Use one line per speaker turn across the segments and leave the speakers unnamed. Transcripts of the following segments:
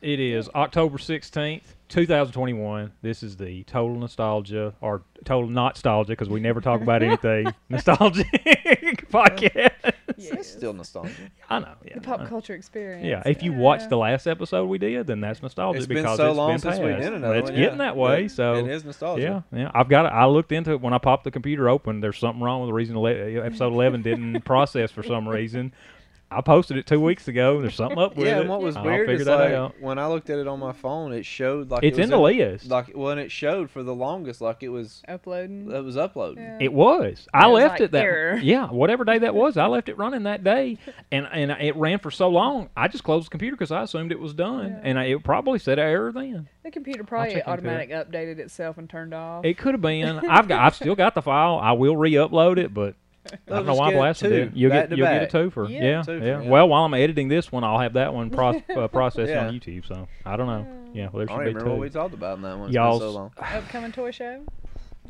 It is October 16th, 2021. This is the total nostalgia or total not nostalgia because we never talk about anything nostalgic podcast.
It's still nostalgia.
I know. Yeah.
the
I
pop
know.
culture experience.
Yeah, if you watched the last episode we did, then that's nostalgia
It's been
because
so
it's
long
been
since
past.
we did another
It's
one,
getting
yeah.
that way,
It-
so
it is nostalgia.
Yeah, yeah. I've got. I looked into it when I popped the computer open. There's something wrong with the reason ele- uh, episode 11 didn't process for some reason. I posted it two weeks ago. and There's something up with
yeah,
it.
and what was
I'll
weird
figure
is
that
like
out.
when I looked at it on my phone, it showed like it
It's
was
in the list.
Like well, and it showed for the longest like it was
uploading.
it was uploading.
Yeah.
It was. I
was
left
like,
it that
"Error."
yeah, whatever day that was. I left it running that day, and and it ran for so long. I just closed the computer because I assumed it was done,
Yeah.
and I, it probably said error then.
the computer probably
check into it.
automatic updated itself and turned off.
It could have been. I've got. I've still got the file. I will re-upload it, but I
They'll
don't know
just
why I
get
blasted it.
two,
You'll
back
get
to
you'll
back.
get a twofer.
Yeah.
Yeah, yeah.
Twofer, yeah.
Well, while I'm editing this one, I'll have that one pro- uh, processed
Yeah.
on YouTube. So I don't know. Yeah, well, there
I don't
should
even remember what
be
we
two.
talked about in that one. It's been
Y'all's
so long.
Upcoming toy show.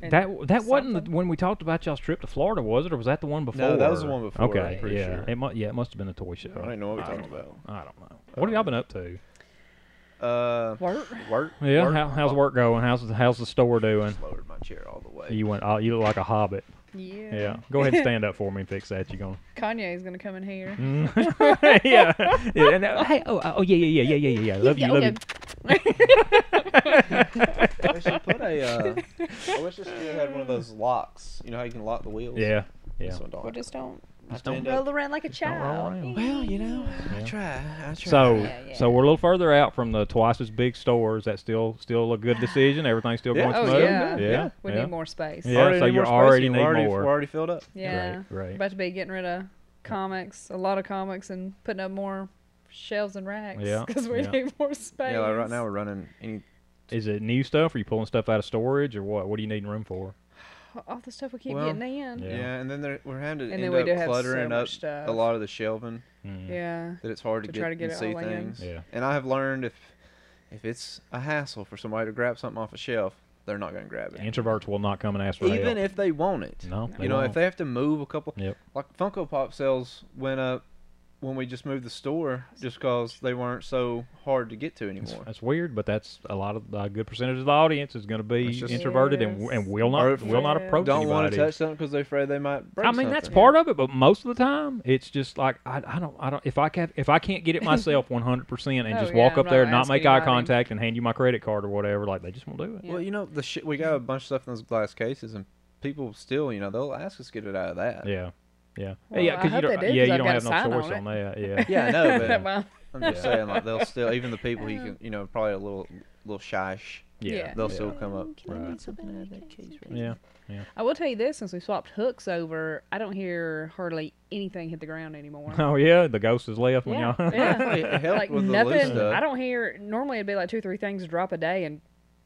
And
That that wasn't the,
something.
when we talked about y'all's trip to Florida, was it, or was that the one before?
No, that was the one before, I'm
Okay,
pretty
yeah,
sure.
it must yeah, it must have been a toy show.
I don't even know what we
I
talked
don't-
about.
I don't know. What have y'all been up to?
Uh,
Work.
work.
Yeah,
work.
how, how's work going? How's the, how's the store doing?
Lowered my chair all the way.
You went. Oh, you look like a hobbit.
Yeah.
Yeah. Go ahead and stand up for me and fix that. You going?
Kanye is gonna come in here.
Mm-hmm. Mm. yeah. yeah. and, uh, hey. Oh. uh, Oh. Yeah. Yeah. Yeah. Yeah. Yeah. Yeah. Love you. Love you.
I wish I put a. Uh, I wish this chair had one of those locks. You know how you can lock the wheels.
Yeah. Yeah.
This one don't.
Well, just don't
I
just don't
stand up.
roll around like a
don't roll
child.
around.
Well, you know,
Yeah.
I try. I try.
So,
Yeah,
so
yeah.
we're a little further out from the twice as big stores. That's still still a good decision. Everything's still
Yeah.
going
Oh
smooth.
yeah.
Yeah.
We
yeah.
need more space.
Yeah. so
need
you're
more space,
already
you
need
already,
more.
We're already filled up.
Yeah.
Right, right.
About to be getting rid of comics, a lot of comics, and putting up more shelves and racks.
Yeah,
Because we
yeah.
need more space.
Yeah, like right now we're running any
Is it new stuff? Are you pulling stuff out of storage, or what? What are you needing room for?
all the stuff we keep
Well,
getting in.
Yeah.
Yeah, and then there, we're having to
And then
end
we
up
do have so
cluttering
much
up
stuff.
a lot of the shelving
Mm.
Yeah.
that it's hard to,
To
get,
try to get
and
it
see
all in.
things.
Yeah.
And I have learned if if it's a hassle for somebody to grab something off a shelf, they're not going to grab it.
Introverts will not come and ask for
Even
help.
if they want it.
no, they
you know,
won't.
if they have to move a couple,
Yep.
like Funko Pop sales went up when we just moved the store just because they weren't so hard to get to
It's,
anymore.
that's weird, but that's a lot of a good percentage of the audience is going to be
It's just-
introverted and,
Yes.
and will
Or
not
if-
will not
Yeah.
approach
Don't want
anybody.
to touch something because they're afraid they might break
I mean that's
something.
part of it, but most of the time it's just like I, I don't I don't if I can if I can't get it myself 100 percent and
Oh,
just
yeah,
walk
I'm
up
not
there and
gonna
not
ask
make eye
anybody.
contact and hand you my credit card or whatever like they just won't do it.
Yeah.
Well, you know, the shit we got a bunch of stuff in those glass cases, and people still, you know, they'll ask us to get it out of that.
Yeah, yeah,
Well,
yeah.
I
Because you
hope
don't
they do,
yeah
'cause
you
I've
don't
got a
have no
sign on
source
it.
on, that. Yeah,
Yeah, I know, but
Well,
I'm just saying, like they'll still, even the people who you can, you know, probably a little, little shyish,
yeah,
Yeah.
they'll still come up.
Right. yeah.
I will tell you this: since we swapped hooks over, I don't hear hardly anything hit the ground anymore.
Oh yeah, the ghost has left when
yeah,
y'all.
yeah.
It helped
like
with the loose
nothing.
stuff.
I don't hear. Normally, it'd be like two, three things drop a day, and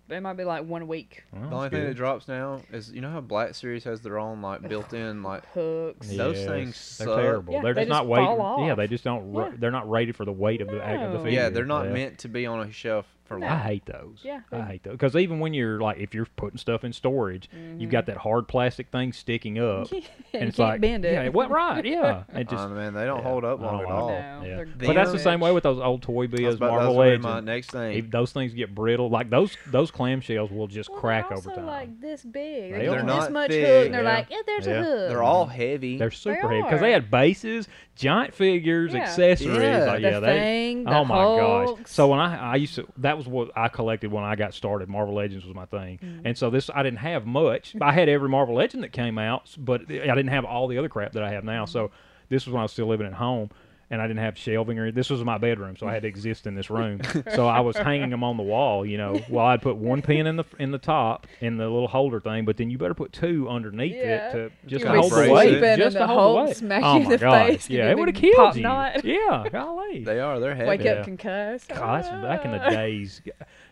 it might be like one a week.
Well,
the only
that's
thing that
good.
drops now is you know how Black Series has their own like built-in like
Hooks.
Yeah. those things
they're
suck.
terrible.
Yeah,
they're
they
just
just
not weighted.
fall
Yeah,
off.
they just don't. ra-
Yeah.
They're not rated for the weight of the act of the
No.
figure.
yeah they're not
Yeah.
meant to be on a shelf for
No.
I
long.
hate those.
Yeah,
I
they-
hate those because even when you're like, if you're putting stuff in storage, you've got that hard plastic thing sticking up,
Yeah,
and
Mm-hmm. you
it's
can't
like,
bend it.
yeah, what right, yeah, it
Just,
just.
man, they don't
yeah,
hold up
I don't
long at
like
all.
them.
No,
Yeah.
they're
But that's the
garbage.
same way with those old Toy Biz,
That's about-
Marvel
that's gonna be my
Legends.
next thing.
If those things get brittle, like those those clamshells will just
Well,
crack
they're
over
also
time.
like this big.
They
They
are.
get
Not
this much
thick.
hook, and they're
Yeah.
like, yeah, there's
Yeah.
a hook.
They're all heavy.
they're super heavy because they
are.
had bases, giant figures,
Yeah.
accessories.
Yeah.
Like,
The
yeah, they,
thing. the
oh my gosh!
Hulks.
So when I I used to that was what I collected when I got started. Marvel Legends was my thing,
Mm-hmm.
and so this I didn't have much. I had every Marvel Legend that came out, s- but I didn't have all the other crap that I have now. So
Mm-hmm.
this was when I was still living at home. And I didn't have shelving or this was my bedroom, so I had to exist in this room. so I was hanging them on the wall, you know. Well, I'd put one pin in the in the top in the little holder thing, but then you better put two underneath
Yeah.
it to just
You
to
would
hold
be
the weight,
sleeping
and
just
the
to hold the
Hulk
weight.
smack
oh
you in
my
the
gosh.
face and
Yeah,
you
it would have
been
killed
pop
you.
knot.
Yeah, golly.
They are. They're heavy.
Wake
Yeah.
up and cuss. Ah,
God, that's back in the days.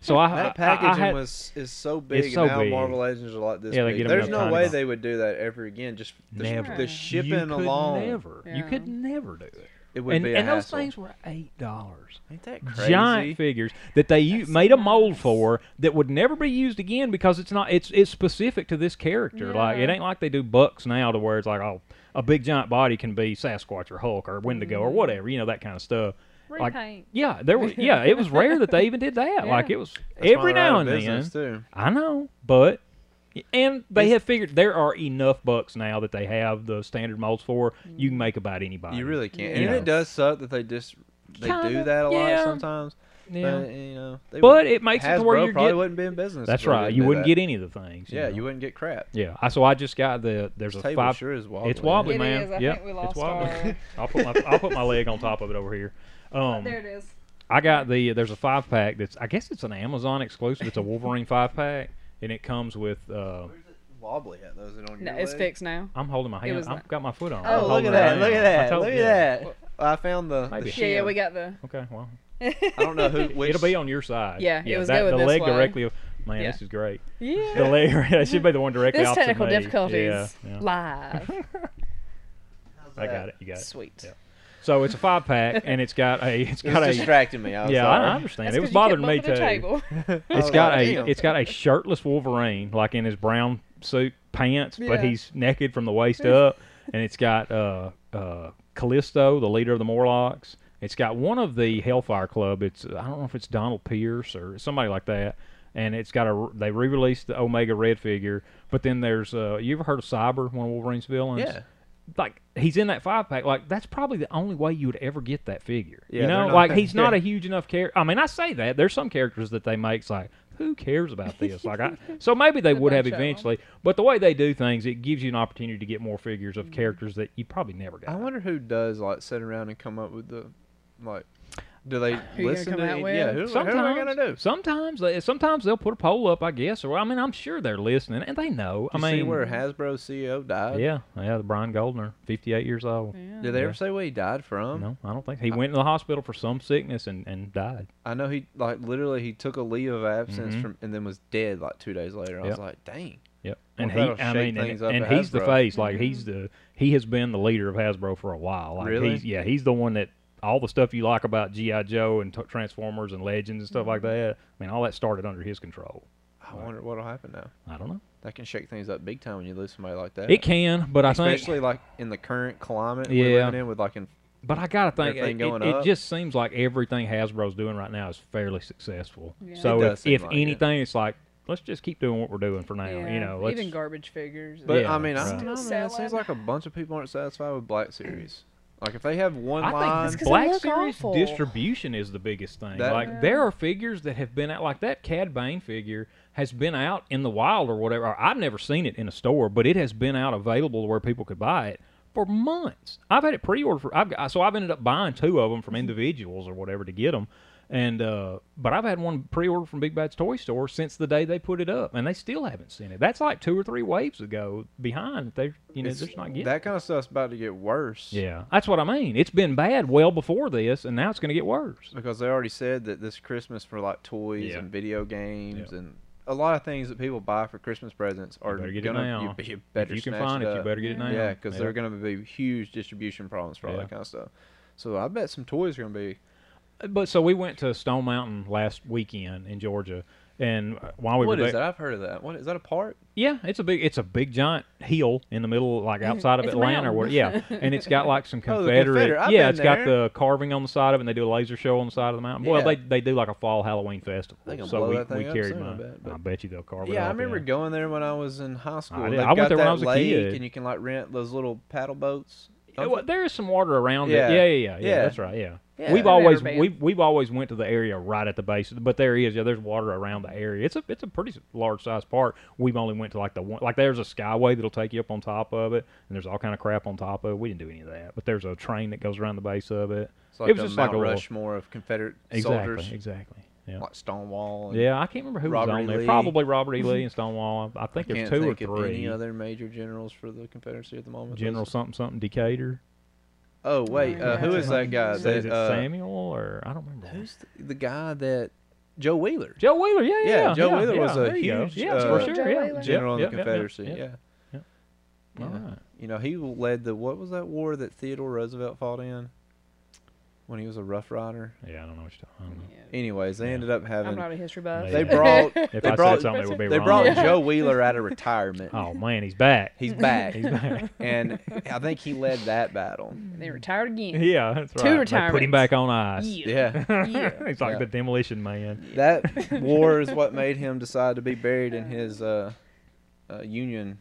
So I I- I- I
That packaging
had-
was is so big.
so
and now
big.
Marvel Legends are like this
Yeah, they
big.
get 'em
There's
in a
no
tiny
way
box.
they would do that ever again. Just the, sh-
never
the
You
shipping
you could
alone,
Never, you could
Yeah.
never do it.
it would
and
be a
and those
hassle.
things were eight dollars.
Ain't that crazy?
Giant figures that they u- made a mold
nice.
for that would never be used again because it's not it's it's specific to this character. Like it
Yeah.
ain't like they do bucks now to where
Mm-hmm.
it's like oh a big giant body can be Sasquatch or Hulk or Wendigo or whatever you know that kind of stuff. Like,
Repaint.
yeah, there was. Yeah, it was rare that they even did that.
Yeah.
Like it was
That's why
every
they're out
now
of
and then.
business, too.
I know, but and they
It's-
have figured there are enough bucks now that they have the standard molds for. You can make about anybody.
You really can't.
Yeah.
And it does suck that they just they do
Kinda,
that a
yeah.
lot sometimes.
Yeah.
But you know, they
But
would-
it makes it to
Hasbro
where you're
probably
getting.
wouldn't be in business.
That's
if they
right.
didn't
You
do
wouldn't
that.
get any of the things.
Yeah,
know.
you wouldn't get crap.
Yeah. I, so I just got the there's
This
a
table
five.
sure is wobbly.
It's wobbly,
It
man.
is. I
yeah,
think we lost
it's wobbly.
our- uh,
I'll put my I'll put my leg on top of it over here. Um,
there it is.
I got the there's a five pack that's I guess it's an Amazon exclusive. It's a Wolverine five pack, and it comes with. Uh,
Where's it wobbly at? Though? Is it
um,
on
No,
your
it's
leg?
fixed now.
I'm holding my
It
hand.
was
I've
not-
got my foot on. it.
Oh,
I'm
Oh, look
holding
at
my
that!
hand.
Look at
I
that!
told-
Look at
yeah.
that! I found the, the
Maybe.
Yeah, yeah,
shim.
we got the.
Okay, well,
I don't know who. Which,
it'll be on your side.
Yeah, it was
that,
going
the
this
leg
way.
directly. Of, man,
Yeah.
this is great. The
Yeah.
leg. that should be the one directly
This
opposite
technical
me.
difficulties
Yeah, yeah.
live.
How's
I
that?
got it. You got it.
Sweet.
Yeah. So it's a five pack, and it's got a it's
It
got
was
a
distracting me. I was
yeah. I, I
sorry.
understand.
That's
it was
'cause you
bothering
kept
me
bumping
too.
the table.
It's
Oh,
got a
damn.
it's got a shirtless Wolverine, like in his brown suit pants, but
Yeah.
he's naked from the waist up, and it's got uh, uh, Callisto, the leader of the Morlocks. It's got one of the Hellfire Club. It's I don't know if it's Donald Pierce or somebody like that, and it's got a they re-released the Omega Red figure. But then there's uh, you ever heard of Cyber, one of Wolverine's villains?
Yeah.
Like he's in that five pack. Like that's probably the only way you would ever get that figure.
Yeah,
you know,
they're not-
like he's not
yeah.
a huge enough character. I mean, I say that there's some characters that they make. It's like who cares about this? Like, I, so maybe they
A
would have
bunch of 'em.
eventually. But the way they do things, it gives you an opportunity to get more figures
Mm-hmm.
of characters that you probably never got.
I wonder who does like sit around and come up with the like. Do they
you gonna
listen
come
to?
out
it?
with?
Yeah. Who, who are we gonna do?
Sometimes, they, sometimes they'll put a poll up, I guess. Or I mean, I'm sure they're listening and they know. I
You
mean,
see where Hasbro CEO died?
yeah, yeah, the Brian Goldner, 58 years old.
Yeah.
Did they
Yeah.
ever say where he died from?
No, I don't think he went to the hospital for some sickness and, and died.
I know he like literally he took a leave of absence
Mhm.
from and then was dead like two days later. I
Yep.
was like, dang.
Yep.
Well,
And he,
that'll
I
shake
mean, and,
things up
and
at
he's the
Hasbro.
face. Like
Mm-hmm.
he's the he has been the leader of Hasbro for a while. Like
Really?
he's yeah, he's the one that all the stuff you like about GI Joe and t- Transformers and Legends and stuff like
Mm-hmm.
that. I mean, all that started under his control.
I wonder what'll happen now.
I don't know.
That can shake things up big time when you lose somebody like that.
It can, but I think
especially like in the current climate we're
Yeah.
living in with like in
But I gotta think it,
Everything going
it- it
up.
just seems like everything Hasbro's doing right now is fairly successful.
Yeah.
So
It does
if,
seem
if
like it.
anything, it's like let's just keep doing what we're doing for now. You know, let's,
even garbage figures.
but
Yeah,
I mean I
right.
don't know man, it seems
Selling.
like a bunch of people aren't satisfied with Black Series. Like if they have one
I
line
think
'cause they
Black
look
Series
awful.
distribution is the biggest thing.
That-
like there are figures that have been out, like that Cad Bane figure has been out in the wild or whatever. or I've never seen it in a store, but it has been out available where people could buy it for months. I've had it pre-ordered for. I've got, so I've ended up buying two of them
Mm-hmm.
from individuals or whatever to get them. And uh, but I've had one pre-order from Big Bad's Toy Store since the day they put it up, and they still haven't seen it. That's like two or three waves ago behind. They you know
it's-
they're just not getting. it.
that kind of stuff's about to get worse.
Yeah, that's what I mean. It's been bad well before this, and now it's going to get worse.
Because they already said that this Christmas for like toys
Yeah.
and video games and a lot of things that people buy for Christmas presents are
better get it now.
gonna you, you better
if you can
snatch
find it, you
up.
better get it now.
Yeah, because
Yeah.
they're going to be huge distribution problems for all
Yeah.
that kind of stuff. So I bet some toys are going to be.
But so we went to Stone Mountain last weekend in Georgia, and uh, while we
What
were
is
there,
that? I've heard of that. What is that? A park?
yeah, it's a big, it's a big giant hill in the middle, like outside of
It's a
Atlanta or what? Yeah, and it's got like some
Oh, the
Confederate.
Confederate. I've
yeah,
been
it's got
there.
the carving on the side of, it, and they do a laser show on the side of the mountain. Well,
Yeah.
they they do like a fall Halloween festival,
They gonna
so
blow
we,
that
we
thing up
carried
soon, I
mine.
bet, but-
bet you they'll carve it.
yeah, I
up,
remember going there when I was in high school.
did.
They've
I went
got
there when I
that
was a
lake,
kid.
and you can like rent those little paddle boats.
Yeah, well, there is some water around
Yeah.
it. Yeah, yeah, yeah, yeah.
Yeah.
That's right. Yeah.
Yeah.
We've
I've
always
never been.
we've, we've always went to the area right at the base, but there is yeah. There's water around the area. It's a it's a pretty large sized park. We've only went to like the one like there's a skyway that'll take you up on top of it, and there's all kind of crap on top of it. We didn't do any of that, but there's a train that goes around the base of it.
It's like
it was
the
just
Mount
like a little-
Rushmore of Confederate
exactly
soldiers,
exactly yeah.
like Stonewall. And
yeah, I can't remember who
Robert
was on
E.
there.
Lee.
Probably Robert E. Lee and Stonewall. I, I think
I
there's
can't
two
think
or
of any
three.
other major generals for the Confederacy at the moment. Those-
General something something Decatur.
Oh wait, uh, who
Yeah.
is that guy?
Is it
That, uh,
Samuel or I don't remember.
Who's the, the guy that Joe Wheeler?
Joe Wheeler, yeah, yeah,
Yeah,
yeah,
Joe
yeah,
Wheeler was
yeah,
a
there you go.
huge,
yeah,
uh,
for sure,
Joe
yeah,
Wheeler.
yep,
General
yep,
of the
yep, yep,
Confederacy.
yep.
Yeah.
Yep.
Yeah.
All right.
You know, he led the what was that war that Theodore Roosevelt fought in? when he was a Rough Rider.
Yeah, I don't know what you're talking. I don't know.
Anyways, they
Yeah.
ended up
I'm
having
not a history buff.
Maybe.
they brought
If
They
I
brought-
said something, it would be
they
wrong.
brought
Yeah.
Joe Wheeler out of retirement.
Oh man, he's back.
He's back,
He's back.
and I think he led that battle.
And they retired again.
yeah, that's right. They
Two
put him
retirements.
back on ice.
Yeah,
Yeah.
he's like
Yeah.
the demolition man.
that war is what made him decide to be buried in his uh, uh, Union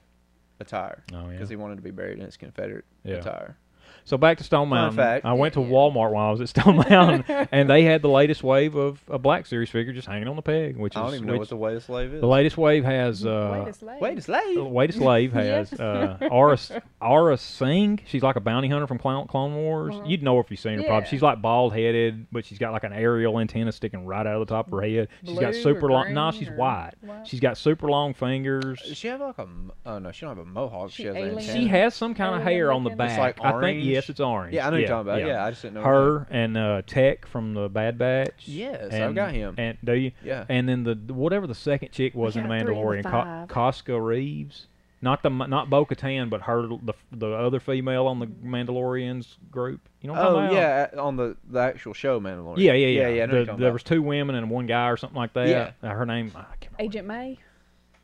attire
Oh yeah.
because he wanted to be buried in his Confederate
Yeah.
attire.
So back to Stone Mountain.
fact.
I went to
Yeah.
Walmart while I was at Stone Mountain, and they had the latest wave of a Black Series figure just hanging on the peg, which
I
is
don't even know
which-
what the way to slave is.
the latest wave has. Uh,
Wait a slave.
Wait a
the
slave.
latest wave
Yeah.
has uh, Aura S- Aura Singh. She's like a bounty hunter from Clone, Clone Wars.
Uh-huh.
You'd know her if you've seen her. Probably
Yeah.
she's like bald headed, but she's got like an aerial antenna sticking right out of the top of her head. She's got
Blue or
super long. No,
green
she's
or
white.
white?
She's got super long fingers.
Does she have like a? m- Oh no, she don't have a mohawk.
She
She, has an
alien?
antenna.
She has some kind of
Alien
hair on the
looking?
back.
It's
like
I think
orange?
yes, it's orange.
Yeah, I know you're talking about. Yeah. I just didn't know.
her and uh, Tech from the Bad Batch.
Yes, I've
and,
got him.
And do you?
Yeah.
And then the the- whatever the second chick was in
got
the
a three and a
Mandalorian,
five.
Costco Reeves, not the m- not Bo Katan, but her the the other female on the Mandalorians group. You know what I'm
Oh
talking about?
yeah, on the the actual show Mandalorian.
Yeah, yeah, yeah.
yeah. I know
The-
you're talking
there
about.
was two women and one guy or something like that.
Yeah.
Uh, her name, I can't remember.
Agent May.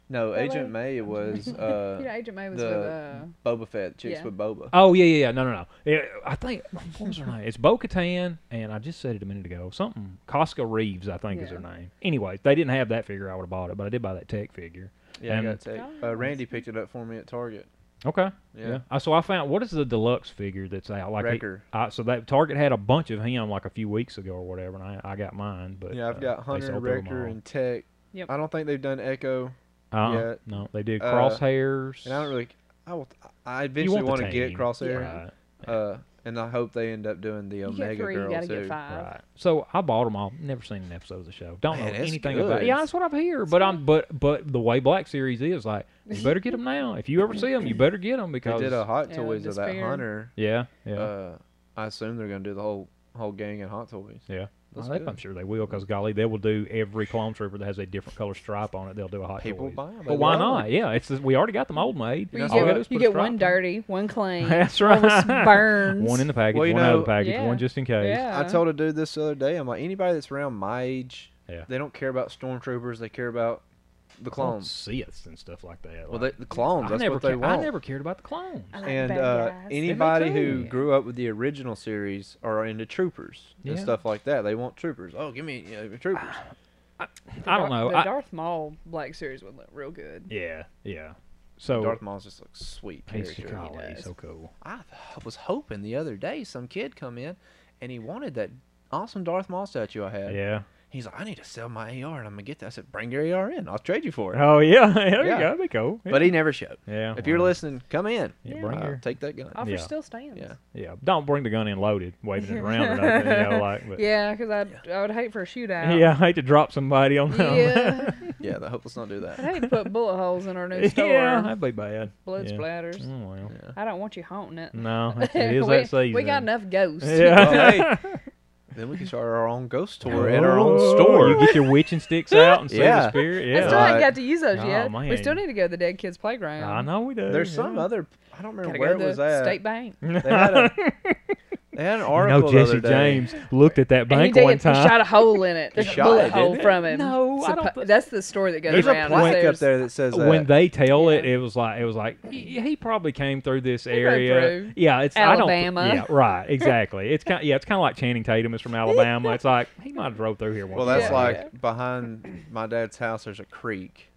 No,
Hello?
Agent May was
You know,
uh,
Agent May was with uh,
the Boba Fett chicks
yeah.
with Boba.
Oh yeah, yeah, yeah. No, no, no. Yeah, I think what was her name? It's Bo Katan, and I just said it a minute ago. Something Costco Reeves, I think, is her
Yeah.
name. Anyway, they didn't have that figure. I would have bought it, but I did buy that tech figure.
Yeah,
and-
I got to take.
Oh,
Uh, Randy picked it up for me at Target.
Okay.
Yeah.
Uh, so I found what is the deluxe figure that's out? Like he-
Wrecker.
uh, so that Target had a bunch of him like a few weeks ago or whatever, and I, I got mine. But
Yeah,
uh,
I've got
they
Hunter,
sold them
Rector,
all.
and Tech.
Yep.
I don't think they've done Echo,
Uh-uh.
yeah.
No, they did
Uh,
crosshairs.
and I don't really. I will. I
You
eventually
want
want
the
to get
team.
Crosshair,
Right,
uh, and I hope they end up doing the
you
Omega
get three,
Girl
you gotta
too.
get five.
right. So I bought them all. Never seen an episode of the show. Don't
Man,
know
that's
anything
good.
about. it. Yeah, that's what I've hear. But I'm but but the way Black Series is like, you better get them now. If you ever see them, you better get them
They
because
did a Hot
Yeah,
Toys of that
Despair.
Hunter.
yeah yeah.
Uh, I assume they're gonna do the whole whole gang in Hot Toys.
yeah,
that's
I think-
good.
I'm sure they will, because golly, they will do every clone trooper that has a different color stripe on it. They'll do a hot
People
Toys.
buy 'em. They
But why
love 'em.
not? Yeah, it's we already got them old made.
Well, you
All we
get,
gotta do is
you
put a
get one
stripe
dirty, one
on
clean.
it. That's
one with
right.
burns.
One in the package,
Well, you
one out of the
know-
package,
Yeah.
one just in case.
yeah.
I told a dude this the other day. I'm like, anybody that's around my age,
Yeah.
they don't care about stormtroopers. They care about the
I don't
clones.
see us and stuff like that.
Well, they,
like-
the clones.
I
That's
never,
what they
ca-
want.
I never cared about the clones.
I like
and
bad
uh,
guys.
anybody who
too.
grew up with the original series are into troopers and
Yeah.
stuff like that. They want troopers. Oh, give me you know, troopers.
The
I don't
Dar-
know.
The
I-
Darth Maul Black Series would look real good.
yeah, yeah. So
Darth Maul's just a sweet
he's,
character.
golly, he's
does.
so cool.
I th- was hoping the other day some kid come in and he wanted that awesome Darth Maul statue I had.
Yeah.
He's like, I need to sell my AR and I'm gonna get that. I said, bring your AR in. I'll trade you for it.
Oh yeah, there
Yeah.
you go. That'd be cool.
But he never showed.
yeah.
If you're
well,
listening, come in.
yeah,
Yeah.
bring
I'll
your,
take that gun.
Offer
Yeah.
still stands.
Yeah.
yeah. Don't bring the gun in loaded, waving it around. Or nothing, you know, like, but,
Yeah, because I'd, I would hate for a shootout.
yeah. I hate to drop somebody on them.
Yeah.
Yeah, the, let's not do
I'd
that.
hate to put bullet holes in our new store.
yeah, that'd be bad.
uh, Blood
yeah.
splatters.
Oh, well.
Yeah.
I don't want you haunting it.
No, it is
we,
that season.
we got enough ghosts.
Yeah.
Well, hey, then we can start our own ghost tour at our own
Oh,
store.
You get your witching sticks out and see
Yeah. Uh,
the spirit.
I
Yeah.
still haven't
Right.
got to use those
Oh,
yet. We
man.
still need to go to the Dead Kids Playground.
I know we do.
There's
yeah.
some other. I don't remember
Gotta
where
go to
it was
the
at.
state bank.
They had, a, they had an article.
no,
the
Jesse
other day.
James looked at that
And he
bank
did.
one
He
time.
shot a hole in it. There's a
shot
bullet
it,
hole
didn't
from him.
No, I don't thi-
That's the story that goes
There's a
around.
plaque up
upstairs.
there that says that.
when they tell it,
Yeah.
it was like it was like "Y- he probably came through this
rode
area.
through
Yeah, it's I
Alabama.
don't, yeah, right, exactly. It's kind yeah, it's kind of like Channing Tatum is from Alabama. It's like he might have drove through here once.
well, that's
yeah.
like behind my dad's house. There's a creek,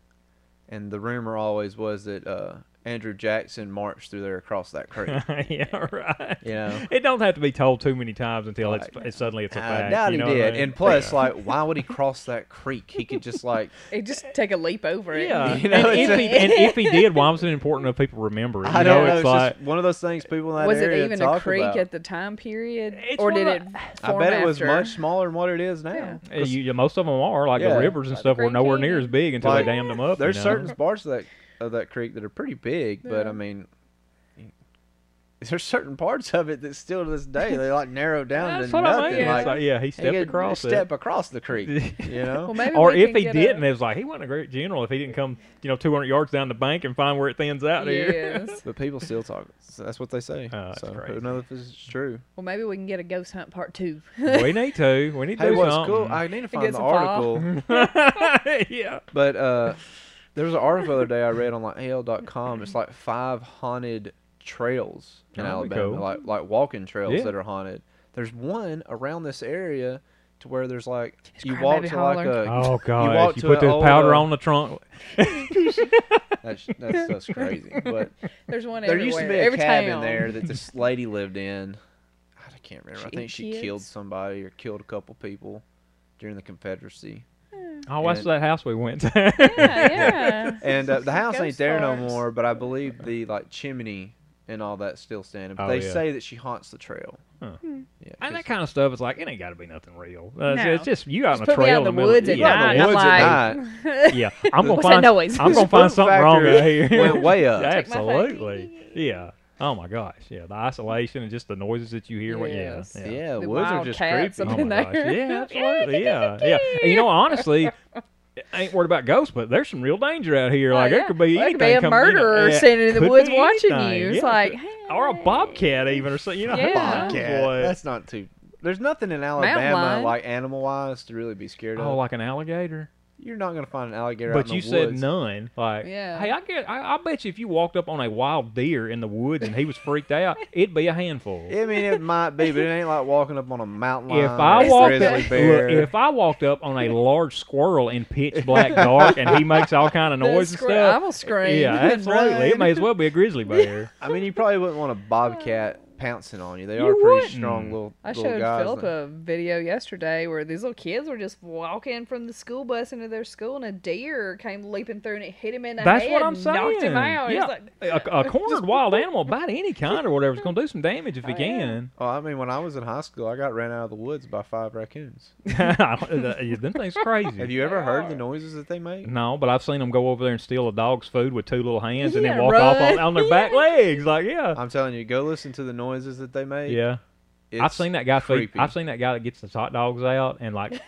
and the rumor always was that uh, Andrew Jackson marched through there across that creek.
yeah, right.
you know.
It don't have to be told too many times until it's, it's suddenly it's a fact.
I
you
doubt he
know what I
Uh, did.
mean?
And plus, like, why would he cross that creek? He could just like.
He just take a leap over it.
yeah,
You know,
and,
it's
if
a-
he, and if he did, why was it important if people remember it? You
I don't know.
It's
It's
like
just one of those things people in that
Was it
area
even a
talk
creek
about.
at the time period,
It's
or
one
did
of
it?
the-
I
form
bet it was
after?
much smaller than what it is now.
Uh, you- yeah, most of them are like
Yeah.
the rivers and
Like
stuff were
Grand
nowhere near as
Canyon.
big until
Like,
they dammed them up.
There's
you know?
certain parts of that of that creek that are pretty big, but I mean, there's certain parts of it that still to this day they like narrowed down
That's
to
what
nothing.
I mean. It's
Like,
like, yeah, he
he
stepped
could
across it.
step across the creek, you know.
Well, maybe
or
we
if
can
he
get
didn't,
a,
it was like he wasn't a great general if he didn't come, you know, 200 yards down the bank and find where it thins out here.
yes.
but people still talk. So that's what they say.
Oh, that's
so
crazy.
who knows if it's true?
Well, maybe we can get a ghost hunt part two.
we need to. We need to
Hey,
do
what's
something.
cool? I need to find
gets
the
a file.
article.
yeah.
But uh, there was an article the other day I read on like AL.com. It's like five haunted trails in
Oh, that'd be
Alabama,
cool.
like like walking trails
Yeah.
that are haunted. There's one around this area to where there's like
It's
you
Crybaby
walk to like
Holler.
a
Oh
you
god!
walk
You,
to
put
an
this
old,
powder
uh,
on the trunk.
that's that's that's crazy. But
There's one
there
everywhere.
used to be a
Every
cabin
town.
there that this lady lived in. I can't remember. I
She-
think she
kids?
killed somebody or killed a couple people during the Confederacy.
Oh, that's
And-
that house we went to.
Yeah, yeah.
and uh, the house ain't
Ghost
there no
farms.
more. But I believe the like chimney and all that's still standing. But
Oh,
they
yeah.
say that she haunts the trail.
Huh.
Hmm.
Yeah,
And
'cause
that kind of stuff is like it ain't got to be nothing real. Uh, it's-
No.
It's just you out
Just
on a
put me
trail
out in the
middle
woods at
yeah,
night,
the
not
woods
at
at
like-
night,
night. Yeah, I'm gonna
What's that
find.
noise?
I'm
the
gonna find
spook
something wrong
factor
out here.
went way up.
Take my phone.
Absolutely. Yeah. Oh my gosh. Yeah. The isolation and just the noises that you hear. what- Yeah.
Yes.
Yeah.
yeah,
The
woods are
wild
just
cats
creepy.
Oh
Something
my gosh.
there.
Yeah. Absolutely. Yeah. Yeah. And you know, honestly. I ain't worried about ghosts, but there's some real danger out here.
Oh,
Like
yeah.
there could be
There
anything.
could be a
come- you know,
murderer
yeah,
standing in the
could
woods
be
watching
anything.
you. It's
Yeah,
like,
or a
hey.
bobcat even or something. You know, Oh,
Yeah.
Bobcat.
Boy.
That's not too. There's nothing in
Mountain
Alabama
lion.
like animal wise to really be scared of.
Oh, like an alligator.
You're not gonna find an alligator. out
But
in
you
the
said
woods.
none. Like,
Yeah.
hey, I get. I, I bet you if you walked up on a wild deer in the woods and he was freaked out, it'd be a handful.
I mean, it might be, but it ain't like walking up on a mountain lion.
if
or
I
a
walked
grizzly
up,
bear.
look, if I walked up on a large squirrel in pitch black dark and he makes all kind of
The
noise and
scr-
stuff,
I will scream.
yeah,
and
absolutely, it
run.
may as well be a grizzly bear.
I mean, you probably wouldn't want a bobcat pouncing on you. They
You
are pretty
wouldn't.
strong
Hmm.
little
I
little
showed
guys.
Philip a video yesterday where these little kids were just walking from the school bus into their school, and a deer came leaping through and it hit him in the
That's
head
what I'm
and
saying.
knocked him out. He's
Yeah.
like,
a, a cornered wild animal, about any kind or whatever, is going to do some damage if he
Oh, yeah.
can.
Oh, I mean, when I was in high school, I got ran out of the woods by five raccoons.
I don't- uh, Them things crazy.
Have you ever heard the noises that they make?
No, but I've seen them go over there and steal a dog's food with two little hands and then
Yeah,
walk off on,
run.
on their back legs. Like, yeah.
I'm telling you, go listen to the noises that they make.
Yeah. I've
It's
seen that guy feed,
creepy.
I've seen that guy that gets the hot dogs out and like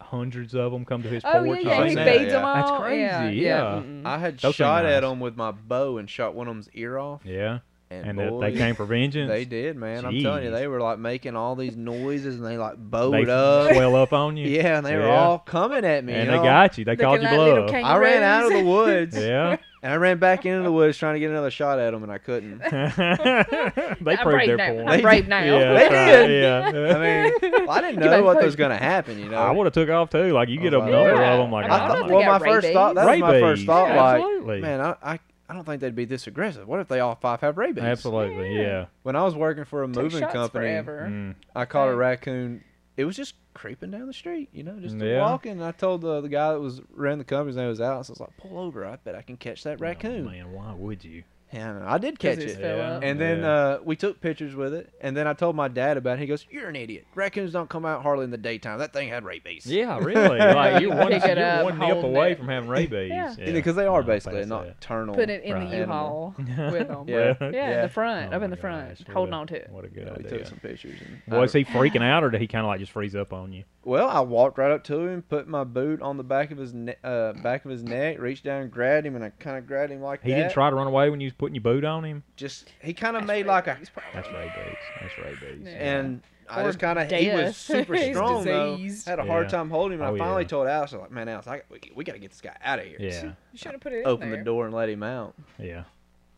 hundreds of them come to his
oh,
porch.
yeah,
and
yeah.
I've
things.
He
seen
feeds
that,
them
yeah.
That's
all. Yeah,
crazy,
yeah.
yeah.
mm-mm.
I had
Those are
shot at
nice.
them with my bow and shot one of them's ear off.
Yeah,
And,
and
boy,
that they came for vengeance.
They did, man. I'm telling you,
Jeez.
they were like making all these noises and they like bowed
They
up.
swell up on you.
Yeah, and they were
Yeah.
all coming at me.
and
you
they
know?
got you. They
Looking
called you
like little
bluff.
I ran out of the
kangaroos.
woods
Yeah,
and I ran back into the woods trying to get another shot at them, and I couldn't.
they
I'm
proved
brave
their
now.
point.
I'm
They-
brave now.
Yeah,
They
that's right,
did.
Yeah.
I mean, well, I didn't
Give
know
me
what
hope.
was going to happen, you know.
I would have took off too. Like you get a
Oh,
number
yeah.
of them. Like
I
I
mean,
oh,
don't
thought-
think
well,
I
my
got
first thought that
rabies.
was my first thought.
Yeah,
like,
absolutely.
man, I, I, I don't think they'd be this aggressive. What if they all five have rabies?
absolutely. Yeah.
When I was working for a
Two
moving
shots
company,
forever.
Mm.
I caught a
Dang.
raccoon. It was just creeping down the street, you know, just
Yeah.
walking. And I told the, the guy that was ran the company's name was out. So I was like, pull over. I bet I can catch that
Oh,
raccoon.
man, why would you?
Yeah, I know. I did catch
it was fat.
it.
Fill up.
And then uh, we took pictures with it. And then I told my dad about it. He goes, You're an idiot. Raccoons don't come out hardly in the daytime. That thing had rabies.
yeah, really, like you're one,
Pick it
you're
up,
one nip
hold
away
it.
from having rabies.
Yeah.
Because they are
No,
basically a
pass that.
nocturnal.
Put it in
Right.
the U-Haul with them.
Yeah.
Yeah, in
Yeah.
the front,
Oh
up in
my
the front,
gosh, what
holding
a-
on to it.
What a good
Yeah, we
idea.
took some pictures. And
Was
I,
he freaking out, or did he kind of like just freeze up on you?
Well, I walked right up to him, put my boot on the back of his ne- uh, back of his neck, reached down, and grabbed him, and I kind of grabbed him like
He
that.
didn't try to run away when you was putting your boot on him.
Just he kind of made like a,
That's rabies. That's rabies.
Yeah.
and I
Or
just kind of he
death.
was super
He's
strong though.
diseased.
Had a hard
Yeah.
time holding him. and
Oh,
I finally
yeah.
told Alice, I was like, man, Alice, I, we, we got to get this guy out of here.
Yeah.
You should have put it in
Open
there.
the door and let him out.
Yeah.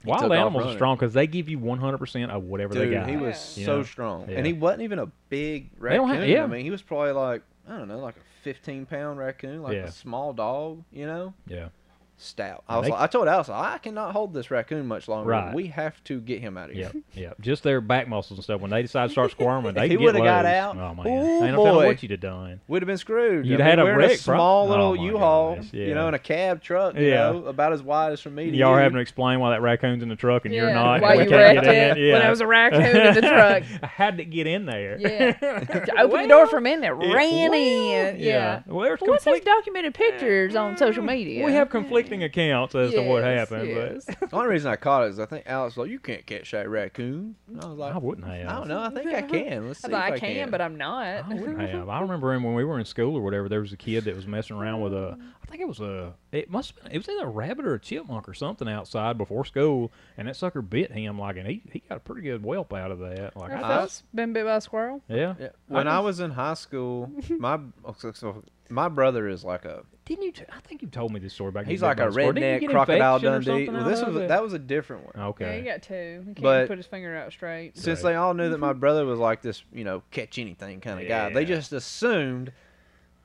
He
Wild
took off
animals are
running.
strong because they give you 100% of whatever
Dude,
they got.
he was
Yeah.
so
Yeah.
strong,
Yeah.
and he wasn't even a big
don't
raccoon.
have- yeah.
I mean, he was probably like I don't know, like a fifteen pound raccoon, like
Yeah.
a small dog, you know,
yeah.
stout. I
And
was
they-
like, I told Alice, I cannot hold this raccoon much longer.
Right.
We have to get him out of here.
Yep. Yep. Just their back muscles and stuff. When they decide to start squirming, they
he
can get
would've got
loose.
out,
Oh, man.
ooh,
Ain't no telling
boy.
what you'd have done.
We'd have been screwed.
You'd
I mean,
had a
we're in
wreck, bro.
small
Oh
little
my
U-Haul,
gosh,
you
yeah.
know, in a cab truck, you
Yeah.
know, about as wide as from me to
Y'all
you.
are having to explain why that raccoon's in the truck and you're
Yeah,
not. and
why
we
you
can't
wrecked
get in.
it
Yeah.
when there was a raccoon in the truck.
How'd it get in there?
Yeah. Open the door from in there,
It-
ran
well,
in. Yeah.
Well, there's
Well, what's these
conflict. Mm.
documented pictures on social media?
We have conflicting accounts as to what
Yes,
happened,
yes.
The only reason I caught it is I think Alex was like, "You can't catch that raccoon." And I was
but
like,
I wouldn't have.
I don't know. I think I can. Let's see
I,
if
thought,
I,
I can, but I'm not.
I wouldn't have. I remember him when we were in school or whatever. There was a kid that was messing around with a. I think it was a. It must have been. It was either a rabbit or a chipmunk or something outside before school, and that sucker bit him like, and he, he got a pretty good whelp out of that. Like,
Our
I,
thought-
fellas been bit by a squirrel.
yeah.
Yeah. When I, was in high school, my so- so my brother is like a
Didn't you? T- I think you told me this story back. in
he's
the day
like a
about the squirrel. Didn't you
redneck
get
crocodile
infection or
Dundee.
something
Well,
out
this
of
was a-
it?
that was a different one.
Yeah,
Okay.
he got two. He can't
But-
put his finger out straight.
Since
Right.
they all knew that my brother was like this, you know, catch anything kind of guy, they
Mm-hmm. Yeah.
just assumed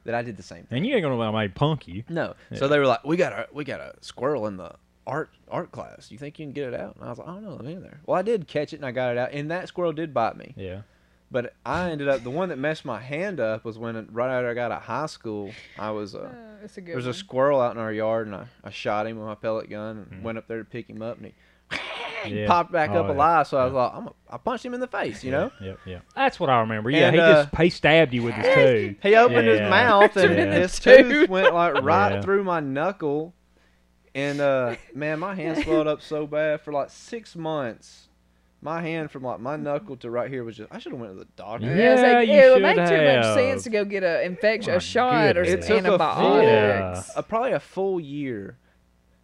that I did the same thing.
and you ain't gonna let me punk you.
No, so they were like, "We got a we got a squirrel in the art art class. You think you can get it out?" And I was like, "I don't know, let me in there." Well, I did catch it and I got it out, and that squirrel did bite me.
Yeah.
But I ended up the one that messed my hand up was when right after I got out of high school, I was uh,
Uh, it's a good
there was
one.
a squirrel out in our yard, and I, I shot him with my pellet gun and went up there to pick him up, and he
Mm-hmm. yeah.
popped back
Oh,
up
yeah.
alive. So I was like, I'm a, I punched him in the face, you know.
Yep. Yeah. That's what I remember. Yeah.
And,
he just
uh,
he stabbed you with his toe.
He opened
Yeah.
his mouth, and
Yeah.
his tooth went like right
Yeah.
through my knuckle, and uh, man, my hand swelled up so bad for like six months. My hand from like my knuckle to right here was just. I should have went to the doctor.
Yeah, it's like,
Yeah, you
it would
should
make too
have.
much sense to go get an infection,
My
a shot,
goodness.
It
or
took
some
a full,
Yeah.
antibiotics.
uh, probably a full year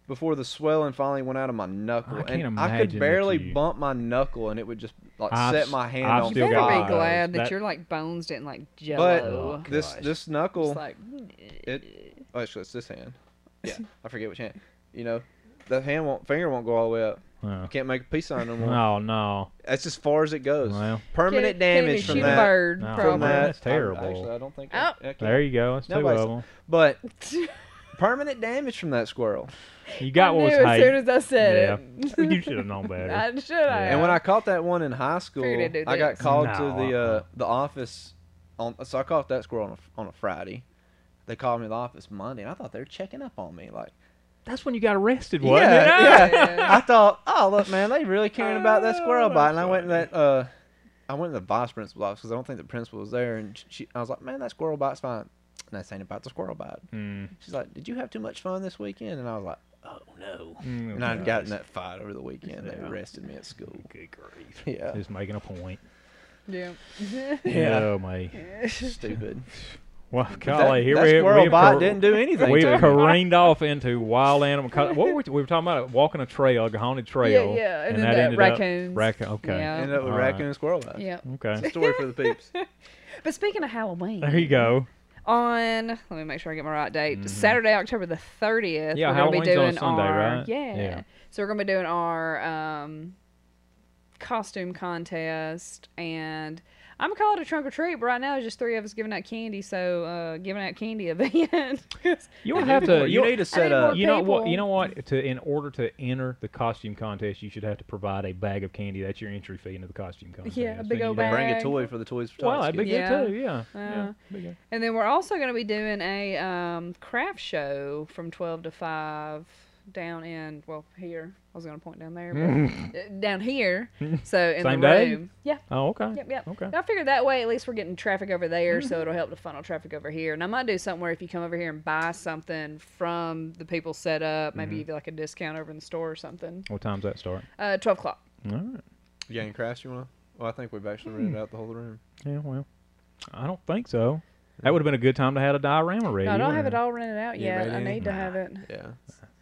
before the swelling finally went out of my knuckle,
I can't
and I
imagine
could
that
barely
you-
bump my knuckle, and it would just like
I've
set
s-
my hand
I've
on
still
Better
got
fire.
God.
be glad that,
That-
your like bones didn't like
But
jello.
Oh,
this
gosh.
this
It's
knuckle,
like
it oh, actually it's this hand. Yeah, I forget which hand. You know, the hand won't finger won't go all the way up.
Uh,
I can't make a peace sign no more.
oh no.
That's as far as it goes.
Well.
Permanent damage
can't even shoot
from that.
A bird,
No.
From
probably.
Man,
that,
that's
I-
terrible.
actually, I don't think.
Oh.
I, I can.
There you go. That's two
Nobody's-
of them.
But permanent damage from that squirrel.
You got
I
what was
knew as soon
hate.
as I said
Yeah. you should have known
it.
better.
I should have.
And when I caught that one in high school,
Figured it'd do
I got
this.
called
No,
to the
uh-uh.
uh, the office. On, so I caught that squirrel on a, on a Friday. They called me to the office Monday, and I thought they were checking up on me. Like,
That's when you got arrested, wasn't
yeah,
it?
yeah. I thought, oh look, man, they really caring about that squirrel
Oh,
bite. And I went in
sorry.
that. Uh, I went to the vice principal's office because I don't think the principal was there, and she, I was like, man, that squirrel bite's fine. And I saying about the squirrel bite.
Mm,
She's like, did you have too much fun this weekend? And I was like, oh no.
mm,
And I'd
okay.
gotten that fight over the weekend. They
Yeah.
arrested me at school.
Good grief.
Yeah.
Just making a point.
yeah.
Yeah.
Oh, my.
Stupid.
Well,
That-
golly, here
that
we,
squirrel
we have
bite
cor-
didn't do anything.
We've
to me.
careened off into wild animal. co- What were we, we were talking about? Walking a trail, a haunted trail.
yeah,
And,
and then
that
the
ended
raccoons.
Up, raccoon. Okay.
Yeah.
Ended up with
All
raccoon
right.
and squirrel bite.
yeah.
Okay.
Story for the peeps.
But speaking of Halloween,
There you go.
on let me make sure I get my right date. Saturday, October the thirtieth.
Mm-hmm. Yeah,
we're gonna be
Halloween's on
doing
Sunday,
our
right?
yeah.
Yeah.
So we're gonna be doing our um, costume contest, and I'm gonna call it a trunk or treat. But right now, it's just three of us giving out candy. So uh, giving out candy event.
You'll have to.
You
You'll,
need to set
more
up.
you know what?
people.
You know what? To in order to enter the costume contest, you should have to provide a bag of candy. That's your entry fee into the costume contest.
Yeah, a
And
big
you
old
don't-
bag.
Bring a
bag.
toy for the toys for
Well,
tots.
that'd be
kid.
good
Yeah.
too. Yeah.
Uh,
yeah. Big old-
and then we're also gonna be doing a um, craft show from twelve to five down in well here. I was gonna point down there, but uh, down here. So in
Same
the
day?
room. Yeah.
Oh, okay.
Yep, yep.
Okay.
I figured that way at least we're getting traffic over there, so it'll help to funnel traffic over here. And I might do something where if you come over here and buy something from the people set up, maybe give you like a discount over in the store or something.
What time's that start?
Uh, twelve o'clock.
All right.
Yeah, and Crash, you want? Well, I think we've actually rented out the whole room.
Yeah. Well, I don't think so. That would have been a good time to have a diorama ready.
No, I don't have
wouldn't
it all rented out
You ain't
yet.
ready
I
yet?
need to have it.
Yeah,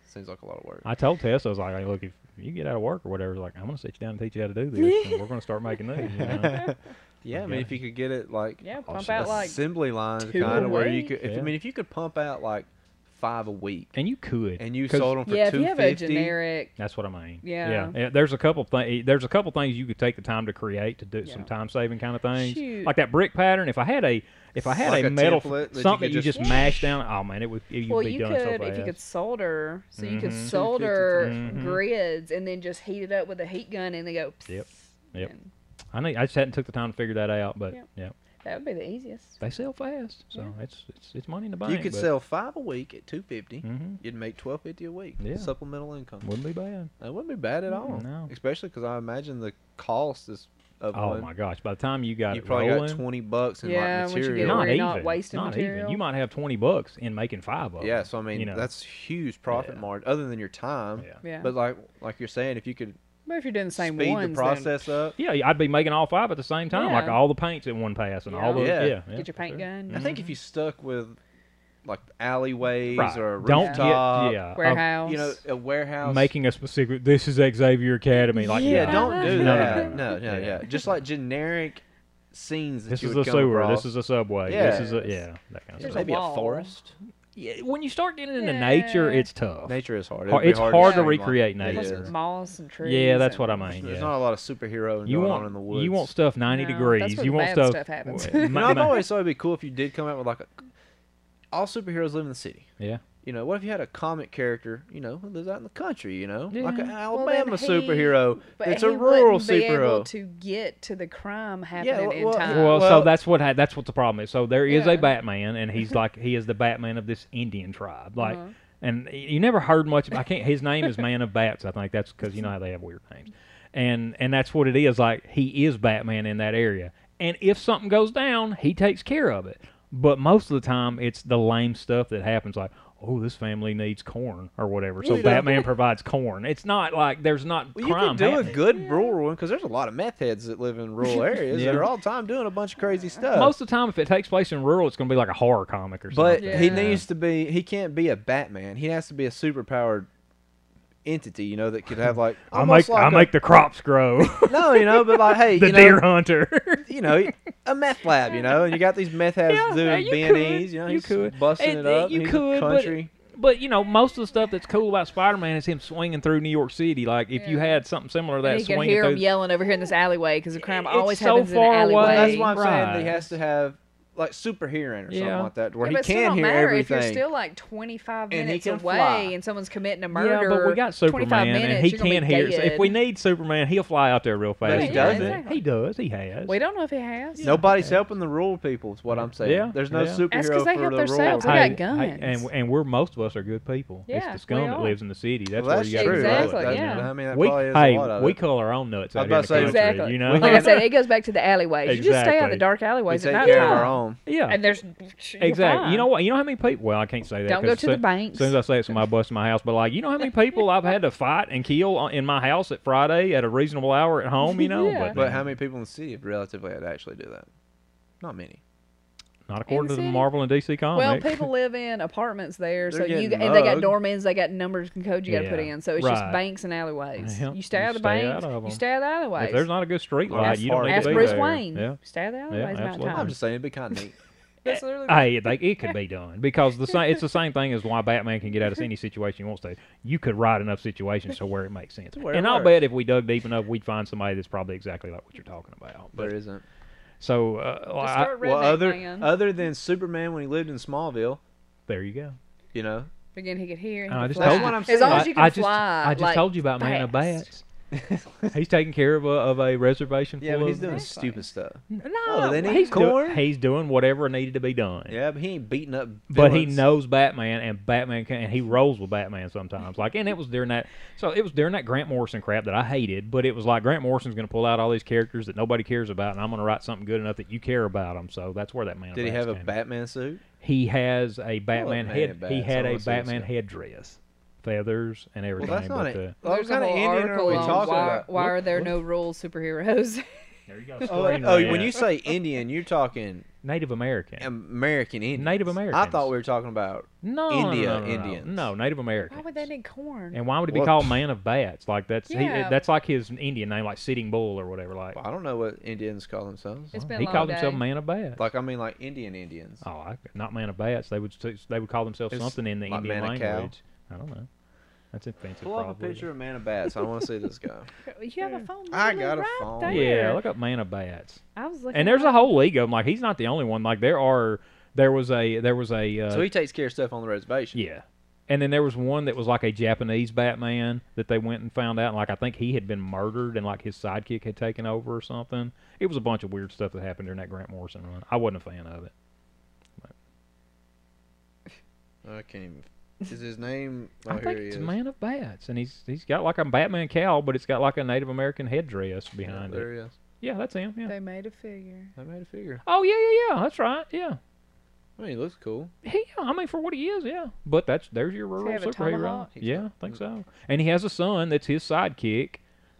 seems like a lot of work.
I told Tess, I was like, hey, look, if you get out of work or whatever, like, I'm going to sit you down and teach you how to do this. and we're going to start making these. You know?
Yeah, I mean, if you could get it like
Yeah, pump
Awesome.
out like
assembly lines,
two
kind
a
of where you
week.
could. If,
Yeah.
I mean, if you could pump out like five a week,
And you could.
and you
'cause
sold them for
yeah. If
two
you have a
fifty.
generic,
That's what I mean.
Yeah.
Yeah. There's a couple things. There's a couple things you could take the time to create to do
Yeah.
some time saving kind of things,
Shoot.
like that brick pattern. If I had a, if I had
Like
a
a
metal
template that you
something
could
you
just-
just mash down. Oh man, it would. You'd
well,
be
you
done
could
so
if you
fast.
could solder. So you could
250
solder
times. Mhm.
grids and then just heat it up with a heat gun and they go. pss,
Yep. Yep.
and
I need. I just hadn't took the time to figure that out, but
Yep.
yeah,
That would be the easiest.
they sell fast, so it's it's it's money in the bank.
You could
but
sell five a week at two fifty.
Mhm.
You'd make twelve fifty a week.
Yeah.
Supplemental income.
Wouldn't be bad.
That wouldn't be bad at all.
No.
Especially because I imagine the cost is of
Oh
one.
my gosh! By the time you got
you
it
probably
rolling,
got twenty bucks in
Yeah,
like
once you get
material.
it
not
where you're
even,
not wasting
not even.
material.
You might have twenty bucks in making five of them.
Yeah, so I mean
you know.
that's huge profit
Yeah.
margin other than your time.
Yeah.
Yeah.
But like like you're saying, if you could
But if you're doing the same
speed
ones,
the
then
process up.
Yeah, I'd be making all five at the same time, like
Yeah.
all the paints in one pass and all the
Yeah.
yeah.
Yeah.
yeah,
get your paint
sure.
gun.
I think if you stuck with like alleyways
Mm-hmm. Right.
or a
Don't get
rooftop,
yeah. of
warehouse,
you know, a warehouse.
making a specific. This is Xavier Academy. Like
yeah,
Yeah.
don't do
No, no,
that.
no, no.
No, no,
Yeah.
yeah. Just like generic scenes that
This
you
is
would
a
come
sewer.
across.
This is a subway. This is a
Yes.
yeah. That kind of
There's
stuff.
maybe a,
wall.
forest.
Yeah, when you start getting into nature,
Yeah.
it's tough.
Nature is hard.
Hard-
It'd be
it's hard to
streamline.
recreate
It
nature.
plus
is.
Yes.
moss and trees.
Yeah, that's
and-
what I mean.
There's
yeah.
not a lot of superhero
you
going
want
on in the woods.
you want stuff ninety
No, that's
degrees.
where
you
the
want
bad
stuff.
stuff happens.
Well,
You
ma-
know, I've
ma-
always thought it'd be cool if you did come out with like a, all superheroes live in the city.
yeah.
You know, what if you had a comic character, you know, who lives out in the country, you know? Like an
Yeah. Well, then
Alabama
he-
superhero.
But
it's
he
a rural
wouldn't be
superhero.
able to get to the crime happening in
well-
time.
Well,
Well-
so that's what ha- that's what the problem is. So there is
Yeah.
a Batman, and he's like he is the Batman of this Indian tribe, like.
Uh-huh.
And y- you never heard much. I can't. His name is Man of Bats. I think that's because you know how they have weird names, and and that's what it is. Like he is Batman in that area, and if something goes down, he takes care of it. But most of the time, it's the lame stuff that happens. Like, oh, this family needs corn or whatever, so
You know-
Batman provides corn. It's not like there's not
Well, you
crime.
could do
happening.
a good rural one because there's a lot of meth heads that live in rural areas
Yeah. Uh,
that are all the time doing a bunch of crazy stuff.
Most of the time, if it takes place in rural, it's going to be like a horror comic or something.
uh, but he
Yeah.
needs to be, he can't be a Batman. He has to be a superpowered entity, you know, that could have like.
I make
almost like
I
a-
make the crops grow. the
No, you know, but like, hey, you know,
deer hunter.
you know, a meth lab, you know, and you got these meth heads
Yeah, yeah,
doing
you
B&Es,
could,
you know,
you
he's
could.
busting
And,
it
uh,
up.
you
and he's a
could, but-
country.
but you know, most of the stuff that's cool about Spider-Man is him swinging through New York City. Like if you
Yeah.
had something similar to that,
you can
swinging
hear
through.
them yelling over here in this alleyway because the crime
It's
always
so
happens in
far
an
away.
alleyway.
Well, that's why I'm saying
Right.
he has to have like super hearing or
Yeah.
something like that,
yeah,
where
but
he
it still
can
don't
hear
matter
everything.
if you're still like 25
And he
minutes
can
away
fly.
and someone's committing a
Yeah,
murder.
but we got
25
Superman,
minutes,
and he
you're gonna
can
be
hear. So if we
dead.
need Superman, he'll fly out there real fast.
But he
and
doesn't.
everything. He does. He has.
we don't know if he has.
Nobody's helping the rural people. Is what I'm saying.
Yeah,
There's no
yeah. That's
superhero
'cause they
for
help
the
their
rural.
selves. We got
people.
Hey,
guns.
hey, and and we're most of us are good people.
Yeah,
it's the
we
scum that
are.
lives in the city. That's
Well,
where you got to
true.
roll
Exactly,
with it.
That-
yeah.
I mean, that
We,
probably is a lot
hey,
of
we
it.
cull our own nuts
I
out
was
here in the
about to say,
country.
Exactly.
You know,
like I said, it goes back to the alleyways. You just stay out of
Exactly.
the dark
We
alleyways
take
at night
care of our
time.
own.
yeah,
And there's
Exactly. You know what? You know how many people? Well, I can't say that.
Don't go
'cause
to the
soon-
banks.
As soon as I say it's my bus in my house, but like, you know how many people I've had to fight and kill on- in my house at Friday at a reasonable hour at home. You know,
Yeah.
but,
But how many people in the city relatively had actually do that? Not many.
Not according to the
city?
Marvel and DC comics.
Well, people live in apartments there, so
They're
you
getting
and they got
mugged.
doormans, they got numbers and codes you got to put
Yeah,
in. So it's
right.
just banks and alleyways.
Yeah,
You stay
you
out of the
stay out
banks.
of
you
'em.
stay out of the alleyways.
if there's not a good street
Well,
light,
that's
you don't
hard.
need to
Ask
be
Bruce
there.
Wayne.
Yeah.
Stay out of the
Yeah,
alleyways at
absolutely.
nighttime.
I'm just saying it'd be kind of neat.
That's literally what-
Hey, like it could be done because the same, it's the same thing as why Batman can get out of any situation he wants to. You could write enough situations to where it makes sense,
Where it
and I'll
works.
bet if we dug deep enough, we'd find somebody that's probably exactly like what you're talking about. But
There isn't.
so, uh, well, I-
start
Well,
Redneck
other
man.
other than Superman when he lived in Smallville,
there you go.
you know,
Again, he could hear. He
And I
could
just
fly.
told
That's what I'm
As long
saying.
as you can
I just,
fly.
I just
like,
told you about Man of
fast.
Bats. he's taking care of a, of a reservation.
yeah,
full
but he's
of-
doing
That's
stupid stuff.
No,
they need
he's
corn.
doing he's doing whatever needed to be done.
Yeah, but he ain't beating up.
But he
villains.
knows Batman, and Batman can, and he rolls with Batman sometimes. Like, and it was during that. So it was during that Grant Morrison crap that I hated. But it was like Grant Morrison's going to pull out all these characters that nobody cares about, and I'm going to write something good enough that you care about them. So that's where that man. of
Did he
Bats
have a
came.
Batman suit?
He has a Batman
Man of
head. He
Bats.
had
I
a
wanna see this
Batman
guy.
headdress, feathers, and
Well,
everything.
that's not
but, uh,
it.
There's a
kind of
whole
Indian are
article
we
on
talking
why,
about?
why are there
Look,
no rural superheroes?
There you go.
Oh,
screen
oh,
rant.
when you say Indian, you're talking
Native American.
American Indian.
Native
I
Americans.
thought we were talking about.
no,
India
no, no, no, no,
Indians.
No, Native American.
why would they need corn?
And why would it be
Well-
called Man of Bats? Like that's he,
Yeah.
that's like his Indian name, like Sitting Bull or whatever. Like
I don't know what Indians call themselves.
It's been
he
a long
called himself
day.
Man of Bats.
Like I mean, like Indian Indians.
oh, I, not Man of Bats. They would s- they would call themselves
It's
something in the
like
Indian
man of cow.
language. I don't know. That's offensive.
Pull up a
probably.
picture of Man of Bats. I want to see this guy.
You have a phone.
I
literally
got a
right
phone.
There.
Yeah, look up Man of Bats.
I was looking.
And there's
up-
a whole league of them. Like he's not the only one. Like there are there was a there was a uh,
So he takes care of stuff on the reservation.
Yeah. And then there was one that was like a Japanese Batman that they went and found out. And like, I think he had been murdered and like his sidekick had taken over or something. It was a bunch of weird stuff that happened during that Grant Morrison run. I wasn't a fan of it.
I can't even. Is his name? Oh,
I
here
think
he
it's
is.
Man of Bats. And he's he's got like a Batman cowl, but it's got like a Native American headdress
Yeah,
behind it.
there he is.
Yeah, that's him. Yeah.
They made a figure.
I made a figure.
Oh yeah, yeah, yeah. That's right. Yeah.
I mean, he looks cool.
He, yeah, I mean, for what he is, yeah. But that's there's your
he
rural
have a
superhero.
tomahawk? Mm.
He's
Yeah, I
got-
think so. And he has a son that's his sidekick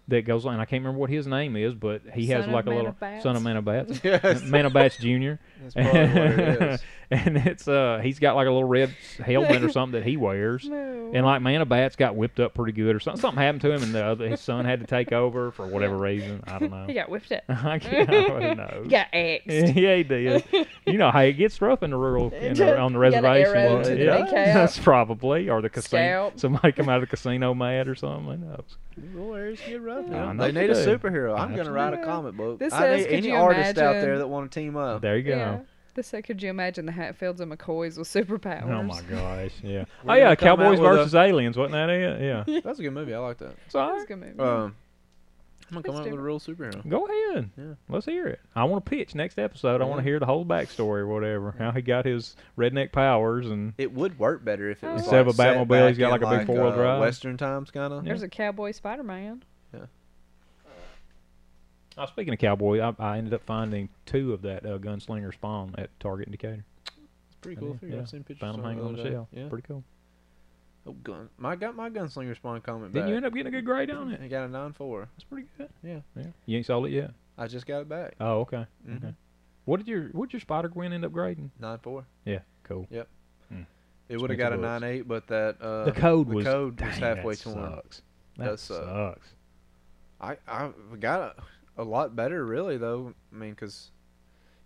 that goes on. I can't remember what his name is, but he has
Son of
like a
Man
little
of Bats?
son of Man of Bats,
Yes.
Man of Bats Junior.
That's probably what it
and
is.
it's uh, he's got like a little red helmet or something that he wears.
No.
And like Man of Bats got whipped up pretty good or something. Something happened to him, and the other, his son had to take over for whatever reason. I don't know.
he got whiffed at.
I can't, who knows?
Got axed.
yeah, he did. You know how it gets rough in the rural in the, on the
You got an
reservation.
arrow
to the
yeah,
big cap.
that's probably or the casino.
Scalp.
Somebody come out of the casino mad or something. Who knows?
Lawyers get rough.
Yeah, I
man.
know
They
they
need a
do.
superhero. I'm gonna write a
Absolutely.
comic book.
This
I
says,
need
could
any
you
artist out there
imagine-
that want to team up.
There you go.
Yeah. This said, could you imagine the Hatfields and McCoys with superpowers?
Oh my gosh! Yeah.
We're
oh yeah,
gonna come
Cowboys
out with a-
versus Aliens, wasn't that it? Yeah.
That's a good movie. I like that.
It's all
That was a
right.
good movie.
Um, I'm gonna come
That's
up with a real superhero.
Go ahead.
Yeah.
Let's hear it. I want to pitch next episode. I want
Yeah.
to hear the whole backstory or whatever. How he got his redneck powers and
It would work better if it was
Oh. Instead
like,
of a Batmobile,
set back
he's got
in,
like a big four-wheel
uh,
drive.
Western times, kind of.
There's a cowboy Spider-Man.
Oh, speaking of cowboy, I, I ended up finding two of that uh, gunslinger spawn at Target Indicator.
It's pretty cool
Yeah,
figure.
yeah.
I've seen pictures.
Found them
of it
hanging on the
other day.
shelf.
Yeah.
Pretty cool.
Oh, gun. I got my gunslinger spawn comment
Then
back.
you end up getting a good grade on it.
I got a nine four.
That's pretty good.
Yeah.
Yeah. You ain't sold it yet.
I just got it back.
Oh, okay.
Mhm.
Okay. What did your what did your Spider Gwen end up grading?
Nine four.
Yeah. Cool.
It would
means
have got
it
a
works.
nine eight, but that uh,
the code was
the code
dang,
was halfway
that
torn.
Sucks. That
Does suck.
sucks.
I I got a, a lot better really though. I mean, cause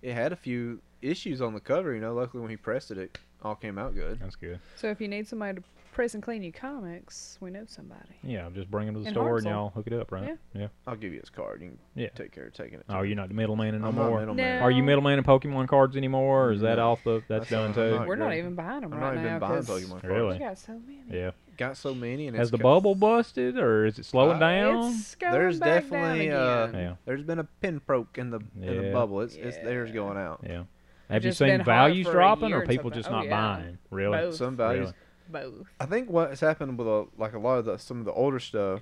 it had a few issues on the cover. You know, luckily when he pressed it, it all came out good.
That's good.
So if you need somebody to press and clean your comics, we know somebody.
Yeah. Just bring them to the
And
store
harmful.
and y'all hook it up, right? Yeah.
I'll give you his card. You can
Yeah.
take care of taking it.
Oh, you're not the middleman
I'm
no
not
more.
middleman.
No.
Are you middleman in Pokemon cards anymore, or is that
No.
off the? That's
That's not-
done
I'm
too.
not
We're not
good.
even buying them
I'm
right
not even
now.
buying
'cause
Pokemon. cards.
Really?
We got so many.
Yeah.
Got so many, and
Has
it's
the
got-
bubble busted, or is it slowing
Uh,
down?
It's going
There's
back
definitely, uh,
down again.
Yeah.
There's been a pin broke in the in
Yeah.
the bubble. It's it's theirs
Yeah.
going out.
Yeah. Have you
just been
seen
hard
values
for a
dropping
year
or
or
people
something.
just
Oh,
not
yeah.
buying? Really?
Both.
Some values.
Really?
both.
I think what's happened with a, like a lot of the some of the older stuff,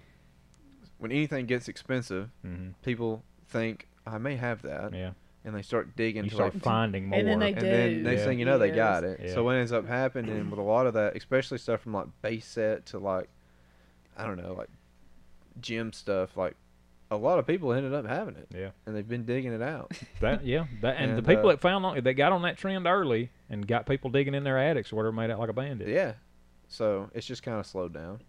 when anything gets expensive,
hmm
people think I may have that,
Yeah.
and they start digging.
You
to
start
like,
finding more.
And then they
and then
do.
next
Yeah.
thing you know, they got
Yes.
it.
Yeah.
So what ends up happening with a lot of that, especially stuff from like base set to like, I don't know, like gym stuff, like a lot of people ended up having it.
Yeah.
and they've been digging it out.
That yeah, that and, the
And,
people
uh,
that found on that got on that trend early and got people digging in their attics or whatever made out like a bandit.
Yeah. So it's just kind of slowed down,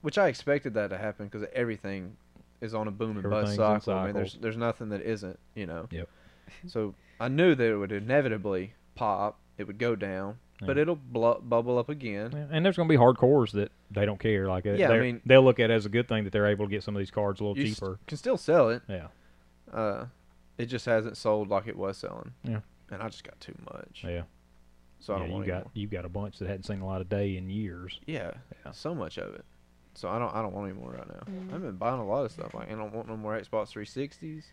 which I expected that to happen because everything is on a boom and bust
Everything's in
cycle. I mean, there's
cycles.
there's nothing that isn't, you know.
Yep.
So I knew that it would inevitably pop. It would go down, but
Yeah.
it'll blu- bubble up again.
Yeah, And there's gonna be hardcores that they don't care. Like uh,
Yeah, I
they're-
mean-
they'll look at it as a good thing that they're able to get some of these cards a little
You s-
cheaper.
can still sell it.
Yeah.
Uh, it just hasn't sold like it was selling.
Yeah.
And I just got too much,
Yeah.
so I
yeah,
don't
you
want
got
anymore.
you got a bunch that hadn't seen a lot of day in years.
Yeah,
Yeah.
so much of it. So I don't I don't want any more right now.
Mm.
I've been buying a lot of stuff. Like I don't want no more Xbox 360s.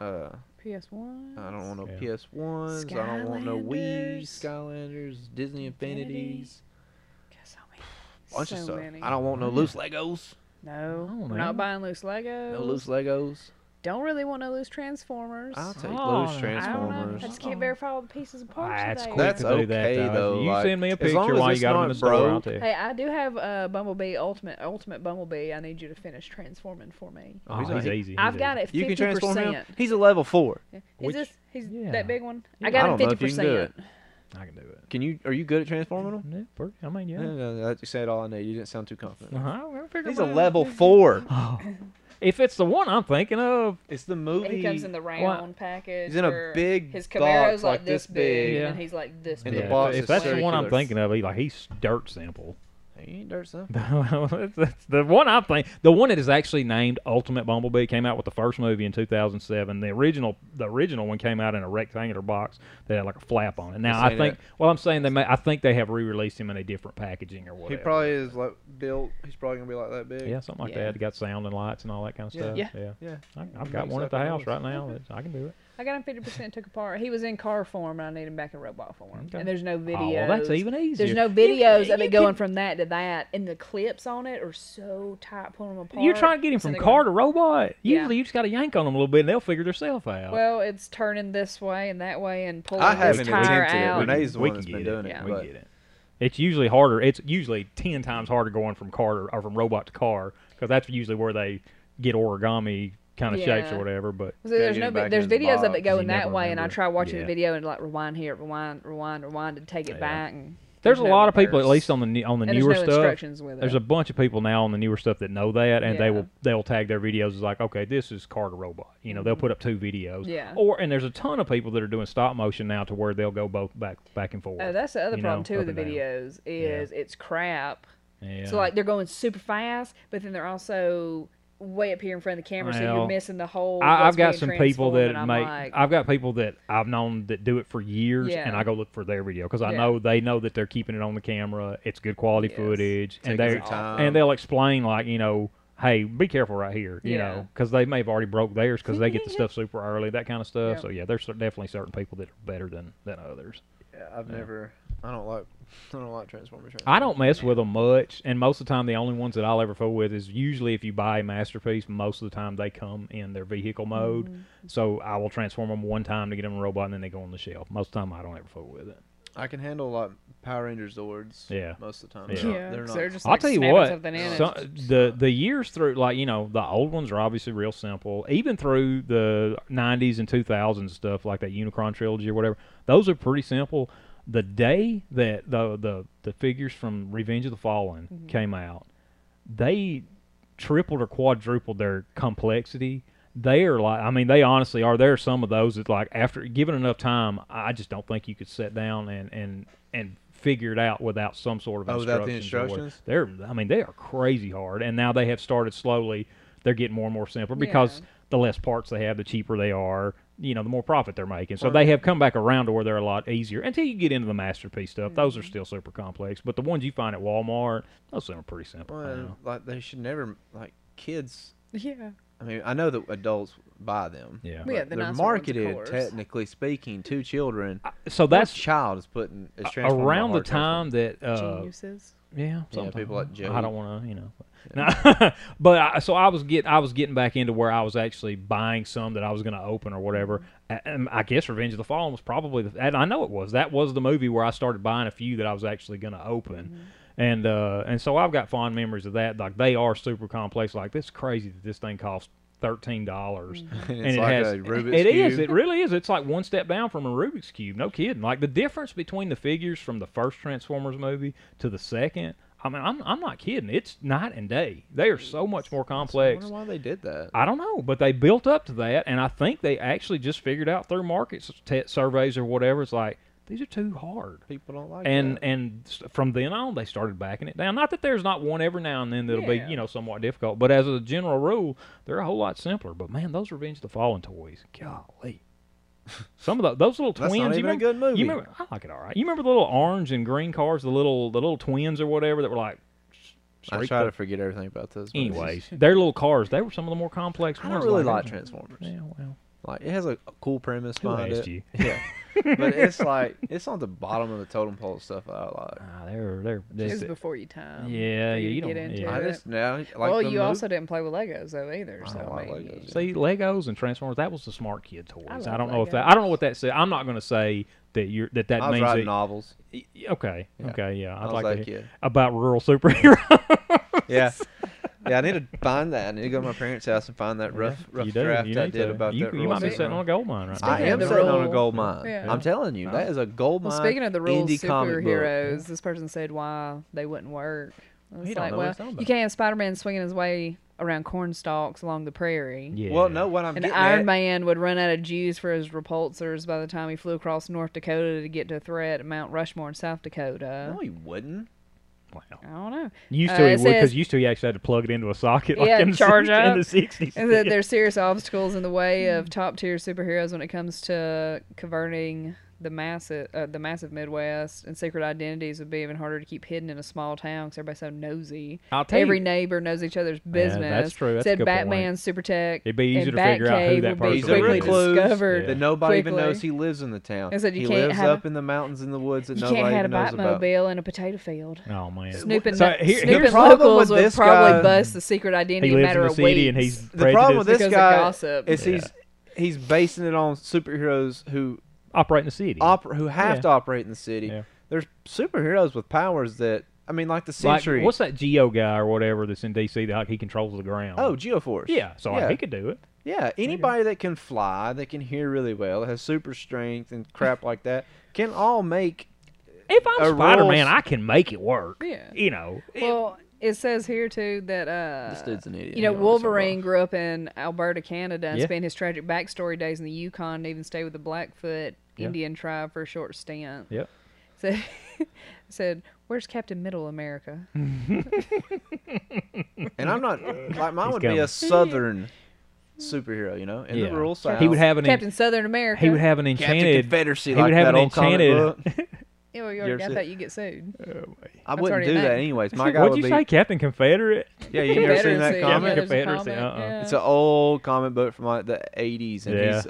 Uh,
PS1.
I don't want no
Yeah.
PS ones. I don't want no Wii,
Skylanders.
Skylanders, Disney
Infinity.
Infinities,
Got so many.
bunch
so
of stuff.
Many.
I don't want no loose Legos.
No,
No,
we're
man.
not buying loose Legos.
No loose Legos.
Don't really want no loose Transformers.
I'll take
Oh,
loose
I don't know.
I don't know. I
Transformers.
just can't verify all the pieces and parts.
Ah,
of
it's
that.
cool
That's
to do that
okay, though,
You
like,
send me a
as long
picture
as
while you
it's
got them in
not
the store. I'll
broke,
tell you.
Hey, I do have uh, Bumblebee Ultimate Ultimate Bumblebee. I need you to finish transforming for me.
Oh,
he's
he's,
like-
easy.
I've
he's
got it
You
fifty
can transform him.
percent.
He's a level four.
He's
Which-
this. He's
Yeah.
that big one.
Yeah.
I got
I
him
don't know
fifty
if you can do
percent.
easy. I can do it.
Can you? Are you good at transforming them?
Yeah, pretty- I mean,
No,
yeah.
no, no, that said all I need. You didn't sound too confident.
Uh-huh. I'll figure
He's a
mine out.
level four.
If it's the one I'm thinking of,
It's the movie.
He comes in the round package.
He's in a
where
big
His
box
Camaro's
like this big.
Yeah.
and he's like this.
And
big.
the box
if
is
that's the one I'm
circular.
thinking of, he, like he's dirt simple.
He ain't dirt something.
that's, that's the one I'm thinking. The one that is actually named Ultimate Bumblebee came out with the first movie in 2007. The original, the original one came out in a rectangular box that had like a flap on it. Now
You're
I
saying
think, well, I'm saying they, may, I think they have re-released him in a different packaging or
He
whatever.
probably is like built. He's probably gonna be like that big.
yeah, something like
Yeah.
that. It got sound and lights and all that kind of
Yeah.
stuff.
Yeah.
Yeah,
Yeah.
I,
It
I've got
makes
one at
up
the
a
house
noise.
right now. That I can do it.
I I got him fifty percent took apart. He was in car form, and I need him back in robot form.
Okay.
And there's no
Oh,
videos.
well, that's even easier.
There's no videos of
you
it going from that to that, and the clips on it are so tight, pulling them apart.
You're trying to get him
so
from
they go-
car to robot.
Yeah.
Usually, you just got to yank on them a little bit, and they'll figure themselves out.
Well, it's turning this way and that way, and pulling
I
this
haven't
tire
attempted it,
We
out.
can-
Oh, Renee's the
we
one
can
that's been
get
doing
it.
it,
We
but-
get it. It's usually harder. It's usually ten times harder going from car to, or from robot to car because that's usually where they get origami kind of shapes
Yeah.
or whatever. But
So
Yeah,
there's
get
no
it back
vi- there's
in his
videos of
box.
it going
You
that
never
way, and I
remember.
try watching
Yeah.
the video and like rewind here, rewind, rewind, rewind, and take it
Yeah.
back. And
there's a
no
lot of people, at
reverse.
least on the ne- on the
And
newer
there's no
stuff.
instructions with
There's
it.
a bunch of people now on the newer stuff that know that, and they
Yeah.
will they'll tag their videos as like, okay, this is car to robot. You know, they'll put up two videos.
Mm-hmm. Yeah.
Or and there's a ton of people that are doing stop motion now to where they'll go both back back and forth.
Oh, that's the other
you know,
problem too
up
with the
and down.
videos is it's crap.
Yeah.
So like they're going super fast, but then they're also way up here in front of the camera, so
Well,
you're missing the whole.
I,
what's
I've got
being
some people
transformed,
that
and I'm
make.
like,
I've got people that I've known that do it for years, and
Yeah.
I go look for their video because I
Yeah.
know they know that they're keeping it on the camera. It's good quality
Yes.
footage, and
Taking
they
their time.
and they'll explain like you know, hey, be careful right here, you know, 'cause
Yeah.
know, because they may have already broke theirs because they get the stuff super early, that kind of stuff.
Yeah.
So yeah, there's cer- definitely certain people that are better than than others.
Yeah, I've never. I don't like. I don't like Transformers.
I don't mess with them much, and most of the time, the only ones that I'll ever fool with is usually if you buy a masterpiece. Most of the time, they come in their vehicle mode, so I will transform them one time to get them a robot, and then they go on the shelf. Most of the time, I don't ever fool with it.
I can handle like Power Rangers Zords.
Yeah.
Most of the time.
Yeah.
They're not-
Yeah,
They're
'cause
not.
they're just
I'll
like
tell you
snapping
what,
something in
so-
and
the the years through, like you know, the old ones are obviously real simple. Even through the '90s and 2000s stuff, like that Unicron trilogy or whatever, those are pretty simple. The day that the the the figures from Revenge of the Fallen
Mm-hmm.
came out, they tripled or quadrupled their complexity. They are like, I mean, they honestly are. There are some of those that, like, after given enough time, I I just don't think you could sit down and and and figure it out without some sort of
Oh, without the
instructions or whatever.
instructions?
They're, I mean, they are crazy hard, and now they have started slowly. They're getting more and more simpler because
Yeah.
the less parts they have, the cheaper they are. You know, the more profit they're making. So
Perfect.
they have come back around to where they're a lot easier. Until you get into the masterpiece stuff, those
Mm-hmm.
are still super complex. But the ones you find at Walmart, those are pretty simple. you know.
Well, like they should never like kids.
yeah,
I mean, I know that adults buy them.
Yeah.
but
Yeah, the nicer
they're
ones, of
marketed,
course.
technically speaking, to children.
So
What
Uh, that's
child is putting is transforming
around the
hard transform-
time that uh,
geniuses.
yeah,
Yeah,
sometime.
people like
I
Joey.
don't want to, you know. No, but I, so I was get I was getting back into where I was actually buying some that I was going to open or whatever. A- And I guess Revenge of the Fallen was probably the, and I know it was that was the movie where I started buying a few that I was actually going to open. And uh, and so I've got fond memories of that. Like they are super complex. Like this is crazy that this thing costs thirteen dollars,
And it's like a Rubik's
it is.
Cube.
It really is. It's like one step down from a Rubik's cube. No kidding. Like the difference between the figures from the first Transformers movie to the second. I mean, I'm I'm not kidding. It's night and day. They are so much more
I
complex.
wonder why they did that.
I don't know, but they built up to that, and I think they actually just figured out through market s- te- surveys or whatever. It's like these are too hard.
People don't like
And
that.
and s- from then on, they started backing it down. Not that there's not one every now and then that'll
Yeah.
be you know somewhat difficult, but as a general rule, they're a whole lot simpler. But man, those Revenge of the Fallen toys, golly, some of the, those little
That's not
twins. you
even a
remember,
good movie.
You remember? I like it all right. You remember the little orange and green cars, the little the little twins or whatever that were like. s-
I
straight
try
to-
to forget everything about those. movies.
Anyways, their little cars, they were some of the more complex
I
ones.
don't really like
yeah,
Transformers.
Yeah, well,
Like it has a, a cool premise
who
behind
asked
it.
you?
Yeah, but it's like it's on the bottom of the totem pole stuff. I like.
Ah, they're they're.
It
they're
uh,
was before your time.
Yeah, yeah,
for you
you
to get
don't-
into
yeah.
I
it.
just now. Like
well,
the
you
mo-
also didn't play with Legos though either.
I
So I
don't like
mean,
Legos.
See, Legos and Transformers, that was the smart kid toys.
I
I,
love
don't know if that I don't know what that said. I'm not going to say that you're that that
I was
means
writing
that-
novels.
Y- y- okay,
Yeah.
okay, yeah. I'd
I was
like,
like,
to hear
yeah.
about rural superheroes.
Yeah, yeah. I need to find that. I need to go to my parents' house and find that rough, rough
you do,
draft
you
I
need
did
to.
about
you,
that.
You
rule
might be
set.
sitting on a gold mine right
I
now.
Speaking of
am
the
sitting on a
rule-
gold mine.
Yeah.
I'm telling you, that is a gold mine.
Well, speaking of the rural
indie comic book.
superheroes, this person said why they wouldn't work. I was
He don't
like,
know what he's
well,
talking
you
about.
can't have Spider-Man swinging his way around corn stalks along the prairie.
Yeah.
Well, no, what I'm
And
getting
Iron
at-
Man would run out of Jews for his repulsors by the time he flew across North Dakota to get to a threat at Mount Rushmore in South Dakota.
No, he wouldn't.
Wow.
I don't know.
Used
Uh,
to
it
it would because
says-
used to you actually had to plug it into a socket like
Yeah,
in the
charge
60s,
up.
in the sixties.
And
Hmm.
that there's serious obstacles in the way of top tier superheroes when it comes to converting the massive uh, the massive Midwest and secret identities would be even harder to keep hidden in a small town because everybody's so nosy.
I'll tell
Every
you-
neighbor knows each other's
that's
business.
true. That's a
Said
good point.
Batman, Super Tech.
It'd be
and
easier to figure out who
Batcave
that
would be
person
These are
quickly
really
real clues
discovered.
Yeah.
that nobody even
quickly.
knows he lives in the town.
I said you
he
can't
lives
have-
up in the mountains in the woods that
You
nobody
can't have a
even knows about.
Batmobile in a potato field.
Oh man.
Snooping,
So here-
snooping
here's-
problem
locals
with
would
this
probably
guy-
bust the secret identity
he
in a
lives in
matter
the
of
city
weeks.
and he's
The problem
prejudiced.
with this
Because of
guy
gossip.
is
Yeah.
he's he's basing it on superheroes who
operating the city.
oper- who have
Yeah.
to operate in the city.
Yeah.
There's superheroes with powers that I mean, like the
like,
century.
what's that Geo guy or whatever that's in DC that like, he controls the ground?
oh, Geoforce.
yeah. So like,
yeah.
he could do it.
Yeah, anybody that can fly, that can hear really well, that has super strength and crap like that, can all make.
If I'm
A
Spider Man,
rules-
I can make it work.
Yeah.
You know.
Well, it says here too that uh,
an idiot.
you know Wolverine grew up in Alberta, Canada, and
Yeah.
spent his tragic backstory days in the Yukon, and even stayed with the Blackfoot
Yeah.
Indian tribe for a short stint.
Yep.
Said, said, "Where's Captain Middle America?"
And I'm not like mine
He's
would be
coming.
a southern superhero, you know, in
yeah.
the rural south.
He would have an en-
Captain Southern America.
he would have an
Captain
enchanted.
Confederacy,
he
like
would have
that
an
old comic
enchanted.
book.
Yeah, well, you already
You ever
got
see-
that. You get sued.
I
That's
wouldn't
already
do that
done.
anyways. My guy
What'd
would
you
be.
say, Captain Confederate?
Yeah, you never seen
Confederacy,
that
yeah,
comic?
there's a
Confederacy, uh-uh.
yeah.
It's an old comic book from like the 80s, and
Yeah.
he's.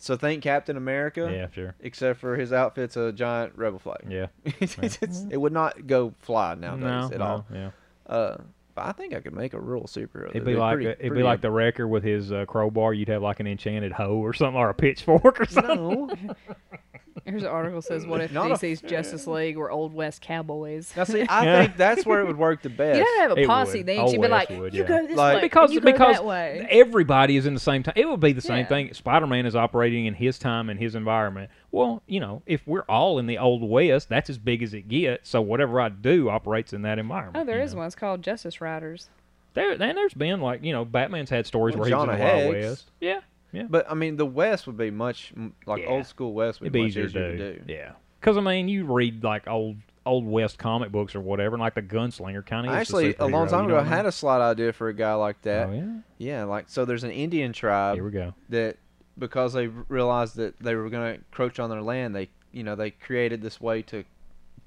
So think Captain America.
Yeah, sure.
Except for his outfit's a giant rebel flag.
Yeah.
It's- it would not go fly nowadays
no,
at
no,
all.
Yeah.
Uh, but I think I could make a real superhero.
It'd
That'd
be like
pretty-
uh, it'd be
pretty
like the wrecker with his uh, crowbar. You'd have like an enchanted hoe or something, or a pitchfork or something.
no.
Here's an article says, "What if
Not a-
DC's Justice League were Old West cowboys?"
Now see, I
Yeah.
think that's where it would work the best.
You don't have a
It
posse
would.
then. You'd be
Always
like,
would,
"You
yeah.
go this
Like-
way,
because
you go
because
that way."
everybody is in the same time. It would be the same
Yeah.
thing. Spider Man is operating in his time and his environment. Well, you know, if we're all in the old west, that's as big as it gets. So whatever I do operates in that environment.
Oh, there
you
is
know.
one. It's called Justice Riders.
There and there's been like you know, Batman's had stories
Well,
where he was in
Jonah
the wild
Hex.
west. Yeah, yeah.
But I mean, the West would be much m- like
Yeah.
old school West would
It'd
be
be
much
easier to do.
do.
Yeah, because I mean, you read like old old west comic books or whatever, and like the gunslinger kind of
Actually, a long time ago, I had a slight idea for a guy like that.
Oh yeah,
Yeah, like so. There's an Indian tribe
here we go.
that because they realized that they were going to encroach on their land, they you know they created this way to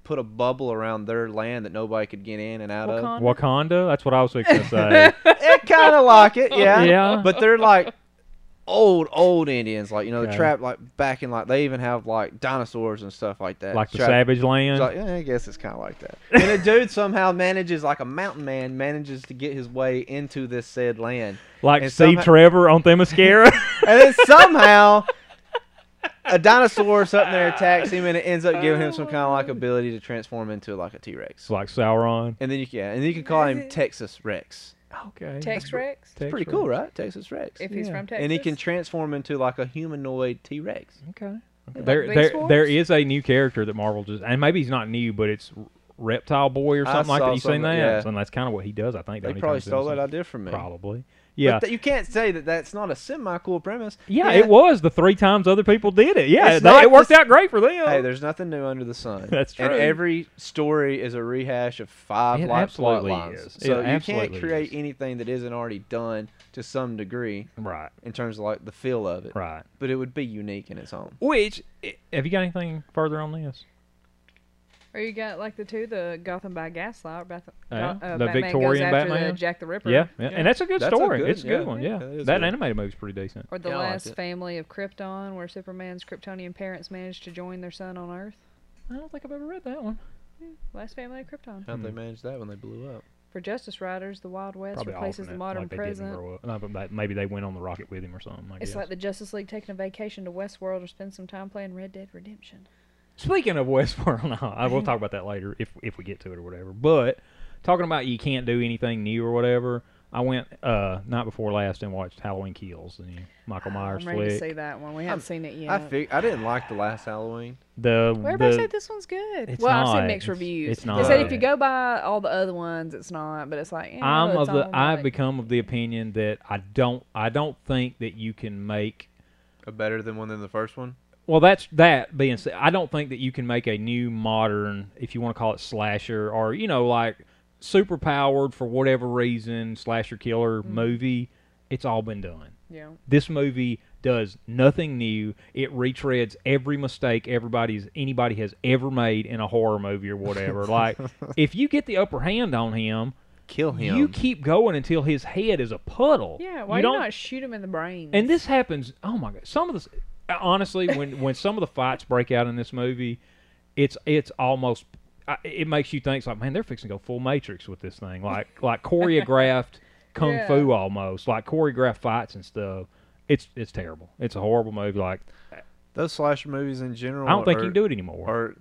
put a bubble around their land that nobody could get in and out of.
Wakanda.
Wakanda. That's what I was fixing to say.
it kind of like it, yeah.
Yeah.
But they're like old, old Indians, like you know,
Okay.
they're trapped like back in like they even have like dinosaurs and stuff like that.
like the
trapped-
Savage Land.
It's like, yeah, I guess it's kind of like that. And a dude somehow manages, like a mountain man, manages to get his way into this said land,
like
And
Steve
somehow-
Trevor on Themyscira.
and then somehow a dinosaur or something there attacks him, and it ends up giving him some kind of like ability to transform into like a T
it's
Rex.
like Sauron.
And then you can, yeah, and you can call him Texas Rex.
Okay.
Tex Rex.
It's pretty cool, right? Texas Rex.
If he's
Yeah.
from Texas.
and he can transform into like a humanoid T Rex.
Okay.
Like
There,
Big
there,
Swords?
there is a new character that Marvel just, and maybe he's not new, but it's Reptile Boy or
I
something like
saw
that. You seen
something-
that?
yeah.
And that's kind of what he does, I think.
They
don't he,
probably
turns
stole that
into-
idea from me.
Probably. Yeah.
But th- you can't say that that's not a semi cool premise.
yeah, it was the three times other people did it. Yeah,
It's
they-
not
it worked
this-
out great for them.
Hey, there's nothing new under the sun.
That's
And
true.
every story is a rehash of five
It
life
absolutely
plot lines.
is. It
So you
absolutely
can't create
is.
anything that isn't already done to some degree
right,
in terms of like the feel of it.
right.
But it would be unique in its own.
Which, i- have you got anything further on this?
Or you got like the two, the Gotham by Gaslight, or Bath-
Yeah,
Go- uh,
the
Batman
Victorian
goes after
Batman.
The Jack the Ripper.
Yeah, yeah, and that's a good
That's a
story.
good-
it's a good
yeah.
one.
Yeah,
Yeah,
that is
that
good.
animated movie's pretty decent.
Or the
Yeah, I liked
last
it.
family of Krypton, where Superman's Kryptonian parents managed to join their son on Earth.
I don't think I've ever read that one.
Last family of Krypton.
How'd
Hmm.
they manage that when they blew up?
For Justice Riders, the Wild West
Probably
replaces the
alternate,
modern
like they didn't
present.
grow up. No, but that- maybe they went on the rocket with him or something. I
It's
guess.
like the Justice League taking a vacation to Westworld or spend some time playing Red Dead Redemption.
Speaking of Westworld, no, I will talk about that later if if we get to it or whatever. But talking about you can't do anything new or whatever, I went uh night before last and watched Halloween Kills, the new Michael Myers
Ah, I'm ready to
flick.
see that one. We haven't seen it yet.
I fig- I didn't like the last Halloween.
The,
Well, everybody
the
said this one's good.
It's
well, I've
not.
seen mixed
It's-
reviews.
it's
They said if
not.
you go by all the other ones, it's not. But it's like eh,
I'm
it's
of the
all
I've
like-
become of the opinion that I don't I don't think that you can make
A uh, better than one than the first one.
Well, that's that being said. I don't think that you can make a new modern, if you want to call it slasher, or you know, like
Mm.
super powered for whatever reason slasher killer movie. It's all been done.
Yeah.
This movie does nothing new. It retreads every mistake everybody's anybody has ever made in a horror movie or whatever. like if you get the upper hand on him,
Kill him.
you keep going until his head is a puddle.
Yeah. Why
you
do
don't
you not shoot him in the brain?
and this happens. Oh my god! Some of this, honestly, when when some of the fights break out in this movie, it's it's almost I- it makes you think it's like, man, they're fixing to go full Matrix with this thing, like like choreographed kung
Yeah.
fu almost, like choreographed fights and stuff. It's it's terrible. It's a horrible movie. Like
Those slasher movies in general.
I don't think
are,
you can do it anymore.
Are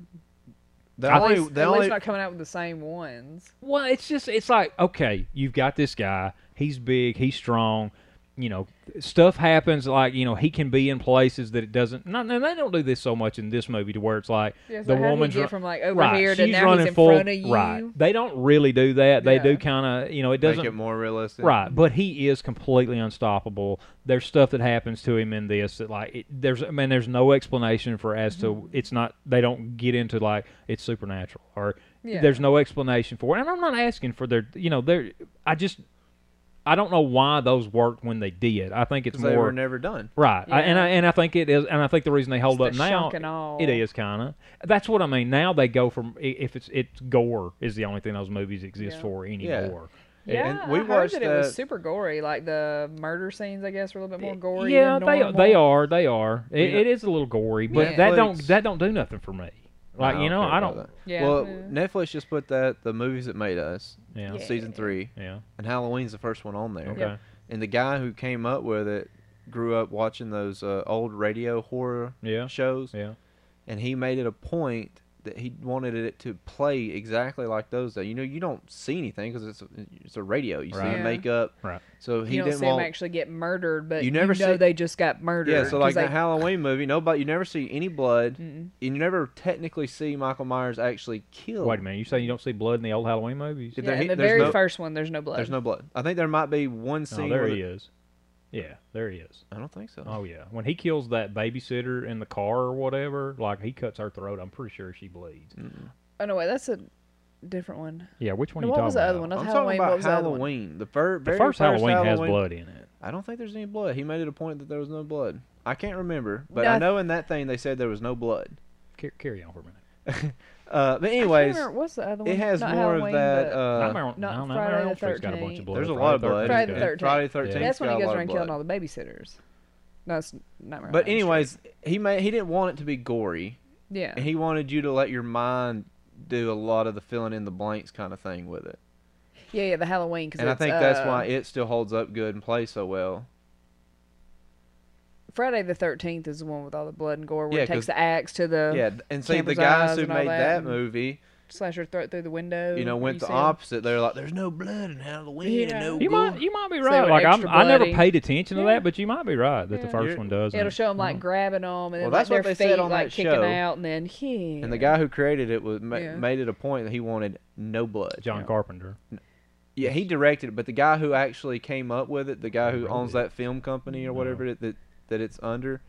the
I
at
only,
least,
the
at
only,
least not coming out with the same ones.
Well, it's just it's like okay, you've got this guy. He's big. He's strong. You know, stuff happens. Like you know, he can be in places that it doesn't. Not and they don't do this so much in this movie to where it's like
Yeah,
the
so how do you
woman's
get
ru-
from, like, over
right,
here to
she's
now he's
running
in
full
front of
right.
you?
They don't really do that. They do
Yeah.
kind of you know it doesn't
make it more realistic.
Right, but he is completely unstoppable. There's stuff that happens to him in this that like it, there's I mean there's no explanation for as
Mm-hmm.
to it's not they don't get into like it's supernatural or
Yeah.
there's no explanation for it. And I'm not asking for their you know their I just I don't know why those worked when they did. I think it's
'Cause
more
They were never done.
Right, I, and
Yeah.
I and I think it is, and I think the reason they hold
It's
up
the shock and
now,
awe.
it is kind of. That's what I mean. Now they go from i- if it's it's gore is the only thing those movies exist
Yeah.
for
Yeah.
anymore.
Yeah,
we
I heard
watched
that, it was
that-
super gory. Like the murder scenes, I guess, were a little bit more gory.
Eh, yeah,
than
they
normal.
they are they are. It,
Yeah.
it is a little gory, but
Yeah.
that don't
Netflix-
that don't do nothing for me. Like you know,
care
I
about
don't.
that.
Yeah.
Well,
Yeah.
Netflix just put that the movies that made us
Yeah,
Yeah.
season three,
yeah,
and Halloween's the first one on there.
okay.
Yeah.
And the guy who came up with it grew up watching those uh, old radio horror
Yeah.
shows,
Yeah,
and he made it a point that he wanted it to play exactly like those. That you know, you don't see anything because it's a, it's a radio. You see
Right.
the
Yeah.
makeup,
Right.
So he
You don't
didn't
see
want.
them actually get murdered, but
You never
know
see-
they just got murdered.
yeah, so like
'cause
the
they-
Halloween movie, nobody you never see any blood,
Mm-mm.
and you never technically see Michael Myers actually killed.
Wait a minute. You saying you don't see blood in the old Halloween movies?
Did
yeah,
there-
in the
there's
very
no-
first one, there's no blood.
There's no blood. I think there might be one
No,
scene.
Oh, there
where
he
the-
is. Yeah, there he is.
I don't think so.
Oh yeah, when he kills that babysitter in the car or whatever, like he cuts her throat. I'm pretty sure she bleeds.
Mm.
Oh no, wait, that's a different one.
Yeah, which one
No,
you
what
talking
was the
about?
other one? Not
I'm
Halloween.
talking
what
about
was the other one?
Halloween. The, fir-
The
very
first Halloween,
Halloween
has blood in it.
I don't think there's any blood. He made it a point that there was no blood. I can't remember, but
No, I
I
th-
know in that thing they said there was no blood.
Car- carry on for a minute.
Uh, but
I can't
anyways,
remember- what's the other one?
it has
Not
more
Halloween,
of that.
but-
Uh,
Nightmare on,
not
no, Nightmare
Friday
on Elm
the
Street's got a bunch
13th.
of blood.
there's a
Friday
lot of blood.
13th's
Friday the
got-
13th.
Friday the 13th.
Yeah.
that's when he
got a
goes
lot of
around killing
blood.
all the babysitters. That's not
But anyways, he made he didn't want it to be gory.
yeah,
And he wanted you to let your mind do a lot of the filling in the blanks kind of thing with it.
yeah, yeah, the Halloween. Cause
And I
it's,
think that's
uh,
why it still holds up good and plays so well.
Friday the Thirteenth is the one with all the blood and gore, where
Yeah,
he takes
'cause-
the axe to the
yeah, th- and see the
Campbell's
guys
eyes
who
and all
made
that,
that
and-
movie,
slasher throat through the window.
you know, went
see
the
him.
opposite. They're like, "There's no blood in Halloween,
Yeah.
and no
You
gore."
might, you might be
So
right.
we're
Like I'm,
extra
I never
bloody.
paid attention to
Yeah.
that, but you might be right that the
Yeah.
1st
You're-
one does.
It'll
and-
show them like grabbing them, and then
Mm-hmm. Well,
like,
that's what
their
they
feet
said on
like
that
kicking
show.
out, and then yeah.
and the guy who created it was ma-
Yeah.
made it a point that he wanted no blood.
John Carpenter.
Yeah, he directed it, but the guy who actually came up with it, the guy who
Wrote
owns
it. Mm-hmm.
that film company or whatever it, that that it's under,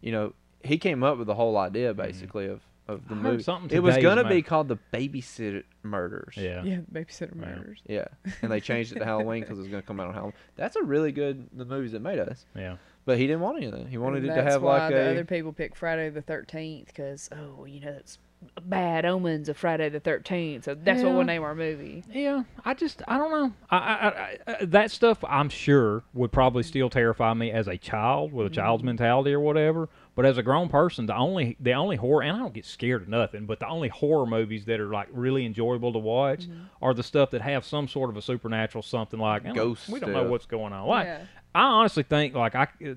you know, he came up with the whole idea basically of of
Mm-hmm.
the
I heard
movie.
something
it was
today is
gonna
ma-
be called the Babysitter Murders.
Yeah.
yeah, the babysitter murders.
Yeah, and they changed it to Halloween because it was gonna come out on Halloween. That's a really good the movies that made us.
Yeah.
But he didn't want anything. He wanted
And
it to
that's
have
why
like
the
a
other people pick Friday the Thirteenth because oh, you know that's bad omens of Friday the Thirteenth, so that's what
Yeah.
we'll name our movie.
Yeah, I just I don't know. I, I, I- I that stuff I'm sure would probably still terrify me as a child with a
Mm-hmm.
child's mentality or whatever. But as a grown person, the only the only horror and I don't get scared of nothing, but the only horror movies that are like really enjoyable to watch
Mm-hmm.
are the stuff that have some sort of a supernatural something like I don't-
Ghost
We don't know
stuff.
what's going on. Like
Yeah.
I honestly think like I. uh,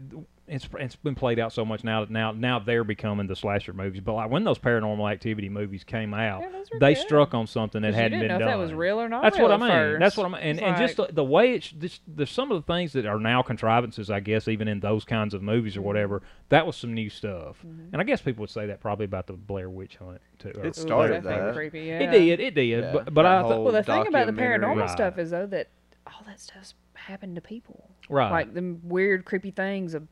It's, it's been played out so much now that now now they're becoming the slasher movies. But like when those paranormal activity movies came out,
Yeah, those were
they
good.
struck on something that
'Cause you
hadn't
didn't
been
know
done.
if that was real or not
That's what I
real
mean.
at
That's
first.
what I mean. And,
It's
and just the,
like-
the way it's just there's some of the things that are now contrivances, I guess, even in those kinds of movies
Mm-hmm.
or whatever. That was some new stuff. And I guess people would say that probably about the Blair Witch Hunt too. or-
It
Ooh,
started
that's fucking
that.
creepy. Yeah.
It did. It did.
Yeah,
But but
that
I
whole-
thought
Well, the thing about the
documentary.
paranormal
Right.
stuff is though that all that stuff's happened to people.
right.
Like them weird, creepy things of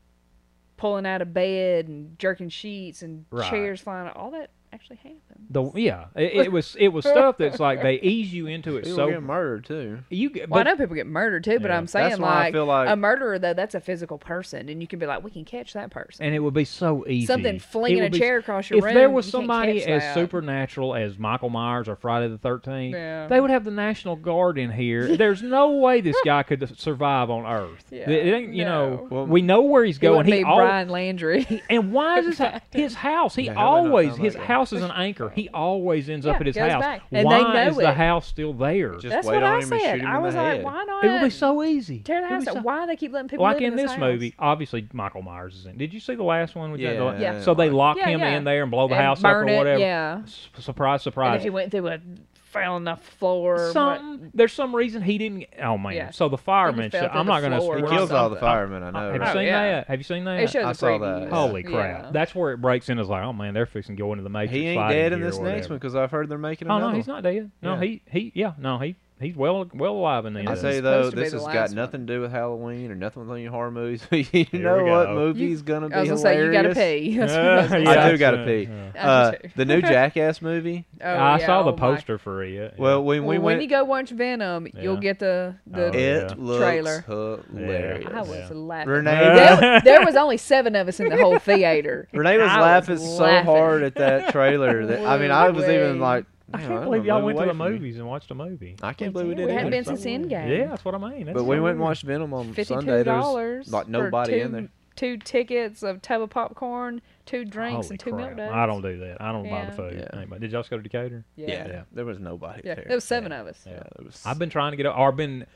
pulling out of bed and jerking sheets and
Right.
chairs flying. All that actually happened.
The yeah, it, it was it was stuff that's like they ease you into it
People
so
get murdered too.
you get
Well,
but
I know people get murdered too, but
Yeah.
I'm saying
That's why I
like,
feel like-
a murderer though that's a physical person, and you can be like, we can catch that person.
and it would be so easy.
Something
It
flinging
would
a
be-
chair across your
if there
room,
was
you can't
somebody
catch
as
that.
supernatural as Michael Myers or Friday the Thirteenth,
Yeah.
they would have the National Guard in here. There's no way this guy could survive on Earth.
Yeah.
It ain't- you know,
No.
Well,
we know where he's
He
going.
wouldn't
He
be
al-
Brian Landry.
and why is his, ha- his house? He
Yeah, how would I not
always
sound
his
like that?
house is an anchor. He always ends
Yeah,
up at his
goes
house.
back. And they
Why
know
is the
it.
house still there?
Just
that's
wait
what
on
I
him and shoot
said.
him
I
in
was
the
like,
head.
why not?
it would be so easy.
tear the
It'd
house
be
out.
so-
Why do they keep letting people
like
live
in this
house?
movie, obviously Michael Myers is in. Did you see the last one? with that-
Yeah,
Yeah.
So they lock
Yeah,
him
yeah.
in there and blow the
And
house up or
burn it,
whatever.
Yeah.
S- surprise,
And
surprise.
if you went through a fell enough floor, what-
some there's some reason he didn't. Oh man!
Yeah.
So the fireman.
He fell
shit,
through
I'm
the
not gonna.
floor
we're
He
or
not-
kills all the
something.
firemen. I know.
Have you
right?
Oh,
seen
yeah.
that? Have you seen that?
It shows
I
a
saw
preview.
that.
Holy
Yeah.
crap!
Yeah.
That's where it breaks in. Is like, oh man, they're fixing to go into the matrix.
He ain't
fighting
dead in
here
this
or
next one
whatever.
because I've heard they're making
Oh
another.
no, he's not dead. No,
Yeah.
he he yeah no he he's well well alive in the end.
I
of
tell
this.
you
It's
though,
supposed to be
this
the
has
last
got
one.
nothing to do with Halloween or nothing with any horror movies. you
we
know what
go.
movie's gonna be
I was gonna say you gotta
hilarious.
pee. That's what I was
Yeah,
gonna
I
say.
do gotta
that's
pee.
it. Yeah.
I
Uh,
do too.
the new Jackass movie.
Oh,
I
yeah,
saw
oh
the
my-
poster for it. yeah.
Well, when
Well,
we
when
went,
you go watch Venom, you'll
Yeah.
get the the.
Oh,
it
yeah.
looks
Trailer.
hilarious.
I was
Yeah.
laughing.
Renee,
Yeah.
laugh-
There, there was only seven of us in the whole theater.
Renee was
I
laughing
was
so hard at that trailer that I mean, I was even
Woo-wee.
like,
I
"Man,
can't
don't
believe
know,
y'all
move
went to
away
the
from me."
movies and watched a movie.
I can't believe we
We
did.
hadn't
either.
been since Endgame.
Yeah, that's what I mean. That's
But we
so
went
weird.
and watched Venom on Sunday.
Fifty-two
There was
dollars.
like nobody
two,
in there.
Two tickets, a tub of popcorn, two
Holy
drinks, and two
crap.
milk duds.
I don't do that. I don't buy the
Yeah.
food.
Yeah.
Ain't my- Did y'all go to Decatur?
Yeah.
Yeah,
Yeah.
there was nobody
Yeah,
there.
There was seven of us.
Yeah, there was.
I've been trying to get o- or been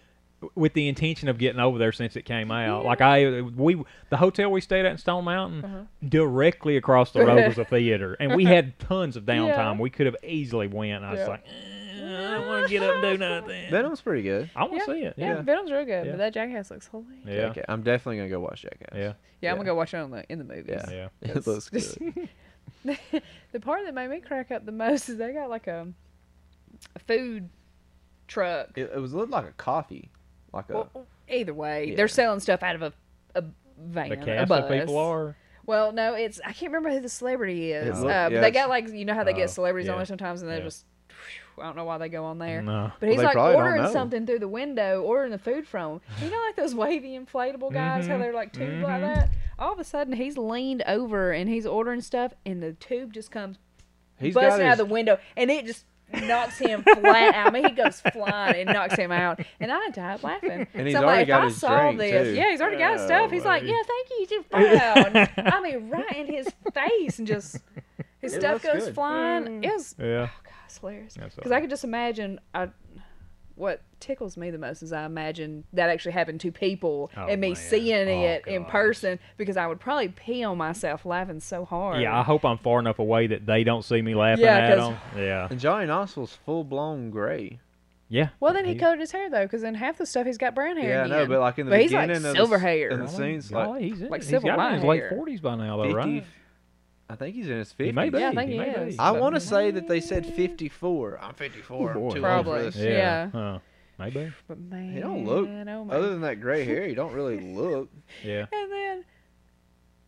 with the intention of getting over there since it came out. Like I we the hotel we stayed at in Stone Mountain
Uh-huh.
directly across the road was a theater and we had tons of downtime.
Yeah.
We could have easily went. I was
Yeah.
like, "Eh, I don't want to get up and do nothing.
Venom's pretty good.
I want
Yeah,
to see it.
Yeah,
Yeah.
Venom's real good,
Yeah.
but that Jackass looks hilarious. Yeah,
Yeah.
Jackass. I'm definitely gonna go watch Jackass.
Yeah.
I'm gonna
Yeah.
go watch it on the in the movies.
Yeah.
Yeah.
it looks good.
the part that made me crack up the most is they got like a, a food truck.
It, it was looked like a coffee, like a.
Well, either way,
Yeah.
they're selling stuff out of a a van,
The
a
cast
bus.
of people are.
Well, no, it's I can't remember who the celebrity is.
looked-
uh,
yeah,
but they
it's-
got like you know how they
Oh,
get celebrities on
yeah.
there sometimes, and they
Yeah.
just I don't know why they go on there.
No.
But he's
they
like
probably don't
ordering
know.
something through the window, ordering the food from 'em. You know, like those wavy inflatable guys, how
Mm-hmm.
Mhm.
they're like tubed like
Mhm.
that. All of a sudden, he's leaned over and he's ordering stuff, and the tube just comes
He's got
busting out
his,
of the window, and it just knocks him flat out. I mean, he goes flying and knocks him out, and I died laughing.
And he's
so I'm
already
like,
got
if
his
I saw
drink,
this,
too.
yeah, he's already got his
Oh,
stuff. He's like,
buddy.
yeah, thank you, you found. I mean, right in his face, and just his
It
stuff
looks
goes
good. Mm.
flying. It was
Yeah.
Oh God, it's hilarious.
That's
Because I could just imagine. I, what tickles me the most is I imagine that actually happened to people
Oh,
and me
man.
seeing
Oh,
it in
gosh.
person because I would probably pee on myself laughing so hard.
Yeah, I hope I'm far enough away that they don't see me laughing
Yeah,
at
'cause-
them. Yeah.
And Johnny Knoxville's full blown gray.
Yeah.
Well, then he
He-
coated his hair though, because then half the stuff he's got brown hair.
Yeah, I know,
again.
but like in the
But he's, like,
beginning of
silver
the, s-
hair.
in the
Golly,
scenes,
Golly,
like
he's in,
like
he's
Civil
got in his
Light
late
hair.
40s by now, though,
50,
right?
I think he's in his
He
fifties.
may be.
Yeah, I think
he
he
may
is.
be.
I
But-
want to say that they
yeah.
said 54. I'm 54. I'm
Oh, boy.
too old for
Probably.
this.
Yeah.
Huh. Maybe.
but man,
He don't look.
Oh my
Other than that gray hair, you don't really look.
Yeah.
And then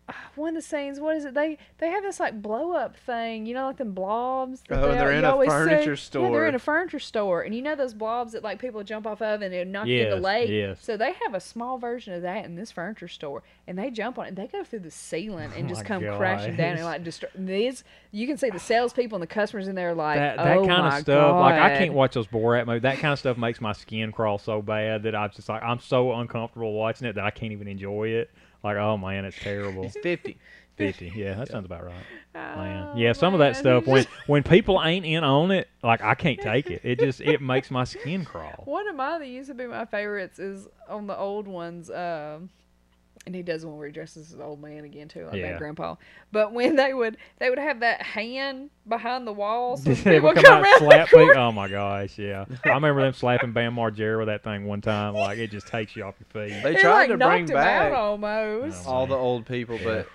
uh, one of the scenes, what is it? They they have this like blow up thing, you know, like them blobs. that
Oh, and they're
you
in a
always see?
furniture
Yeah, they're
store.
in a furniture store, and you know those blobs that like people jump off of and it knock you in the
Yes,
lake.
yes.
So they have a small version of that in this furniture store, and they jump on it. and They go through the ceiling and
Oh
just
my
come crashing down and
gosh.
like destroy. These you can see the salespeople and the customers in there like
that that
oh
kind of
my
stuff, like I
God.
can't watch those Borat movies. That kind of stuff makes my skin crawl so bad that I'm just like I'm so uncomfortable watching it that I can't even enjoy it. Like, oh man, it's terrible.
He's 50.
Fifty, yeah, that sounds about right. Man,
Oh,
yeah, some of that
man,
stuff
you
when
just-
when people ain't in on it, like I can't take it. It just it makes my skin crawl.
One of mine that used to be my favorites is on the old ones. Um, and he does one where he dresses as an old man again too, like my
Yeah.
grandpa. But when they would, they would have that hand behind the wall, so
They
people
would
come, around.
and slap
the
people. Oh my gosh, yeah. I remember them slapping Bam Margera with that thing one time. Like it just takes you off your feet.
They
It,
tried
like,
to
knocked
bring
him out
back
almost.
No.
all the old people, but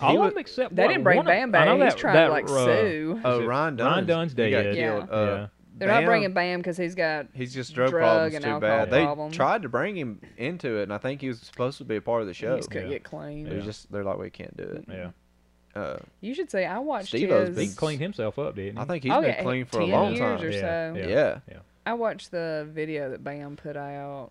All
wa-
of them except
They
what,
didn't bring
one of-
Bam
I know
back. He's
that-
trying
that,
to like
uh,
sue.
oh,
it-
Ron Dunn's,
Ron Dunn's
he got
dead.
killed.
Yeah.
Uh,
They're
Bam,
not bringing Bam because he's got.
He's just drug,
drug
problems
and
too
alcohol
bad. They
problems.
tried to bring him into it, and I think he was supposed to be a part of the
He
show.
just couldn't
Yeah.
get clean.
They just they're like, we can't do it.
Yeah.
Uh,
You should say I watched
Steve-O's
his.
He
It's-
cleaned himself up, didn't he?
I think he's
Oh,
been
yeah,
clean for a
10
long
years
time.
or so.
Yeah.
Yeah.
I watched the video that Bam put out.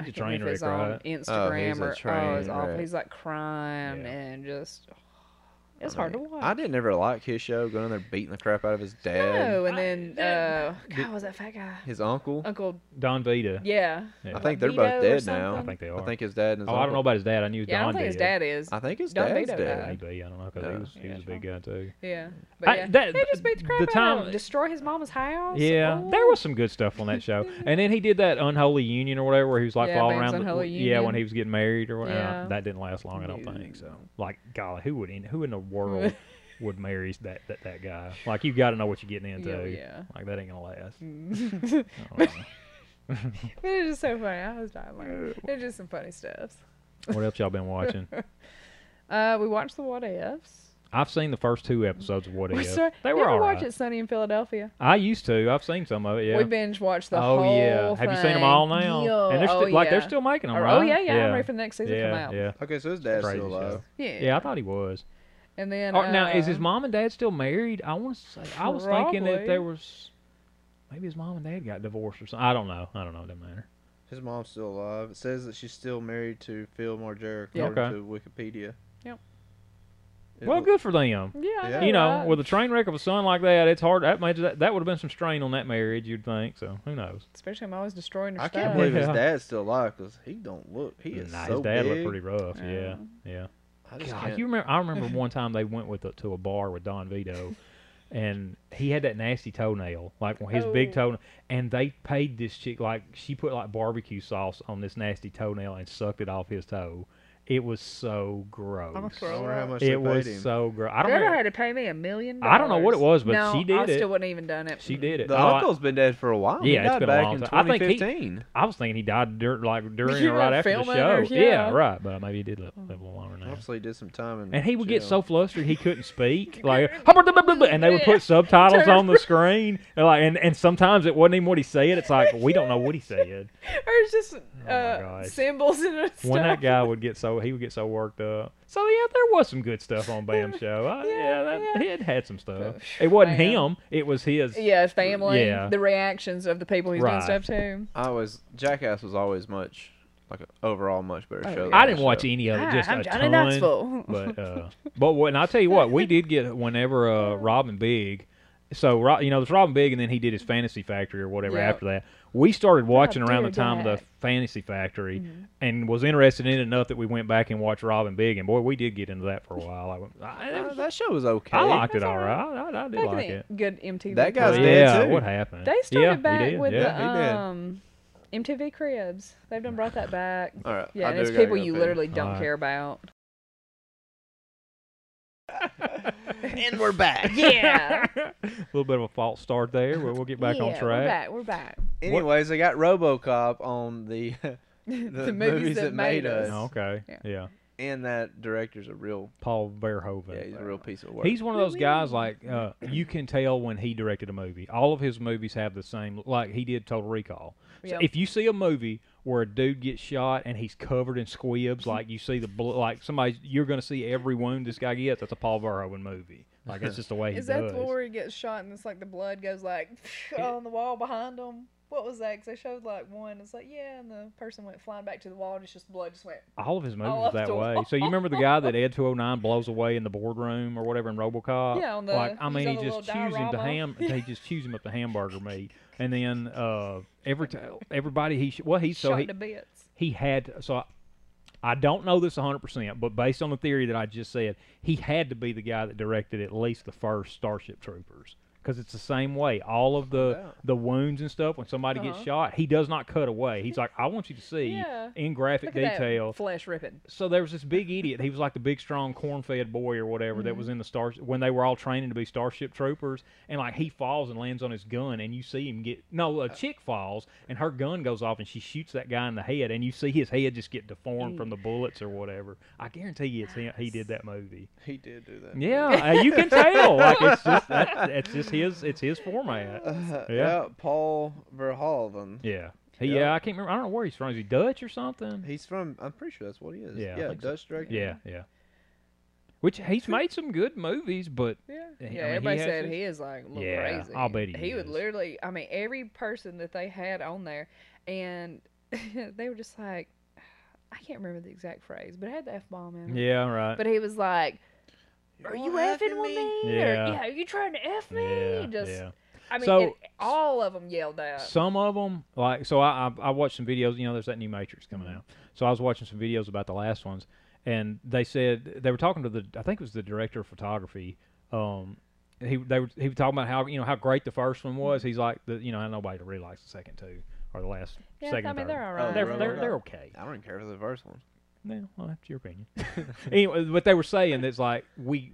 I
He's a
can't remember
train
if it's
wreck,
on
right?
Instagram
he's a
or oh, it's
train
awful.
wreck.
He's like crying
Yeah.
and just it's
I
hard to
mean,
watch.
I didn't ever like his show, going in there beating the crap out of his dad,
No, and
I-
then
that-
uh, God, was that fat guy?
his uncle.
Uncle,
Don Vita.
yeah.
Yeah.
I
like
think they're both
Vito or
dead now.
I think they are.
I think his dad and his
oh,
uncle.
I don't know about his dad. I knew
Yeah, I
Don
don't think his
did.
dad is.
I think his
Don
dad's
Vito
dead.
died.
Maybe I don't know because
Yeah.
he was he
Yeah,
was a big guy too.
Yeah,
I-
but yeah,
that-
they just beat the crap
the
out of
time-
him, destroy his mama's house.
Yeah,
Oh.
there was some good stuff on that show. And then he did that unholy union or whatever, where he was like
Yeah,
following
Bane's
around. the-
Unholy
Yeah, when
Union.
he was getting married or whatever.
Yeah.
That didn't last long, I don't think. So, like, golly, who would in who in the world would marry that that, that guy? Like, you got to know what you're getting into.
Yeah, yeah.
Like, that ain't gonna last.
Mm.
I don't know.
but it was so funny. I was dying. Like, they're just some funny stuff.
what else y'all been watching?
Uh, we watched the What Ifs.
I've seen the first two episodes of What
We
If.
started-
They
you
were
ever
all
watch
right.
it Sunny in Philadelphia.
I used to. I've seen some of it. Yeah.
We binge watched the
oh
whole
yeah. Have you seen them all now?
Yeah.
And they're
oh,
still like they're
yeah.
still making them,
Or-
right?
Oh yeah, yeah, I'm ready for the next season to
yeah,
come out.
yeah.
Okay, so his dad's
Crazy
still alive.
yeah.
Yeah, I thought he was.
And then
Or, now, is his
uh,
mom and dad still married? I want to say I was thinking that
Probably.
there was maybe his mom and dad got divorced or something. I don't know. I don't know. It doesn't matter.
His mom's still alive. It says that she's still married to Phil Margera,
Yeah.
according
Okay.
to Wikipedia.
Yep.
It
well,
lo-
good for them.
Yeah, I
Yeah.
You know,
right?
with a train wreck of a son like that, it's hard. That might, that, that would have been some strain on that marriage, you'd think. So who knows?
especially I'm always destroying her
I
stuff.
can't believe his
Yeah.
dad's still alive because he don't look. He is
nah,
so
his dad
big.
looked pretty rough. Yeah, yeah.
I just
God,
can't-
you remember? I remember one time they went with a, to a bar with Don Vito, and he had that nasty toenail, like his big
Oh.
toenail. And they paid this chick like she put like barbecue sauce on this nasty toenail and sucked it off his toe. It was so gross.
I wonder how much they
It
paid
was
him.
so gross. I don't.
Girl
Remember,
had to pay me a million.
I don't know what it was,
dollars.
but
no,
she did
I
it.
still wouldn't even done it.
she did it.
the
Oh, I-
uncle's been dead for a while. he
Yeah, it's
died
been a
back
long
in
time. I think he-
2015.
I, was thinking he died dur- like during
You
or
were
right after the
filming
show.
or-
yeah.
yeah.
right. But maybe he did live, live a little longer now.
Obviously, he did some time in
And he would get
jail.
so flustered he couldn't speak. Like, and they would put subtitles on the screen. And like, and, and sometimes it wasn't even what he said. It's like we don't know what he said.
or it's just
Oh my
uh,
gosh.
symbols and stuff.
When that guy would get so he would get so worked up. So yeah, there was some good stuff on Bam's show. I, yeah,
Yeah,
that,
yeah.
he had had some stuff.
Phew,
It wasn't
man.
him. It was his.
yeah, his family,
Yeah.
the reactions of the people he's
Right.
doing stuff to.
I was Jackass was always much like an overall much better
Oh, yeah.
show. than
I
this
didn't watch
show.
any of it.
Hi,
Just
Ah, I'm
a
Johnny
ton.
Knoxville.
But uh, but when I tell you what, we did get whenever uh, Robin Big. So Ro- you know, there's Robin Big, and then he did his Fantasy Factory or whatever
Yep.
after that. We started watching around the
dear
time of the
God.
Fantasy Factory,
Mm.
and was interested in it enough that we went back and watched Robin Big, and boy, we did get into that for a while. I, went, I, it
Uh,
was-
that show was okay.
I liked it
That's
all
all
right. I, I, I did
Back in
like
the
it.
Good MTV.
That guy's
But
program.
dead.
yeah,
too.
what happened?
They started
yeah, he
back
did,
with
yeah.
he
the
did.
um, MTV Cribs. They've done brought that back.
All right.
Yeah,
I
and
do
it's
gotta
people
go
you
pee.
literally don't
Alright.
care about.
And we're back.
Yeah.
a little bit of a false start there, but we'll get back
yeah,
on track.
We're back. We're back.
Anyways, they got RoboCop on the, the movies that made us.
Oh, okay.
Yeah.
yeah.
and that director's a real
Paul Verhoeven.
yeah, he's a real piece of work.
He's one of those guys like uh, you can tell when he directed a movie. All of his movies have the same. Like he did Total Recall. So
Yep.
if you see a movie where a dude gets shot and he's covered in squibs, like you see the bl- like somebody, you're gonna see every wound this guy gets. That's a Paul Verhoeven movie. Like that's just the way he
Is that
does.
the one where he gets shot and it's like the blood goes like on the wall behind him? What was that? Because they showed like one. It's like yeah, and the person went flying back to the wall and it's just blood just went.
All of his movies
All
was
up
that
the
way. So you remember the guy that Ed 209 blows away in the boardroom or whatever in RoboCop?
Yeah, on the-
like I
he's
mean,
on
he
the
just
little
chews him to
diorama.
ham. They just chews him up to hamburger meat, and then uh, every t- everybody he sh- well he so
shot
he
to bits.
he had to- so I, I don't know this 100% but based on the theory that i just said he had to be the guy that directed at least the first starship troopers because it's the same way all of the
doubt.
the wounds and stuff when somebody gets
Uh-huh.
shot he does not cut away he's like i want you to see
Yeah.
in graphic
Look at
detail
that flesh ripping.
so there was this big idiot. He was like the big, strong, corn-fed boy or whatever that was in the star when they were all training to be Starship Troopers. And like he falls and lands on his gun, and you see him get no. A chick falls and her gun goes off, and she shoots that guy in the head, and you see his head just get deformed from the bullets or whatever. I guarantee you, it's him. He did that movie.
he did do that.
Yeah, uh, you can tell. Like it's just that, it's just his it's his format.
Uh,
Yeah.
yeah. Paul Verhoeven.
Yeah, he, yeah.
Yeah.
I can't remember. I don't know where he's from. Is he Dutch or something?
He's from. I'm pretty sure that's what he is.
Yeah, I
yeah,
think so.
Dutch director.
Yeah, yeah. Which he's made some good movies, but
Yeah,
Yeah, I
yeah.
mean, he
everybody
has
said
his-
he is like a little
Yeah,
crazy.
I'll bet he
would
is.
literally. I mean, every person that they had on there, and they were just like, I can't remember the exact phrase, but it had the f bomb in it.
yeah, right.
But he was like, "Are you effing with me? Or,
Yeah.
yeah. Are you trying to f me?
yeah,
just,
yeah.
I mean,
So-
it, all of them yelled out.
Some of them, like so, I, I I watched some videos. You know, there's that new Matrix coming
Mm-hmm.
out. So I was watching some videos about the last ones, and they said they were talking to the I think it was the director of photography. Um, he they were he was talking about how you know how great the first one was. He's like the you know how nobody really likes the second two or the last
yeah,
second.
I mean,
third.
they're all
Oh,
right.
they're,
Rogue.
they're, they're okay.
I don't care for the first one.
Yeah, well, that's your opinion. anyway, but they were saying that's like we,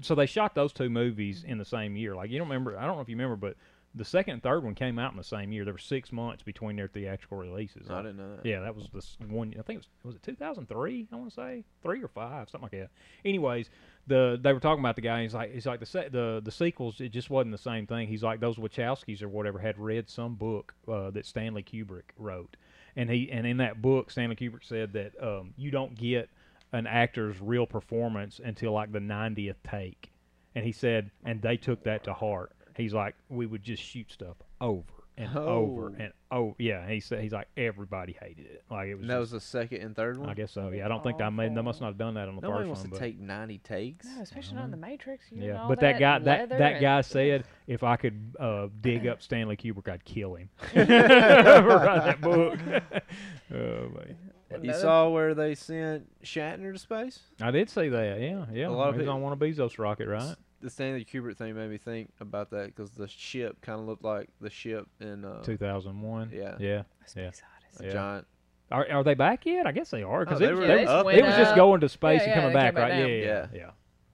so they shot those two movies in the same year. Like you don't remember, I don't know if you remember, but the second and third one came out in the same year. There were six months between their theatrical releases.
No, I didn't know that.
Yeah, that was the s- one. I think it was was it 2003. I want to say three or five, something like that. Anyways, the they were talking about the guy. He's like, he's like the se- the the sequels. It just wasn't the same thing. He's like those Wachowskis or whatever had read some book uh, that Stanley Kubrick wrote, and he and in that book Stanley Kubrick said that um, you don't get an actor's real performance until like the 90th take, and he said, and they took that to heart. He's like, we would just shoot stuff over. And over
Oh.
and oh yeah, he said he's like everybody hated it. Like it was.
And that
just-
was the second and third one.
I guess so. Yeah, I don't think I made. They must not have done that on the
Nobody
first
wants
one.
to
but,
take ninety takes.
No, especially not in the Matrix. You
Uh-huh. yeah,
know,
but that, guy that
leather
that
and-
guy said if I could uh, dig up Stanley Kubrick, I'd kill him. Write that book. oh, man.
You
Another-
saw where they sent Shatner to space?
I did see that. Yeah, yeah.
A lot of
He's
peo-
on one of Bezos' rocket, right?
The Stanley Kubrick thing made me think about that because the ship kind of looked like the ship in uh,
Two thousand one.
yeah.
Yeah. Yeah.
Space Odyssey.
a
yeah.
giant.
Are, are they back yet? I guess they are because
Oh,
it,
they
was-
were
they
Yeah,
was-
up
went
it was just
up.
going to space
Yeah,
and
yeah,
coming
they
back,
came back
right? Yeah,
down.
yeah,
Yeah.
yeah.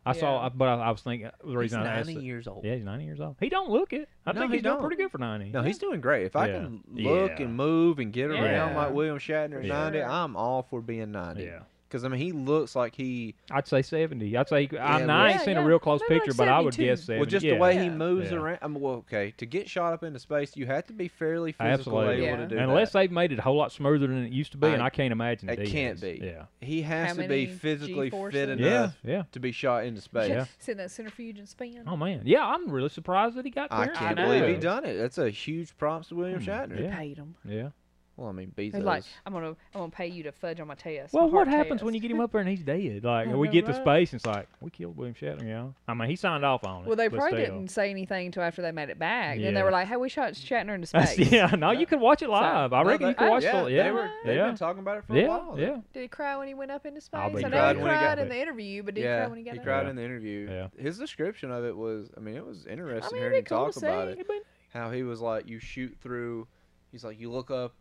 I saw,
Yeah.
I, but I, I was thinking the
He's
reason I asked.
ninety
it-
years old.
Yeah, he's 90 years old. He don't look it. I
No,
think
he
he's doing
don't.
pretty good for 90.
No, he's doing great. If I
Yeah.
can look
Yeah.
and move and get around
Yeah.
like William Shatner at
Yeah.
ninety, I'm all for being ninety.
Yeah.
Because I mean, he looks like he
I'd say 70. I'd say, I,
Yeah,
now I ain't
yeah,
seen a
yeah.
real close
Maybe like
picture, but I would
72.
guess 70.
well, just
yeah.
the way he
Yeah.
moves
Yeah.
around. I mean, well, okay, to get shot up into space, you have to be fairly physically
Absolutely.
able
Yeah.
to do
Unless
that.
they've made it a whole lot smoother than it used to be, and
I-
I can't imagine
it
he has.
can't be.
Yeah.
he has
How
to
many
be physically fit
G-forces?
enough
Yeah. Yeah.
to be shot into space.
Yeah.
Sitting that centrifuge and spin.
Oh, man. Yeah, I'm really surprised that he got there.
I can't
I
believe he
know.
done it. That's a huge props to William Shatner.
They
Hmm. yeah.
paid him.
Yeah.
Well, I mean, Bezos.
They're like, I'm gonna, I'm gonna pay you to fudge on my test.
Well,
my
what
heart
happens when you
test."
get him up there and he's dead? Like,
I
we
know,
get to
right?
space and it's like, we killed William Shatner, yeah. I mean, he signed off on it.
Well, they
but
probably
still.
didn't say anything until after they made it back. Then
Yeah.
they were like, "Hey, we shot Shatner into
That's-
space."
yeah, no, you can watch it live. I
No,
reckon
they- oh,
you can watch
yeah,
it. Yeah.
They were, they've
yeah.
been talking about it for a
yeah.
while.
Yeah.
Did he cry when he went up into space?
I'll
I
bet
know
he
he
cried
cried,
when he got
in
back.
the interview, but did he
Yeah,
cry when he got
he
out?
cried
Yeah.
in the interview.
Yeah.
His description of it was, I mean, it was
I
interesting
mean,
hearing
it'd
him
be cool
talk
to see.
about it.
It'd be-
How he was like, you shoot through, he's like, you look up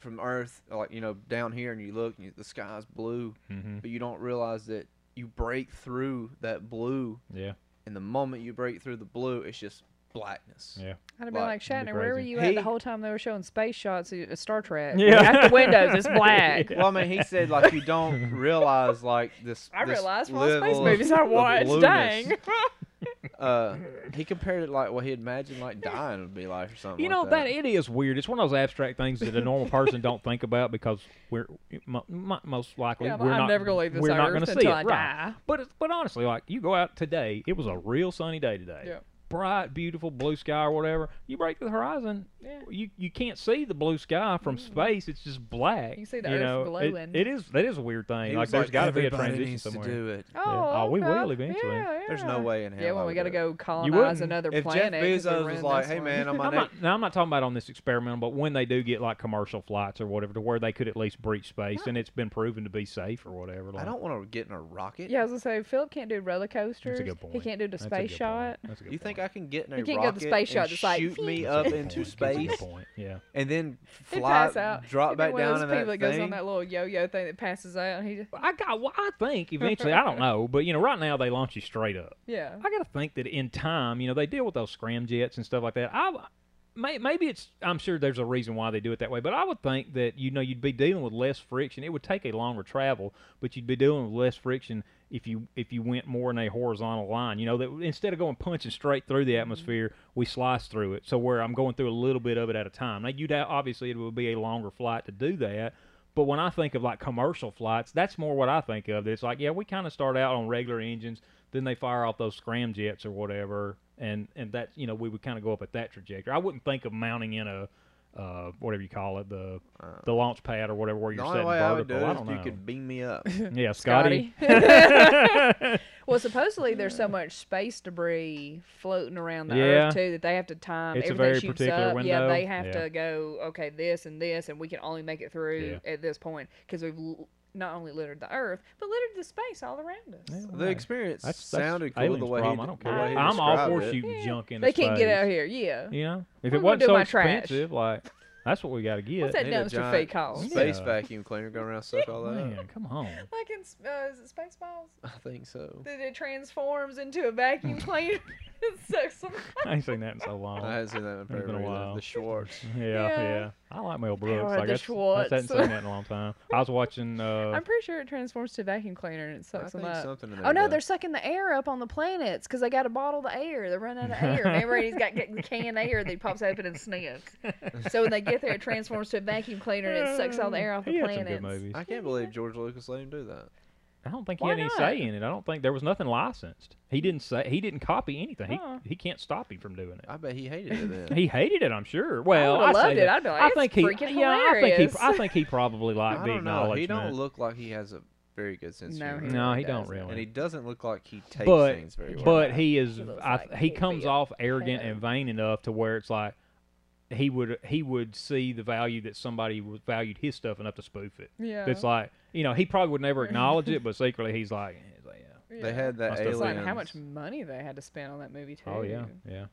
from Earth, like, you know, down here, and you look, and you, the sky's blue,
Mm-hmm.
but you don't realize that you break through that blue,
Yeah.
and the moment you break through the blue, it's just blackness.
Yeah.
I'd have been
Like,
like,
that'd be
Shatner, where were
crazy.
you at
He-
the whole time they were showing space shots at Star Trek?
Yeah.
Out the windows, it's black.
Well, I mean, he said like you don't realize like this.
I
this
realized from all the space
level of-
movies I
of
watched.
blueness.
Dang.
Uh, he compared it like what he imagined like dying would be like or something.
You
like
know that it is weird. It's one of those abstract things that a normal person don't think about because we're mo- mo- most likely
Yeah, but
we're
I'm
not,
never gonna leave this
we're not
earth
gonna see
until
it,
I
right.
die.
But it's, but honestly, like you go out today, it was a real sunny day today.
Yeah.
Bright, beautiful blue sky or whatever. You break the horizon,
Yeah. Mm-hmm.
you you can't see the blue sky from space. It's just black.
You can see the
you
earth
know? It-
glowing.
it is that is a weird thing.
He
like
was
there's got to be a
"Everybody
transition
needs
somewhere.
To do it.
Oh,
Oh, we
okay.
will eventually.
Yeah, yeah.
There's no way in hell.
Yeah,
I
when we
would
got to
do it.
go colonize
wouldn't.
another
If Jeff
planet. 'cause we're
Bezos was
in
like,
this
"Hey
one."
man, on my
I'm
next
not, now I'm not talking about on this experimental, but when they do get like commercial flights or whatever, to where they could at least breach space and it's been proven to be safe or whatever.
I
like-
don't want to get in a rocket.
Yeah, I was gonna say Philip can't do roller coasters.
That's a good
He
point.
can't do the
That's a
space
good point.
shot.
That's a good
You think
point.
I can get in a
You can't go to
rocket
the space shot
and
that's like,
shoot me
"Phew."
That's a
up
good point.
into
That's a good
space
point, Yeah.
and then
He'd
fly,
pass out.
drop
He'd be
back
one of
down
those
in
people
that
that goes on
thing?
that little yo-yo thing that passes out. And he just,
I got. Well, I think eventually. I don't know, but you know, right now they launch you straight up.
yeah.
I gotta think that in time, you know, they deal with those scramjets and stuff like that. I may, maybe it's I'm sure there's a reason why they do it that way, but I would think that you know you'd be dealing with less friction. It would take a longer travel, but you'd be dealing with less friction if you if you went more in a horizontal line. You know that instead of going punching straight through the atmosphere, we slice through it. So where I'm going through a little bit of it at a time. Now you'd ha- obviously it would be a longer flight to do that. But when I think of like commercial flights, that's more what I think of. It's like, yeah, we kind of start out on regular engines, then they fire off those scramjets or whatever, and and that you know we would kind of go up at that trajectory. I wouldn't think of mounting in a uh, whatever you call it, the the launch pad or whatever, where
Uh, The
you're
only
setting
way I would do
vertical.
it
I,
is
don't
if
know.
you could beam me up.
yeah, Scotty.
Well, supposedly there's so much space debris floating around the
Yeah.
earth too that they have to time
It's a
everything
very
shoots
particular
up. Yeah,
window.
they have
Yeah.
to go okay this and this, and we can only make it through at this point because we've l- not only littered the earth but littered the space all around us.
The experience
That's, that's
sounded cool
aliens
the way
problem.
he,
I don't
the
care.
way he
I'm all
described
for
it.
shooting
Yeah.
junk in
They can't get out here. Yeah.
You know, if
I'm
it
gonna
wasn't
do
so
my trash.
expensive, like that's what we got to get.
What's that
Need a
dumpster
giant
fee cost?
Space
Yeah.
vacuum cleaner going around suck all that. up.
Man, come on.
Like in s- uh, is it Spaceballs?
I think so.
That it transforms into a vacuum cleaner. It sucks some-
I ain't seen that in so long.
I haven't seen that in forever.
been a
either.
while.
The Schwartz.
yeah,
Yeah.
yeah, I like Mel Brooks.
Howard
Like,
the
that's, that's- I haven't
Schwartz.
seen that in a long time. I was watching. Uh,
I'm pretty sure it transforms to a vacuum cleaner and it
I
sucks them
think
up.
something in there.
Oh no,
does.
they're sucking the air up on the planets because they got to bottle the air. They run out of air. Remember, he's got get- the canned air that he pops open and sniffs. So when they get there, it transforms to a vacuum cleaner and it sucks all the air off the
he had some
planets.
good movies.
I can't believe George Lucas let him do that.
I don't think he
Why
had any
not?
say in it. I don't think there was nothing licensed. He didn't say. He didn't copy anything.
Huh.
He, he can't stop him from doing it.
I bet he hated it then.
He hated it, I'm sure. Well,
would've
I say
loved it.
that.
I'd be like,
I
"It's
think he,
freaking
yeah, I think
hilarious."
he, I think he probably liked
I
the
don't know. He don't
acknowledgement.
look like he has a very good sense
No,
of
he
humor.
no,
really
he don't
doesn't.
really.
And he doesn't look like he takes
But-
things very well.
but he is
He looks
I,
like
he
he'd be
comes
a
off arrogant
parent.
and vain enough to where it's like he would he would see the value that somebody w- valued his stuff enough to spoof it.
Yeah.
It's like you know he probably would never acknowledge it, but secretly he's like, eh, it's like, yeah.
they had that
Must have
It's like
aliens.
how much money they had to spend on that movie too.
oh yeah, yeah.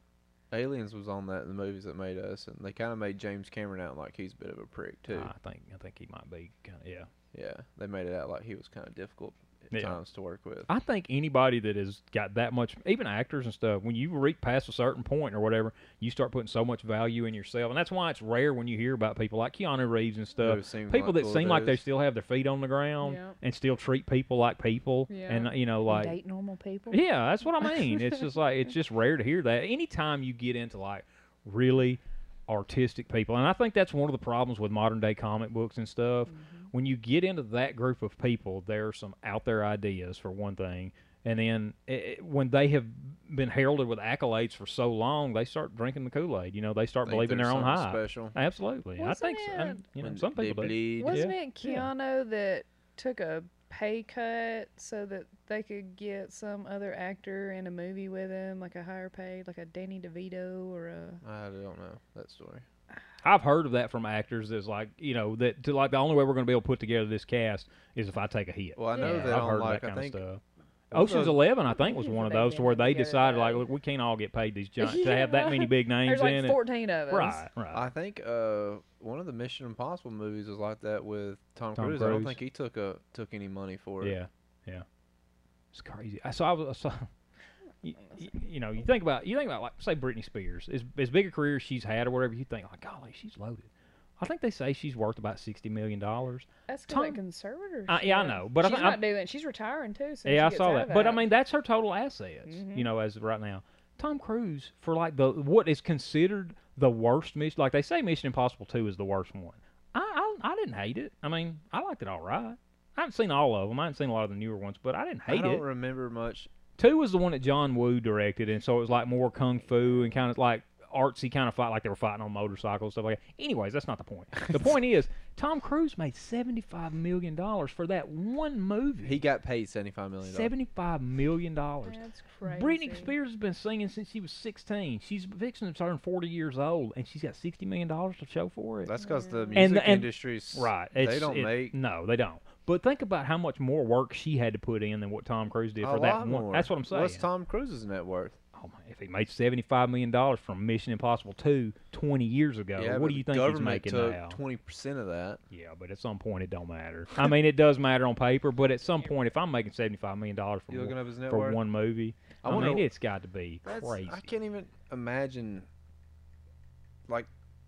aliens was on that in the movies that made us, and they kind of made James Cameron out like he's a bit of a prick too.
I think I think he might be. Kind of, yeah,
Yeah, they made it out like he was kind of difficult at
Yeah.
times to work with.
I think anybody that has got that much, even actors and stuff, when you reach past a certain point or whatever, you start putting so much value in yourself, and that's why it's rare when you hear about people like Keanu Reeves and stuff.
Who seem
people
like
that
cool
seem like they
dudes.
still have their feet on the ground
Yep.
and still treat people like people
Yeah.
and you know like
date normal people.
yeah that's what i mean it's just like it's just rare to hear that anytime you get into like really artistic people and i think that's one of the problems with modern day comic books and stuff
Mm-hmm.
when you get into that group of people there are some out there ideas for one thing and then eh, eh, when they have been heralded with accolades for so long they start drinking the kool-aid you know they start
Think
believing
there's
their own
something
hype
Special.
absolutely i
Wasn't
think so. and,
it-
you know
When
some
they
people do
bleed.
Wasn't
Yeah.
it
Yeah.
Keanu that took a pay cut so that they could get some other actor in a movie with him, like a higher paid, like a Danny DeVito or a
I don't know that story.
I've heard of that from actors that's like, you know, that to like the only way we're going to be able to put together this cast is if I take a hit.
Well, I know
Yeah.
that
I've
on
heard
like
that
I
kind
think
of stuff.
one of
Ocean's
those-
Eleven, I think, was
Who's
one of
the big
those to where
guy
they
together,
decided like,
though?
look, we can't all get paid these giants to have that many big names
There's like
in it.
14 of us.
Right, right.
I think uh, one of the Mission Impossible movies was like that with Tom,
Tom
Cruise. I don't
Cruise.
think he took a took any money for it.
Yeah, yeah. It's crazy. I saw. I was. I saw you, you, you know, you think about you think about like say Britney Spears, as as big a career as she's had or whatever, you think like, golly, she's loaded. I think they say she's worth about sixty million dollars.
That's because
Tom-
that conservatorship.
I- yeah, I know, but I
she's
think-
not
I'm-
doing. She's retiring too. So
yeah, I
she gets
saw
out
that.
of
But I
that.
mean, that's her total assets, you know, as of right now. Tom Cruise for like the what is considered the worst mission. Like they say, Mission Impossible Two is the worst one. I I, I didn't hate it. I mean, I liked it all right. I haven't seen all of them. I haven't seen a lot of the newer ones, but I didn't
I
hate
don't
it.
remember much.
Two was the one that John Woo directed, and so it was like more kung fu and kind of like artsy kind of fight, like they were fighting on motorcycles stuff like that. Anyways, that's not the point. The point is, Tom Cruise made seventy five million dollars for that one movie.
He got paid seventy five million. dollars.
Seventy-five million dollars.
that's crazy.
Britney Spears has been singing since she was sixteen. She's fixing to turn forty years old, and she's got sixty million dollars to show for it.
That's because the music
And the- and-
industry's
right.
they
It's-
don't
it-
make.
No, they don't. But think about how much more work she had to put in than what Tom Cruise did
a
for
lot
that one.
more.
That's what I'm saying.
What's Tom Cruise's net worth?
oh man, if he made seventy-five million dollars from Mission Impossible 2 20 years ago, what do you think he's
government
making now?
took twenty percent of that.
yeah, but at some point it don't matter. I mean, it does matter on paper, but at some point, if I'm making seventy-five million dollars for
You looking
one,
up his net
for
worth?
one movie,
I
I,
wanna-
mean, it's got to be
That's,
crazy.
I can't even imagine. Like,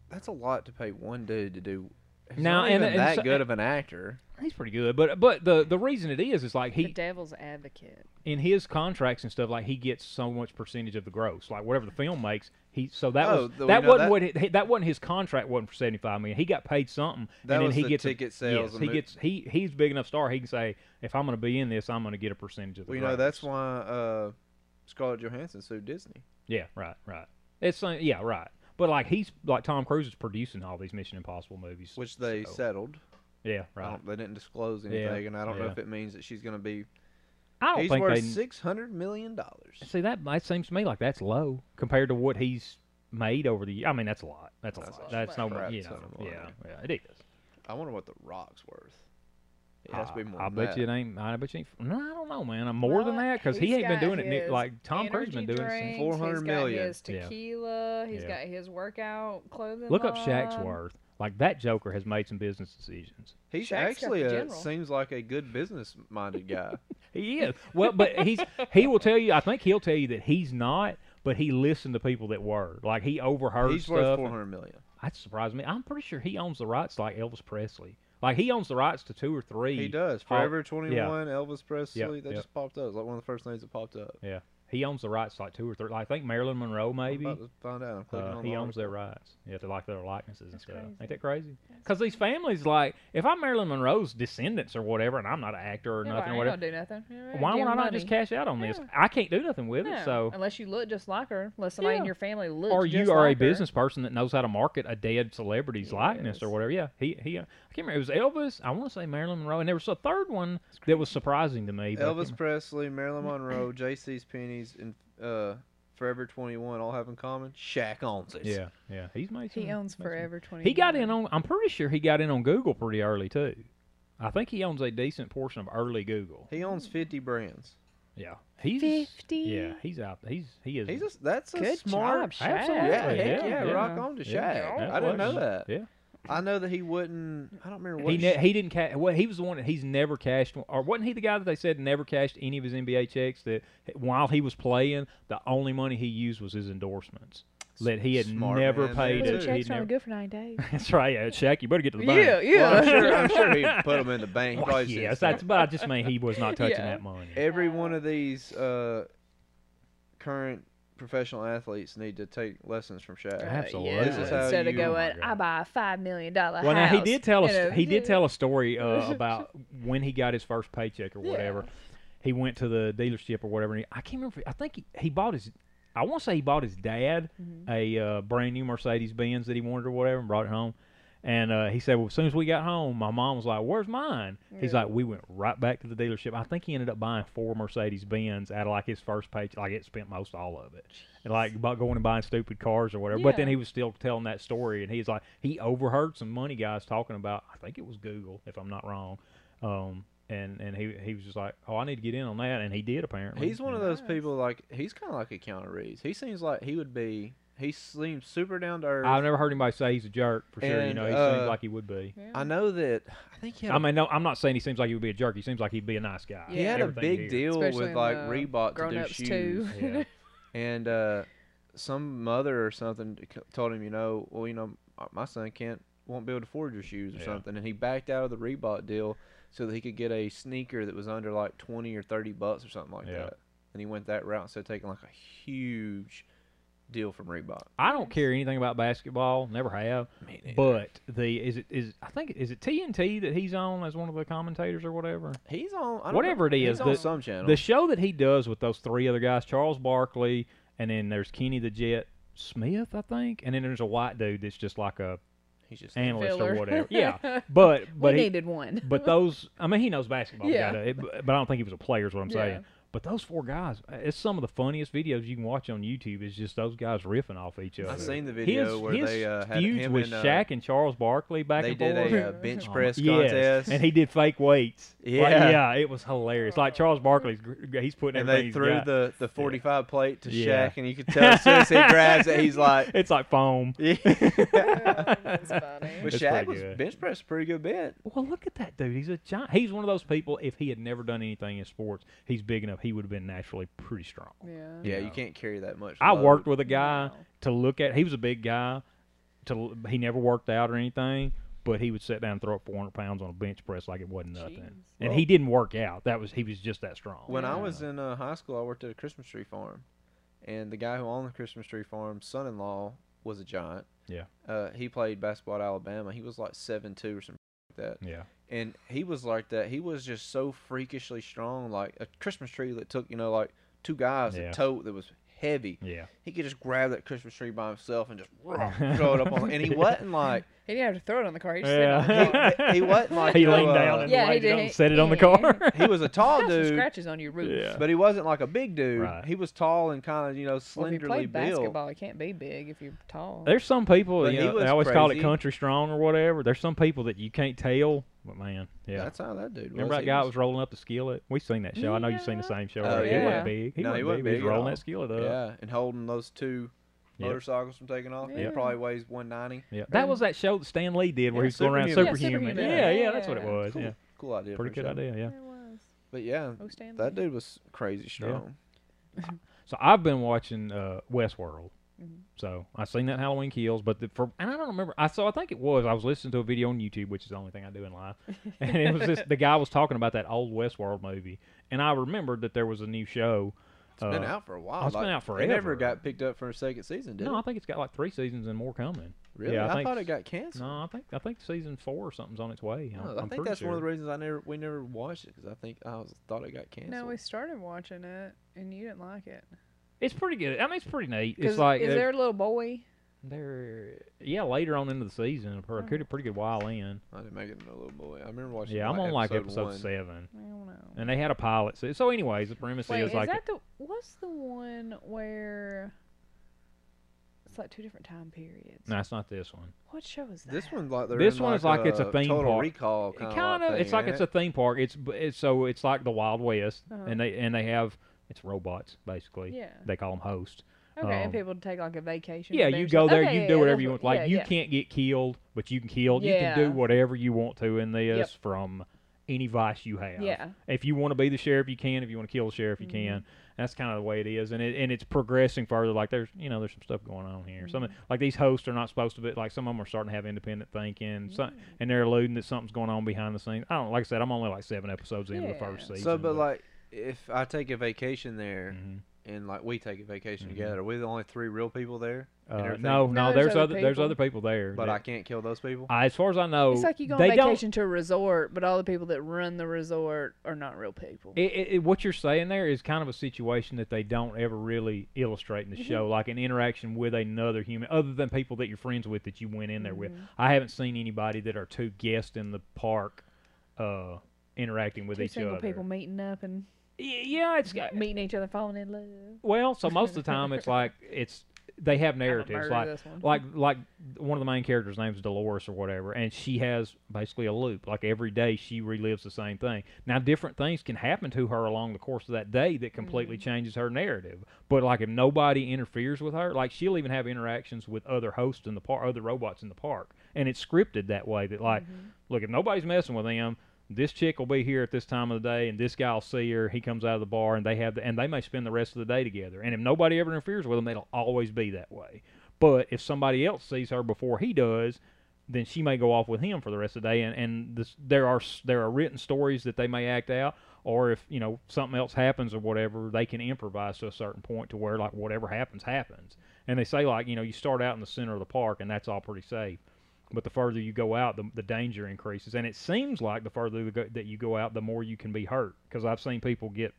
that's a lot to pay one dude to do. He's
Now,
not
and-
even
and
that
so-
good of an actor.
He's pretty good, but but the the reason it is is like
the
he
devil's advocate.
in his contracts and stuff like he gets so much percentage of the gross, like whatever the film makes, He so that
Oh,
was
th- we
that
know
wasn't
that.
what he, that wasn't his contract wasn't for seventy five million. He got paid something,
That
and then
was
he
the
gets a-
ticket sales
Yes,
and
he
mo-
gets he he's big enough star. He can say if I'm going to be in this, I'm going to get a percentage of the.
Well, you know, that's
profits."
why uh, Scarlett Johansson sued Disney.
Yeah, right, right. It's uh, yeah, right. But like he's like Tom Cruise is producing all these Mission Impossible movies,
which they um,
so-
settled.
yeah,
I
right.
don't- They didn't disclose anything, and I don't know
yeah.
if it means that she's going to be.
I don't
he's
think
worth
they
six hundred million dollars.
see that. That seems to me like that's low compared to what he's made over the. ye- I mean, that's a lot. That's a
That's
lot.
a
That's no more.
crap
You
ton
know,
of money.
yeah, yeah, it is.
I wonder what the Rock's worth. It has to be more.
I, I
than
bet
that.
you it ain't. I bet you ain't. No, I don't know, man. I'm more than
Well,
that because he
he's
ain't been
got
doing it. ni-
his
Like Tom Cruise been
energy
doing
drinks,
since.
since 400
he's
million.
Got his
Yeah.
tequila. He's
Yeah.
got his workout clothing.
Look up Shaq's
line.
worth. Like that Joker has made some business decisions.
He's
Shaq's got
actually
the
a,
general.
seems like a good business-minded guy.
He is well, but he's he will tell you. I think he'll tell you that he's not. But he listened to people that were like he overheard
he's
stuff.
worth
and-
four hundred million.
That surprised me. I'm pretty sure he owns the rights to, like Elvis Presley. Like he owns the rights to two or three.
He does.
Hol-
Forever Twenty One, Elvis Presley. that
yeah.
just popped up. It's like one of the first names that popped up.
Yeah, he owns the rights to like two or three. Like, I think Marilyn Monroe maybe.
I'm about to find out. I'm clicking
Uh,
on
he
the
owns
article.
their rights. Yeah, to like their likenesses and
That's
stuff.
crazy.
Ain't that crazy? Because these families, like, if I'm Marilyn Monroe's descendants or whatever, and I'm not an actor or
Yeah,
nothing or
I ain't
whatever,
gonna do nothing. Yeah, right,
why
give
would I
him
not just
money.
cash out on this?
Yeah.
I can't do nothing with it.
No,
So,
unless you look just like her, unless somebody in
Yeah.
your family looks,
Mm-hmm.
or you
just
are a
like her.
business person that knows how to market a dead celebrity's likeness or
Yes.
whatever. Yeah, he he. I can't remember. It was Elvis. I want to say Marilyn Monroe, and there was a third one that was surprising to me. but I can't
Elvis Presley, Marilyn Monroe, J.C.'s Pennies, and uh, Forever Twenty One all have in common. Shaq owns it.
remember. Yeah, yeah. He's made.
He
some-
owns
made some-
Forever Twenty.
He got in on. I'm pretty sure he got in on Google pretty early too. I think he owns a decent portion of early Google.
He owns fifty brands.
Yeah, he's
50.
Yeah, he's out. He's he is.
He's a, that's a
Good
smart.
job,
absolutely.
Shaq.
Yeah, heck
yeah,
yeah,
yeah.
rock on to Shaq.
Yeah,
I didn't
absolutely.
know that.
Yeah,
I know that he wouldn't. I don't remember what.
he
sh-
ne- he didn't cash. Well, he was the one that he's never cashed, or wasn't he the guy that they said never cashed any of his NBA checks? That while he was playing, the only money he used was his endorsements. That he had
Smart
never
man
paid.
there,
it.
too.
He'd
checks
never-
are good for nine days.
That's right. Yeah, Shaq, you better get to the bank.
yeah,
well, I'm
yeah.
sure. I'm sure he put them in the bank.
Well,
probably
yes,
since
that's. But I just mean he was not touching
Yeah.
that money.
every one of these uh, current professional athletes need to take lessons from Shaq.
Yeah. Absolutely. This
is how
Instead of
you- oh
my
going,
God.
I buy a five million dollar
Well,
house.
now he did tell us.
you know,
he did tell a story uh, about when he got his first paycheck or
Yeah.
whatever. He went to the dealership or whatever. And he, I can't remember. if- I think he, he bought his. I want to say he bought his dad a uh, brand new Mercedes Benz that he wanted or whatever, and brought it home. And uh, he said, "Well, as soon as we got home, my mom was like, "Where's mine?" He's like, "We went right back to the dealership. I think he ended up buying four Mercedes Benz out of like his first paycheck. Like it spent most all of it, and like about going and buying stupid cars or whatever." But then
Yeah.
he was still telling that story, and he's like, he overheard some money guys talking about. I think it was Google, if I'm not wrong. Um, and and he he was just like, "Oh, I need to get in on that," and he did apparently.
He's one of those people like he's kind of like a Keanu Reeves. He seems like he would be. He seems super down to earth.
I've never heard anybody say he's a jerk for sure. You
And,
know, he
uh,
seems like he would be.
I know that. I think he had
I mean, no, I'm not saying he seems like he would be a jerk. He seems like he'd be a nice guy.
He had a
Everything
big
here.
deal
Especially
with
in
like
the
Reebok to do
grown-ups,
shoes,
too.
Yeah.
and uh, some mother or something c- told him, you know, well, you know, m- my son can't won't be able to afford your shoes or
Yeah.
something, and he backed out of the Reebok deal so that he could get a sneaker that was under like twenty or thirty bucks or something like
Yeah.
that, and he went that route instead of taking like a huge deal from Reebok.
I don't care anything about basketball. Never have.
Me neither.
But the is it is I think is it TNT that he's on as one of the commentators or whatever.
He's on I don't know-
Whatever it
he's
is,
on
the-
some channel.
The show that he does with those three other guys, Charles Barkley, and then there's Kenny the Jet Smith, I think, and then there's a white dude that's just like a
he's just
analyst or
Filler.
whatever. Yeah, but
We
but he,
needed one.
but those I mean he knows basketball,
Yeah.
gotta- it- but I don't think he was a player. Is what I'm
Yeah.
saying. But those four guys, uh, it's some of the funniest videos you can watch on YouTube. Is just those guys riffing off each other.
seen the video
his,
where
his
they, uh, had
feuds
him
with
and, uh,
Shaq and Charles Barkley back
they
and
did
forth.
a uh, bench
Uh-huh.
press
Yes,
contest,
and he did fake weights. Like,
Yeah.
yeah, it was hilarious. Like Charles Barkley's, gr- he's putting
and
everything
they
he's
threw
got-
the, the 45 plate to
Yeah.
Shaq, and you could tell as soon as he grabs it, he's like,
It's like foam.
That's funny.
But
It's
Shaq
pretty
was
good.
bench press a pretty good bit.
Well, look at that dude. He's a giant. He's one of those people. If he had never done anything in sports, he's big enough. He would have been naturally pretty strong.
Yeah.
Yeah, you can't carry that much.
I
load.
worked with a guy
Wow.
to look at. He was a big guy. To l- he never worked out or anything, but he would sit down and throw up 400 pounds on a bench press like it wasn't nothing.
Jeez.
And he didn't work out. That was he was just that strong.
When I was in uh, high school, I worked at a Christmas tree farm, and the guy who owned the Christmas tree farm, son-in-law, was a giant.
Yeah.
Uh, he played basketball at Alabama. He was like seven two or something like that.
Yeah.
and he was like that. He was just so freakishly strong, like a Christmas tree that took you know like two guys
Yeah.
to tote that was heavy.
Yeah.
He could just grab that Christmas tree by himself and just rah, throw it up on, and he wasn't like
He didn't have to throw it on the car. He just
Yeah.
yeah. It on the car.
he wasn't like
he
no,
leaned
uh,
down and
Yeah, he
laid it
did.
on, and set it on the
Yeah.
car.
He was a tall
Got some
dude,
scratches on your roof.
Yeah.
but he wasn't like a big dude.
Right.
He was tall and kind of you know
Well, if you
slenderly
play
built.
basketball, you can't be big if you're tall.
There's some people,
But
you
he
know,
was
they always call it
crazy.
country strong or whatever. There's some people that you can't tell, but man, yeah.
That's how that dude was.
Remember that
He
guy that was rolling up the skillet? We've seen that show. I know you've seen the
Yeah.
same show.
Oh,
right? He
yeah.
wasn't big. He
No,
wasn't
he wasn't
big. but He
big at
was rolling
all.
that skillet up.
yeah, and holding those two
Yep.
motorcycles from taking off. He
Yeah.
probably weighs one ninety.
Yeah, that was that show that Stan Lee did where
Yeah,
he was going around
Superhuman.
Yeah,
superhuman.
Superhuman.
Yeah, yeah, that's what it
Yeah.
was.
Cool,
Yeah,
cool idea.
pretty
for a
good
show.
idea. Yeah.
There was.
But yeah,
Oh, Stanley.
that dude was crazy strong.
So I've been watching uh, Westworld.
Mm-hmm.
Mhm.
So I seen that Halloween Kills, but the, for and I don't remember. I saw I think it was I was listening to a video on YouTube, which is the only thing I do in life, and it was just the guy was talking about that old Westworld movie, and I remembered that there was a new show.
It's been
uh,
out for a while.
oh, it's been
like,
out
It never
forever.
got picked up for a second season, did
No, I
it?
think it's got like three seasons and more coming.
Really?
Yeah, I
I,
think
thought it
s-
got canceled.
No, I think I think season four or something's on its way. I'm,
Oh,
I'm
I think
pretty
that's
sure.
one of the reasons I never we never watched it because I think I was, thought it got canceled.
No, we started watching it and you didn't like it.
It's pretty good. I mean, it's pretty neat.
'Cause
It's like
is
there's-
there a little boy?
They're yeah later on into the season, for a pretty, pretty good while in.
I didn't make it into a little boy. I remember watching.
Yeah, I'm on like episode
one.
seven,
I don't know.
and they had a pilot. So, so anyways, the premise
Wait,
is,
is
like
that the what's the one where it's like two different time periods?
no, it's not this one.
What show is that?
This one's like they're
This
in,
one's like it's a theme
Total
park.
Recall
It
kind of.
kinda- it's like it's a theme park. It's, b- it's so it's like the Wild West,
Uh-huh.
and they and they have it's robots basically.
Yeah.
They call them hosts.
Okay,
um,
and people take like a vacation.
Yeah,
to
you
Benji-
go there,
Okay,
you
yeah,
do
yeah,
whatever
that's
you
what-
want. Like
yeah,
you
yeah.
can't get killed, but you can kill. You can do
Yeah.
whatever you want to in this from any vice you have.
Yeah.
If you want to be the sheriff, you can. If you want to kill the sheriff, you
Mm-hmm.
can. That's kind of the way it is, and it and it's progressing further. Like there's you know there's some stuff going on here. Some
Mm-hmm.
like these hosts are not supposed to be like some of them are starting to have independent thinking, some,
Mm-hmm.
and they're alluding that something's going on behind the scenes. I don't like I said I'm only like seven episodes into the
Yeah.
first season.
So, but like, if I take a vacation there,
Mhm.
and like we take a vacation together, are we the only three real people there? and
Mm-hmm. uh,
everything?
no, no, there's, other there's
people.
other people there.
but
that-
I can't kill those people.
I- as far as I know,
It's like you go on
they don't
vacation to a resort, but all the people that run the resort are not real people.
It, it, it- what you're saying there is kind of a situation that they don't ever really illustrate in
Mm-hmm.
the show, like an interaction with another human, other than people that you're friends with that you went in there with.
Mm-hmm.
I haven't seen anybody that are two guests in the park uh, interacting with
Two
each
single
other.
people meeting up and
Y- Yeah, it's got-
meeting each other, falling in love.
well. So most of the time, it's like it's they have narratives,
murder
like
this one.
like like one of the main characters' names Dolores or whatever, and she has basically a loop. Like every day, she relives the same thing. Now, different things can happen to her along the course of that day that completely changes her narrative. But like if nobody interferes with her, like she'll even have interactions with other hosts in the park, other robots in the park, and it's scripted that way. That like, look, if nobody's messing with them. This chick will be here at this time of the day, and this guy will see her. He comes out of the bar, and they have, the, and they may spend the rest of the day together. And if nobody ever interferes with them, it'll always be that way. But if somebody else sees her before he does, then she may go off with him for the rest of the day. And and this, there are s- there are written stories that they may act out, or if you know something else happens or whatever, they can improvise to a certain point to where like whatever happens happens. And they say like you know you start out in the center of the park and that's all pretty safe. But the further you go out, the, the danger increases, and it seems like the further you go, that you go out, the more you can be hurt. Because I've seen people get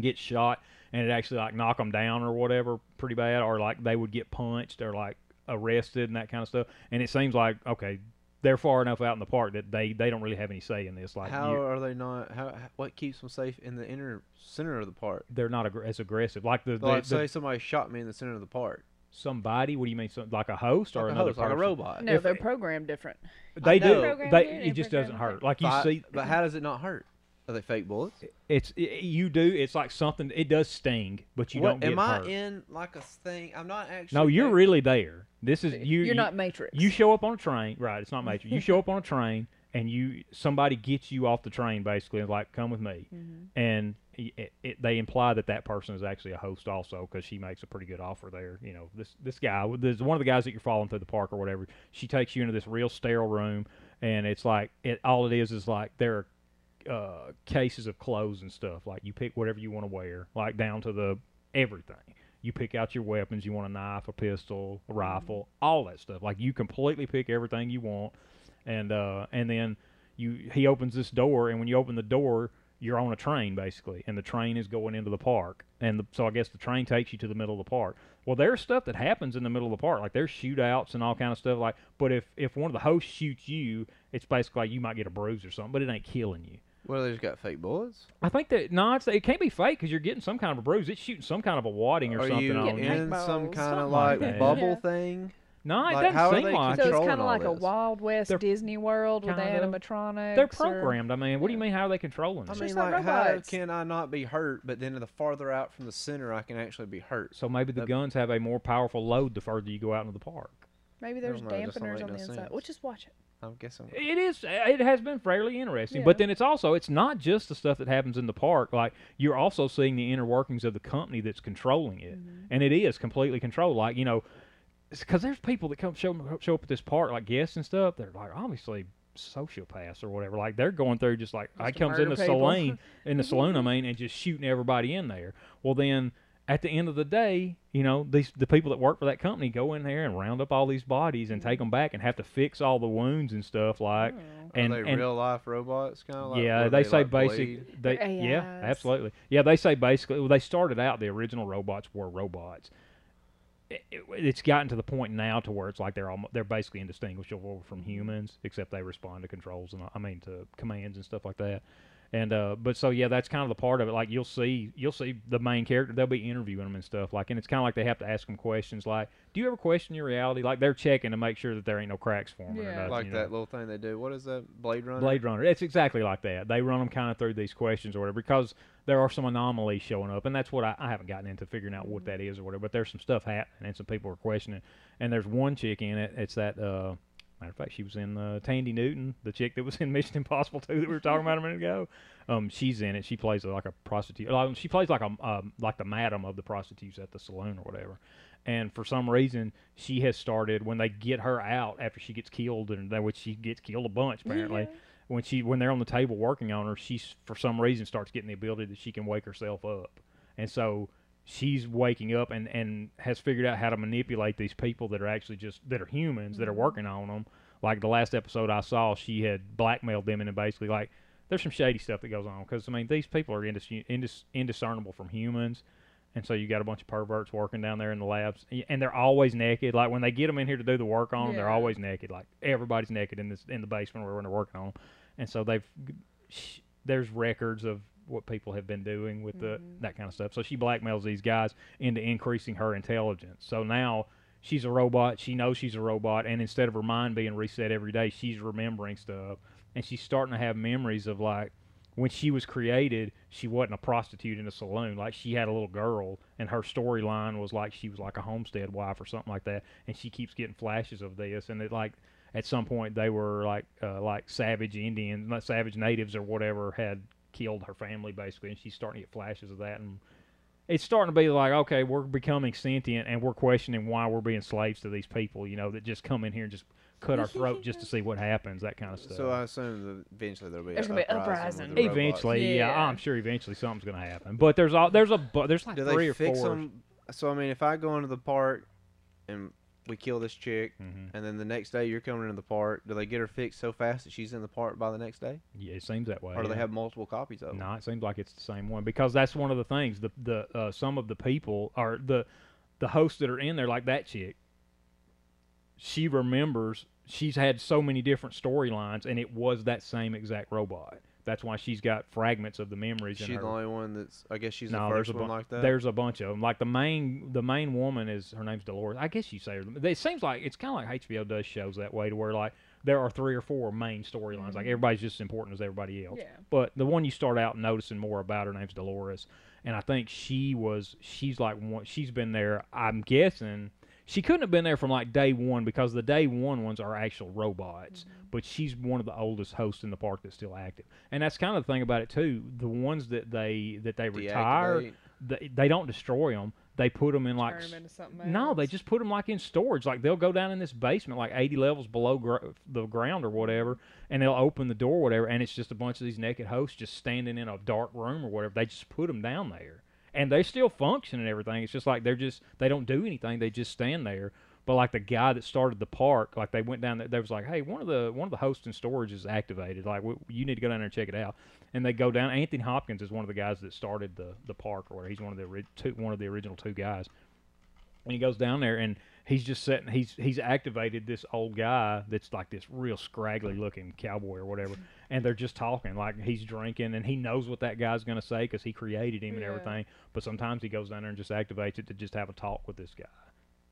get shot and it actually like knock them down or whatever pretty bad or like they would get punched or like arrested and that kind of stuff and it seems like okay they're far enough out in the park that they they don't really have any say in this like
how
you-
are they not? How h- what keeps them safe in the inner center of the park?
they're not aggr- as aggressive like the, the,
Like,
the-
say somebody shot me in the center of the park.
somebody what do you mean some, like a host or
like a
another
host, like a
person?
robot.
No,
if-
they're programmed different.
they
know.
do
Programmed
they
in
it
and
just
programmed
doesn't
out.
hurt like you
But,
see
but how does it not hurt? Are they fake bullets?
it's it, you do it's like something it does sting but you
what
don't get
am I
hurt.
in like a thing? I'm not actually.
no you're
there.
really there this is you
You're
you-
not Matrix.
You show up on a train, right? It's not major. You show up on a train, and you somebody gets you off the train, basically, and like, come with me.
Mm-hmm.
And i- it, it, they imply that that person is actually a host, also, because she makes a pretty good offer there. You know, this this guy, this one of the guys that you're following through the park or whatever. She takes you into this real sterile room, and it's like it. All it is is like there are uh, cases of clothes and stuff. Like you pick whatever you want to wear, like down to the everything. You pick out your weapons. You want a knife, a pistol, a rifle, all that stuff. Like you completely pick everything you want, and uh, and then you he opens this door, and when you open the door, you're on a train basically, and the train is going into the park, and the, so I guess the train takes you to the middle of the park. Well, there's stuff that happens in the middle of the park, like there's shootouts and all kind of stuff. Like, but if if one of the hosts shoots you, it's basically like you might get a bruise or something, but it ain't killing you.
Well, they just got fake bullets.
I think that no, it's, it can't be fake because you're getting some kind of a bruise. It's shooting some kind of a wadding or
Are
something
you
on you.
Getting
in
fake
some
balls.
kind
Something
of
like
like
that.
bubble
Yeah.
thing?
No, it
Like,
doesn't
how are
seem
they
like
So it's
Controlling
kind of
all
like a
this.
Wild West
They're-
Disney World where they had
Kind of.
animatronics.
they're
or-
programmed. I mean, what do you mean? How are they controlling? it?
I
It's
mean,
just like
like, how
robots.
can I not be hurt? But then the farther out from the center, I can actually be hurt.
So maybe the
That-
guns have a more powerful load the further you go out into the park.
Maybe there's
don't know, it just don't
dampeners
make
on
no
the inside.
sense.
Well, just watch it.
I guess I'm guessing.
It is. uh, It has been fairly interesting.
Yeah.
But then it's also it's not just the stuff that happens in the park. Like you're also seeing the inner workings of the company that's controlling it,
Mm-hmm.
and it is completely controlled. Like you know, because there's people that come show show up at this park like guests and stuff. They're like obviously sociopaths or whatever. Like they're going through just like I
to
comes in the
murder people.
saloon in the saloon. I mean, and just shooting everybody in there. Well then. At the end of the day, you know these the people that work for that company go in there and round up all these bodies and take them back and have to fix all the wounds and stuff
Oh,
like. And,
Are Oh, they
and-
real life robots? Kind of like
yeah,
what
they,
are
say
like, Blade?
basic. They,
They're
yeah,
AIs.
absolutely. Yeah, they say basically. Well, they started out the original robots were robots. It, it- it's gotten to the point now to where it's like they're almost, they're basically indistinguishable from humans, except they respond to controls and all- I mean to commands and stuff like that. And uh, but so yeah, that's kind of the part of it. Like you'll see, you'll see the main character. They'll be interviewing them and stuff. Like, and it's kind of like they have to ask them questions. Like, do you ever question your reality? Like they're checking to make sure that there ain't no cracks forming. Or
Yeah.
nothing,
Like
you know?
that little thing they do. What is that? Blade Runner.
Blade Runner. It's exactly like that. They run them kind of through these questions or whatever because there are some anomalies showing up, and that's what I, I haven't gotten into figuring out what that is or whatever. But there's some stuff happening, and some people are questioning. And there's one chick in it. It's that uh, matter of fact, she was in uh, Tandy Newton, the chick that was in Mission Impossible Two that we were talking about a minute ago. Um, she's in it. She plays like a prostitute. like, She plays like a um, like the madam of the prostitutes at the saloon or whatever and for some reason she has started when they get her out after she gets killed and that which she gets killed a bunch apparently when she when they're on the table working on her she's for some reason starts getting the ability that she can wake herself up and so she's waking up and and has figured out how to manipulate these people that are actually just that are humans that are working on them like the last episode i saw she had blackmailed them and basically like there's some shady stuff that goes on because i mean these people are indis- indis- indiscernible from humans and so you got a bunch of perverts working down there in the labs, y- and they're always naked. Like when they get them in here to do the work on them, they're
Yeah.
always naked. Like everybody's naked in this in the basement where they're working on them. And so they've sh- there's records of what people have been doing with the that kind of stuff. So she blackmails these guys into increasing her intelligence. So now she's a robot. She knows she's a robot, and instead of her mind being reset every day, she's remembering stuff, and she's starting to have memories of like when she was created, she wasn't a prostitute in a saloon. Like she had a little girl, and her storyline was like she was like a homestead wife or something like that. And she keeps getting flashes of this, and it like at some point they were like uh, like savage Indians, not savage natives or whatever, had killed her family basically, and she's starting to get flashes of that, and it's starting to be like okay, we're becoming sentient, and we're questioning why we're being slaves to these people, you know, that just come in here and just cut our throat just to see what happens, that kind of stuff.
So I assume that eventually there'll be
There's
a
gonna be
uprising. with
uprising.
the robots.
Eventually, yeah.
Yeah.
I'm sure eventually something's gonna happen. But there's all there's a bu- there's like
Do
three
they
or
fix
four.
them? So I mean, if I go into the park and we kill this chick,
Mhm.
and then the next day you're coming into the park, do they get her fixed so fast that she's in the park by the next day,
Yeah, it seems that way.
or do they
Oh, yeah.
have multiple copies of? 'em?
No, it seems like it's the same one because that's one of the things. The the uh, some of the people are the the hosts that are in there, like that chick. She remembers she's had so many different storylines, and it was that same exact robot. That's why she's got fragments of the memories.
She's
in her.
the only one that's. I guess she's
no,
the
there's
first
a
one
bu-
like that.
There's a bunch of them. Like the main, the main woman is her name's Dolores. I guess you say her. It seems like it's kind of like HBO does shows that way, to where like there are three or four main storylines. Like everybody's just as important as everybody else.
Yeah.
But the one you start out noticing more about her name's Dolores, and I think she was she's like one. She's been there. I'm guessing she couldn't have been there from like day one because the day one ones are actual robots. But she's one of the oldest hosts in the park that's still active, and that's kind of the thing about it too. The ones that they that they retire,
Deactivate.
they, they don't destroy them. They put them in like
Turn 'em
s-
into something
no, they
else.
just put them like in storage. Like they'll go down in this basement, like eighty levels below gr- the ground or whatever, and they'll open the door, or whatever, and it's just a bunch of these naked hosts just standing in a dark room or whatever. They just put them down there, and they still function and everything. It's just like they're just they don't do anything. They just stand there. But like the guy that started the park, like they went down there. They was like, hey, one of the one of the hosts and storage is activated. Like we, you need to go down there and check it out. And they go down. Anthony Hopkins is one of the guys that started the the park, or whatever. he's one of the ori- two, one of the original two guys and he goes down there and he's just sitting he's he's activated this old guy that's like this real scraggly looking cowboy or whatever and they're just talking like he's drinking and he knows what that guy's going to say because he created him and
Yeah.
everything but sometimes he goes down there and just activates it to just have a talk with this guy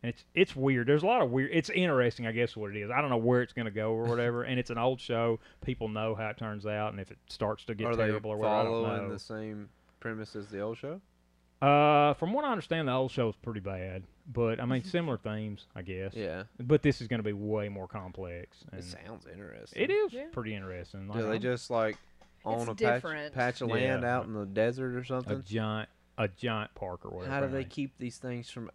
and it's it's weird there's a lot of weird it's interesting i guess what it is i don't know where it's going to go or whatever and it's an old show people know how it turns out and if it starts to get
Are they
terrible or whatever I don't
following
know.
the same premise as the old show?
Uh, from what I understand, the old show is pretty bad, but I mean similar themes, I guess.
Yeah.
But this is going to be way more complex. And
It sounds interesting.
it is
Yeah.
pretty interesting.
Do they
I'm-
just like own a patch,
different.
patch of land
Yeah.
out in the desert or
a
something?
giant a giant park or whatever?
How do they
Keep-
keep these things from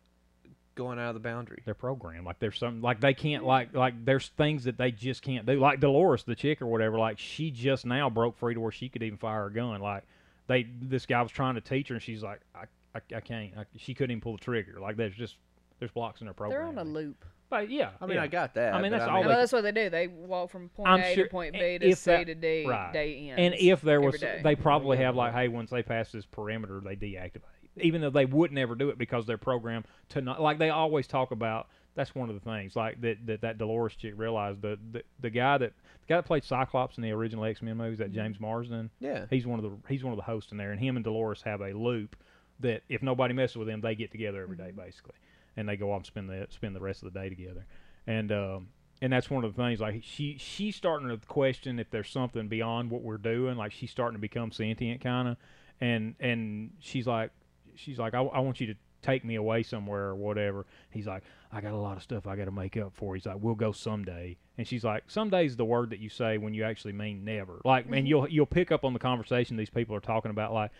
going out of the boundary?
they're programmed like there's something like they can't like like there's things that they just can't do. Like Dolores, the chick or whatever, like she just now broke free to where she could even fire a gun. Like they this guy was trying to teach her, and she's like, I I, I can't. I, she couldn't even pull the trigger. Like there's just there's blocks in their
They're
program.
on a loop.
But yeah,
I mean,
yeah.
I got that.
I mean,
but
that's
I
all
mean,
they-
well, that's what they do. They walk from point
I'm
A
sure-
to point B
and
to
if
C
that-
to D,
right.
day ends.
And if there
every
was,
day.
they probably have like, hey, once they pass this perimeter, they deactivate. Even though they would never do it because they're programmed to not. Like they always talk about. That's one of the things. Like that that, that Dolores chick realized the, the the guy that the guy that played Cyclops in the original X Men movies,
Mm-hmm.
that James Marsden.
Yeah.
He's one of the he's one of the hosts in there, and him and Dolores have a loop that if nobody messes with them, they get together every day basically, and they go off and spend the spend the rest of the day together, and um, and that's one of the things like she she's starting to question if there's something beyond what we're doing, like she's starting to become sentient kind of, and and she's like she's like I, I want you to take me away somewhere or whatever. He's like I got a lot of stuff I got to make up for. He's like we'll go someday, and she's like someday's the word that you say when you actually mean never. Like and you'll you'll pick up on the conversation these people are talking about like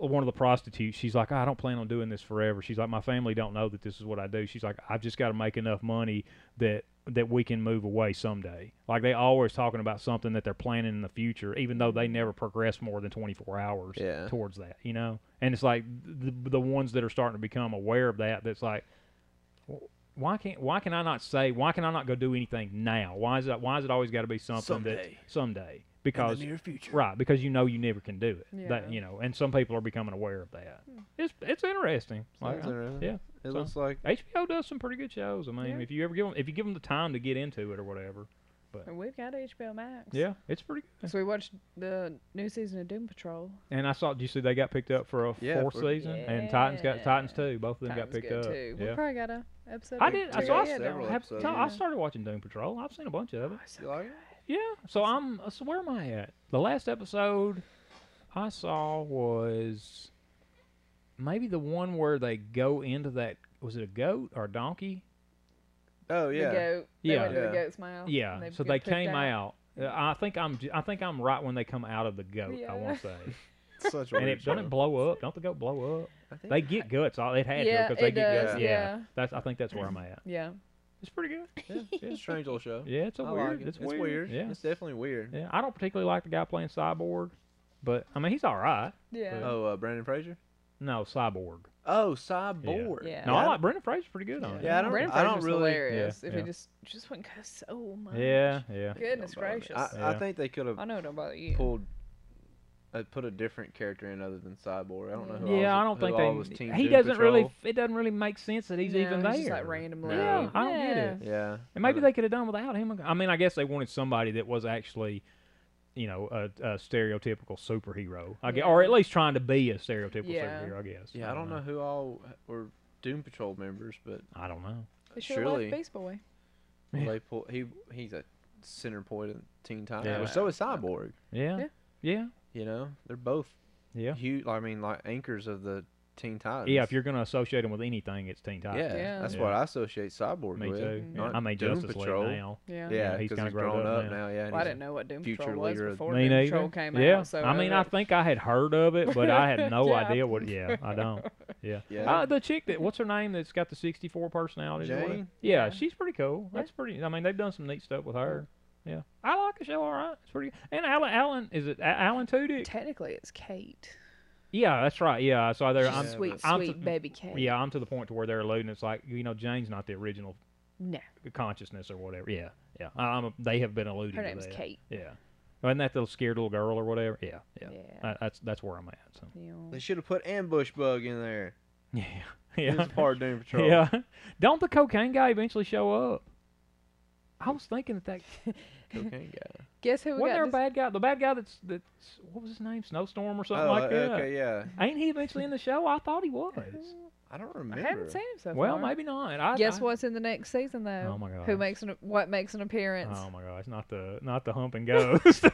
one of the prostitutes, she's like, I don't plan on doing this forever. She's like, my family don't know that this is what I do. She's like, I've just got to make enough money that that we can move away someday. Like they always talking about something that they're planning in the future, even though they never progress more than 24 hours
Yeah.
towards that, you know. And it's like the, the ones that are starting to become aware of that. That's like, "Well, why can't why can I not say why can I not go do anything now? Why is that? Why is it always got to be something that
Someday.
someday? Because
near future.
Right, because you know you never can do it. That
Yeah.
you know, and some people are becoming aware of that. It's it's interesting. Like,
Sounds
I-
interesting.
Yeah,
It
so-
looks like
HBO does some pretty good shows. I mean,
Yeah.
if you ever give them if you give them the time to get into it or whatever.
We've got HBO Max.
Yeah, it's pretty good.
So we watched the new season of Doom Patrol.
And I saw. Did you see they got picked up for a
Yeah,
fourth
for-
season? And Titans got
Yeah.
Titans too. Both of them got
Titan's
picked
good
up.
too. We
Yeah.
probably got a episode.
I
or
did.
two.
I saw. I,
Yeah,
several
don't we?
have-
episodes,
Tom, I
yeah.
started watching Doom Patrol. I've seen a bunch of it.
So
you like it?
Yeah. So I'm. So where am I at? The last episode I saw was maybe the one where they go into that. Was it a goat or a donkey?
Oh
The
yeah.
goat. They
Yeah.
went to the
Yeah.
goat's mouth. and
Yeah. So
got
they
picked
came out. Uh, I think I'm. j- I think I'm right when they come out of the goat. I
Yeah.
want to say.
Such a
and
weird
it doesn't
show.
blow up. Don't the goat blow up?
I think
They get guts. All it had to
Yeah,
because they
it
get
does.
guts.
Yeah.
That's. I think that's where I'm at.
Yeah.
It's pretty good. Yeah.
it's a
yeah.
strange little show.
Yeah, it's a
I
weird.
Like it.
It's, weird. Yeah.
It's definitely weird.
yeah. I don't particularly like the guy playing Cyborg, but I mean he's all right.
Yeah.
Oh, uh, Brandon Fraser.
No, Cyborg.
Oh, Cyborg.
Yeah.
No, I
I-
like Brendan Fraser pretty good on it.
Yeah, I don't-
Brandon
I don't
Fraser's
really-
Hilarious.
Yeah,
if
yeah.
it just just wouldn't go so much.
Yeah, yeah.
Goodness
Don't bother me.
gracious.
I,
I,
Yeah.
I think they could have
know it don't bother you.
pulled, uh, put a different character in other than Cyborg. I don't know who.
yeah,
all
I don't
was, who all was
think they.
Team
He
Doom
doesn't really.
Patrol.
It doesn't really make sense that he's
No,
even there. Oh,
he's just, like, randomly-
Yeah,
No.
I don't get
Yeah.
it.
Yeah.
And maybe they could have done without him. I mean, I guess they wanted somebody that was actually, you know, a, a stereotypical superhero. I guess, or at least trying to be a stereotypical
Yeah.
superhero. I guess. Uh,
Yeah, I don't know who all were Doom Patrol members, but
I don't know.
They should have
surely-
left Beast Boy.
Well,
Yeah.
they pull, he he's a center point in Teen Titans.
Yeah.
Well, so is Cyborg.
Yeah.
Yeah.
Yeah.
You know, they're both
Yeah.
huge. I mean, like anchors of the Teen Titans.
Yeah. If you're gonna associate him with anything, it's Teen
yeah,
Titans.
Yeah.
that's
Yeah.
what I associate Cyborg
Me
with.
too. Yeah.
not
I mean,
Doom
Justice
Patrol.
League now.
Yeah.
Yeah,
he's
'cause
kinda
he's
grown
grown
up
up
now.
now. Yeah, and
Well, I
he's-
didn't know what Doom
future
Patrol was
leader of-
before
Me
Doom
neither.
Patrol came
yeah.
out. So
I mean, I
don't-
think I had heard of it, but I had no
Yeah.
idea what. Yeah, I don't. Yeah.
Yeah.
Uh, the chick that what's her name that's got the 64 personality. or whatever?
Jane?
Yeah,
Yeah.
she's pretty cool.
Yeah.
That's pretty. I mean, they've done some neat stuff with her. Yeah. I like the show. All right. It's pretty. And Alan, Alan is it A- Alan Tudyk?
technically it's Kate.
Yeah, that's right. Yeah, so there.
Just
I'm,
sweet,
I'm
sweet
to-
baby cake.
Yeah, I'm to the point to where they're alluding. It's like you know, Jane's not the original
No,
consciousness or whatever. Yeah, yeah. I'm a, they have been alluding.
her
to
name's
that.
Kate.
Yeah. Wasn't that the scared little girl or whatever? Yeah, yeah.
Yeah.
That- that's that's where I'm at. So.
Yeah.
They should have put ambush bug in there.
Yeah,
He
yeah,
was part of Doom Patrol.
yeah. Don't the cocaine guy eventually show up? I was thinking that that
Cocaine guy.
Guess who we
wasn't there a
got?
bad guy. The bad guy that's that's what was his name? Snowstorm or something
oh,
like that.
okay, yeah.
Ain't he eventually in the show? I thought he was.
I don't
this-
remember.
I haven't seen him so
Well,
far.
maybe not. I,
Guess
I-
what's in the next season though?
Oh, my
Who
gosh.
makes an what makes an appearance?
Oh my gosh, not the not the humping ghost.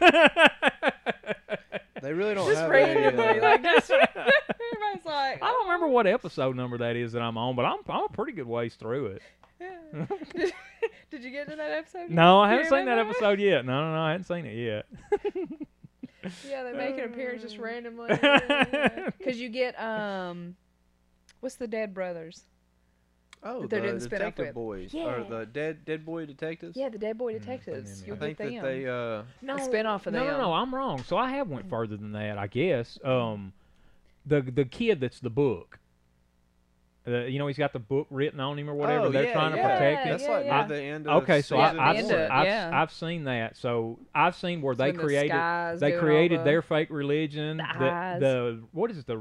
They really don't
just
have any,
randomly,
uh,
like just everybody's like.
I don't remember what episode number that is that I'm on, but I'm I'm a pretty good ways through it.
did, did you get to that episode?
No, I
Do you
haven't seen that
remember?
episode yet. No, no, no, I haven't seen it yet.
Yeah, they make an appearance just
Uh.
randomly. Because you get um, what's the Dead Brothers?
oh,
that they're
the
doing the spin-off
detective
with.
boys
Yeah.
or the dead dead boy detectives.
Yeah, the Dead Boy
Mm, I've seen
Detectives.
that.
I
You'll
think
get
that
them.
they uh
No,
spin-off of
no,
them. Mm.
No, no, I'm wrong. So I have went further than that, I guess. Um, the the kid that's the book. Uh, you know, he's got the book written on him or whatever.
Oh,
They're
yeah,
trying to
yeah.
protect
Yeah,
him.
That's like
yeah.
near the end of
Okay, so
Yeah,
season
I, I've,
the end
seen-
one.
of-
I've,
yeah.
I've seen that. So I've seen where
It's
they
when the
created
sky's
they
doing all
created
the-
their fake religion.
The
the,
eyes.
the- what is it the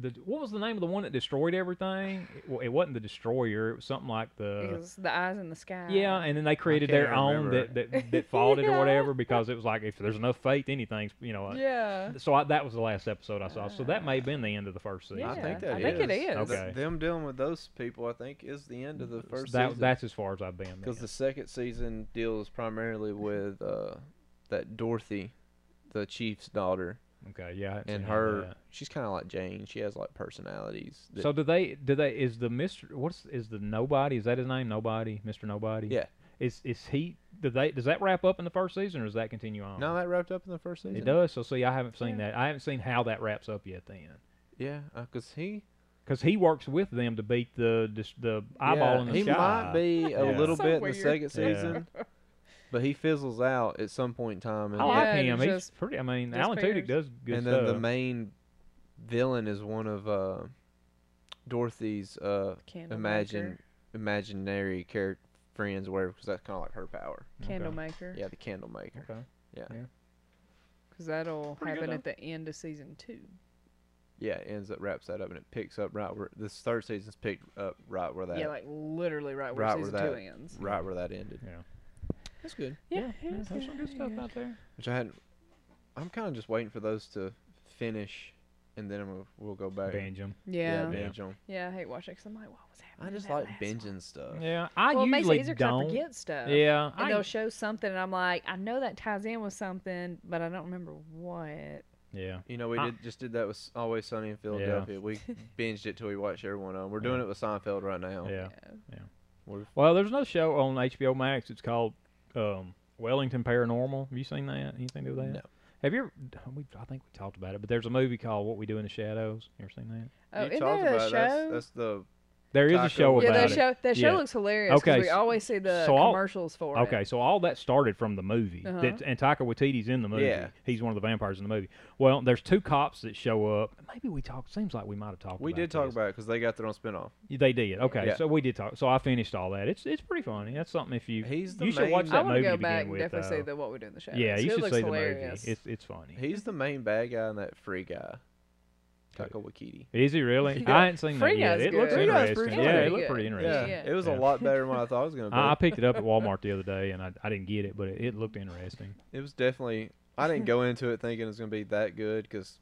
the what was the name of the one that destroyed everything? It, well, it wasn't the destroyer. It was something like the
Because the eyes in the sky.
yeah, and then they created
can't
their own
remember.
that that, that fought it
Yeah.
or whatever because it was like if there's enough faith, anything's you know. uh,
Yeah.
So I, that was the last episode I saw. So that may have been the end of the first season.
I think
Yeah,
that
I think it
is.
is.
Th-
Okay.
them dealing with those people, I think, is the end of the first
that,
season.
That's as far as I've been.
because
man.
the second season deals primarily with uh, that Dorothy, the chief's daughter,
okay, yeah, I hadn't
and
seen all
her.
that.
She's kind of like Jane. She has like personalities. that-
So do they? Do they? Is the Mister? What's is the nobody? Is that his name? Nobody, Mister Nobody.
Yeah.
Is is he? Do they? Does that wrap up in the first season, or does that continue on?
now that wrapped up in the first season.
it does. So see, I haven't seen that. I haven't seen how that wraps up yet. Then,
Yeah, because he
because he works with them to beat the dis- the eyeball
yeah,
in the
he
sky.
might be a
Yeah.
little
So
bit in
weird.
the second
Yeah.
season, but he fizzles out at some point in time. And,
Oh, I like
Yeah, it
him. He's
just
pretty. I mean, Alan Tudyk
disappears.
does good
and then
stuff.
the main villain is one of uh, Dorothy's uh,
Candle
imagine imaginary character friends, whatever, because that's kind of like her power.
Candle
Okay.
maker.
Yeah, the candle maker.
Okay.
Because that'll
Pretty good,
happen
though.
at the end of season two.
Yeah, it ends up wraps that up and it picks up right where this third season's picked up right where that
Yeah, like literally right where
Right where
season
that-
two ends.
right where that ended.
Yeah.
That's good.
Yeah, yeah, there's some good stuff out there.
Which I hadn't. I'm kind of just waiting for those to finish, and then I'm gonna, we'll go back. and-
Binge 'em.
Yeah.
Yeah.
yeah.
binge 'em.
I hate watching because I'm like, what was happening?
I
in
just
that
like
last one?
binging stuff.
Yeah, I
well, it makes it
usually
easier 'cause I
don't.
forget stuff.
yeah,
And
I
they'll show something, and I'm like, I know that ties in with something, but I don't remember what.
yeah.
You know, we
I-
did just did that with S- Always Sunny in Philadelphia. We binged it till we watched everyone on. We're doing
Yeah.
it with Seinfeld right now.
Yeah.
We're-
Well, there's another show on HBO Max. It's called um, Wellington Paranormal. Have you seen that? Anything to do with that?
No.
Have you ever? We, I think we talked about it, but there's a movie called What We Do in the Shadows. You ever seen that?
Oh,
you
isn't
talked
there a
about it. That's,
show?
that's the
There is
Taco
a show
Bell.
yeah,
about
that
it.
show that show
Yeah.
looks hilarious. 'cause
Okay,
we
so-
always see the
so I'll-
commercials for it.
Okay, so all that started from the movie.
Uh-huh.
That, and Taika Waititi's in the movie.
Yeah.
He's one of the vampires in the movie. Well, there's two cops that show up. Maybe we talked. Seems like we might have talked.
we
about
did talk
this.
about it because they got their own spinoff.
They did. Okay,
Yeah.
so we did talk. So I finished all that. It's it's pretty funny. That's something. If you
He's the
you should watch
main-
that
I
movie
want to
to
go
begin
back and
with.
definitely see
though.
the what we do in the show.
yeah,
is.
you
it
should
looks
see
hilarious.
the movie. It's it's funny.
He's the main bad guy in that free guy, Taika Waititi.
Is he really?
Yeah.
I hadn't seen that
Free
yet.
Guy's
It looks
good. Free Guy's
interesting.
pretty
yeah,
funny.
it looked pretty
Yeah.
interesting.
Yeah,
Yeah.
it was
Yeah.
a lot better than what I thought it was gonna be.
I, I picked it up at Walmart the other day, and I, I didn't get it, but it, it looked interesting.
It was definitely. I didn't go into it thinking it was gonna be that good because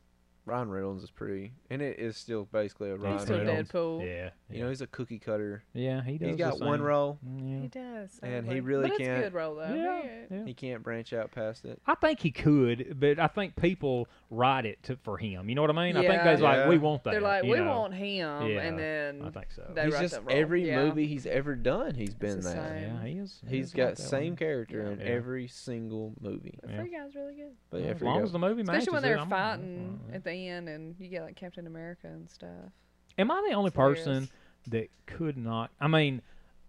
Ryan Reynolds is pretty, and it is still basically a Ryan
He's still
Reynolds.
Deadpool.
Yeah, yeah.
You know, he's a cookie cutter.
yeah, he does.
He's
the
got
same.
one role.
Mm,
He
Yeah.
does,
And he
sadly.
really
but It's
can't-
a good role though.
Yeah,
Yeah.
yeah.
He can't branch out past it.
I think he could, but I think people write it to, for him. You know what I mean? I think
Yeah.
they're
Yeah.
like, we want that.
They're like,
you
we
know?
want him,
Yeah,
and then
I think so.
they
he's
write
just
that role.
every
Yeah.
movie he's ever done. He's been
the
that.
same.
Yeah, he is. he
He's
is
got
like that
same
one.
character in
Yeah.
every single movie.
The
Yeah.
Free Guy's really good,
But yeah,
Yeah,
I
as long
forgot.
as the movie matches
especially when
it,
they're
I'm-
fighting
I'm-
at the end, and you get like Captain America and stuff.
Am I the only
It's hilarious.
person that could not? I mean,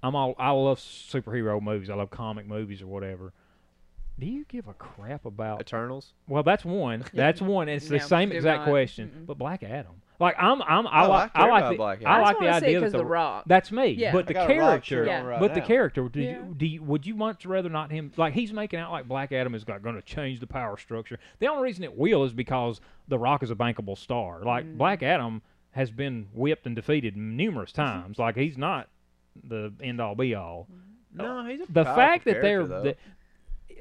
I'm all I love superhero movies. I love comic movies or whatever. Do you give a crap about
Eternals.
Well, that's one. That's one. It's the
No,
same
do
exact
not.
question.
Mm-mm.
But Black Adam. Like I'm, I'm, I
Oh, I
like, I,
care
like
about
the,
Black
I
Adam.
I
like
just
the
wanna see it
idea that
'cause the Rock.
That's me.
Yeah.
But
I
the
got a rock
character.
shirt on
Yeah.
right
but the
now.
character. Do
Yeah.
you, do you, would you much rather not him? Like he's making out like Black Adam is like going to change the power structure. The only reason it will is because the Rock is a bankable star. Like
Mm-hmm.
Black Adam has been whipped and defeated numerous times. Like he's not the end all be all
No, he's a
the
powerful
fact that they're
character, though.
that-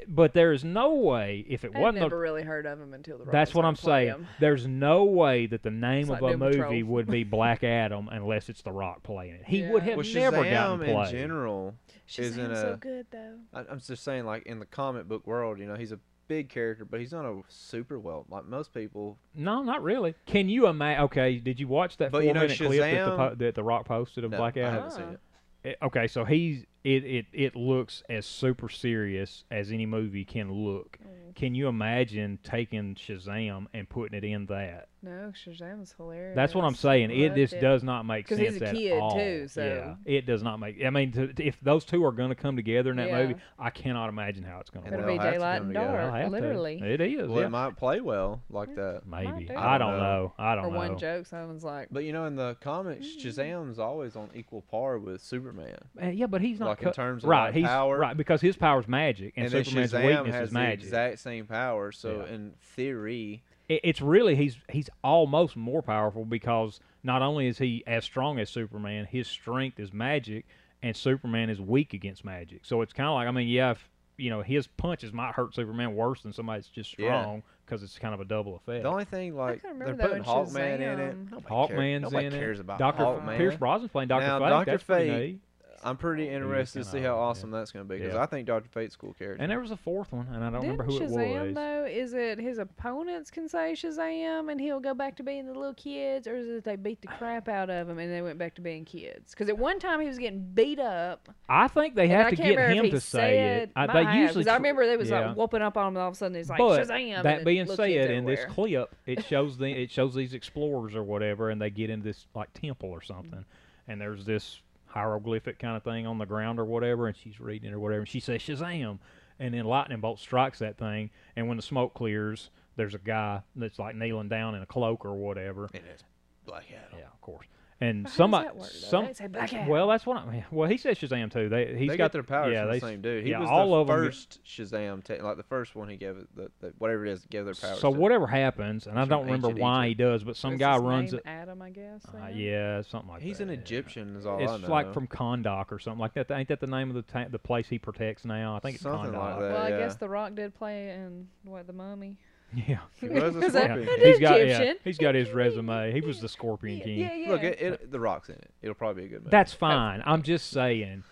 but there is no way if it
I've
wasn't the,
never really heard of him until the Rock
that's what
started
i'm
playing
saying
him.
there's no way that the name
It's
of
like
a
Doom
movie
Patrol.
would be black adam unless it's the rock playing it he would
Yeah.
have
well,
never
Shazam
gotten played
in general isn't
Shazam's so
a-
good though.
I- I'm just saying, like in the comic book world, you know, he's a big character, but he's not a super well. Like most people,
no not really can you imagine okay did you watch that
But
four
you know
minute clip that the,
Shazam-
po- that the rock posted of
no,
black Ah.
I
adam
haven't seen
Oh.
it.
It- okay so he's it, it it looks as super serious as any movie can look
Mm.
can you imagine taking shazam and putting it in that
No, Shazam's hilarious.
That's what I'm saying. It
Loved
this
it.
does not make
'Cause
sense
he's a
at
kid,
all.
too, so-
Yeah, it does not make. I mean, to, to- if those two are going to come together in that
Yeah.
movie, I cannot imagine how it's going
And
to
It'll
work.
be
they'll have to
daylight
come
and
together.
They'll
dark,
have to.
literally.
it is.
Well,
yeah.
it might play well like that.
Maybe
do.
I don't know. I don't
Or
know.
one joke, someone's like,
But you know, in the comics,
Mm.
Shazam's always on equal par with Superman.
Uh, yeah, but he's not
Like, in
co-
terms of,
right.
like,
he's
power.
right because his power's magic and,
And, then
Superman's
Shazam
weakness
has
is
the
magic.
exact same power. So
Yeah.
in theory,
It- it's really he's he's almost more powerful because not only is he as strong as Superman, his strength is magic, and Superman is weak against magic. So it's kind of like I mean, yeah, if, you know, his punches might hurt Superman worse than somebody that's just
Yeah.
strong because it's kind of a double effect.
the only thing like
can't
they're
remember that
putting
one,
Hawkman in it.
Shazam.
Nobody cares-
Hawkman's
nobody
in
cares
it.
about
Doctor
Hawkman.
Pierce Brosnon's playing Doctor
Now,
Fate.
Dr.
That's pretty
Fate-
neat.
I'm pretty interested to
kinda
see how
old, yeah.
awesome that's going to be because
Yeah.
I think Doctor Fate's a cool character.
And there was a fourth one, and I don't
Didn't
remember who
Shazam
it was.
though? Is it his opponents can say Shazam and he'll go back to being the little kids, or is it they beat the crap out of him and they went back to being kids? Because at one time he was getting beat up.
I think they
and
have
I
to
can't
get
remember
him
if he
to say it.
said,
I,
"My
they
ass," 'cause
usually.
I
tr-
remember they was
Yeah.
like whooping up on him, and all of a sudden he's like
but
Shazam. and
that
the
being
little
said,
kids
in this
everywhere.
clip, it shows the it shows these explorers or whatever, and they get into this like temple or something, and there's this hieroglyphic kind of thing on the ground or whatever, and she's reading it or whatever, and she says Shazam, and then lightning bolt strikes that thing, and when the smoke clears, there's a guy that's like kneeling down in a cloak or whatever.
And it's Black Adam.
Yeah, of course. And
But how
somebody,
does that work, though?
some
They say Black Adam.
well, that's what I mean. Well, he says Shazam too. They he's
they
got
got their powers
yeah,
from
they,
the same dude. He
yeah,
was
all
the
of 'em get-
first Shazam, te- like the first one he gave it, the, the, whatever it is, gave their powers.
So
to.
whatever happens, and I
It's
don't
from
remember
ancient
why he
Egypt.
does, but some
Is
guy
his
runs.
name
it.
Adam, I guess.
Uh,
Adam?
yeah, something like
He's
that.
an
yeah.
Egyption, is all I
It's
know.
like from Kondak or something like that. Ain't that the name of the ta- the place he protects now? I think it's
Something like
Kondak.
that.
Well, I
yeah.
guess The Rock did play in what the Mummy.
Yeah.
He was a
Is that-
scorpion.
I
king.
did-
He's got yeah,
Egyptian.
he's got his resume. He was the Scorpion
Yeah,
King.
yeah, yeah.
Look, it, it, the rock's in it. It'll probably be a good movie.
That's fine. I'm just saying.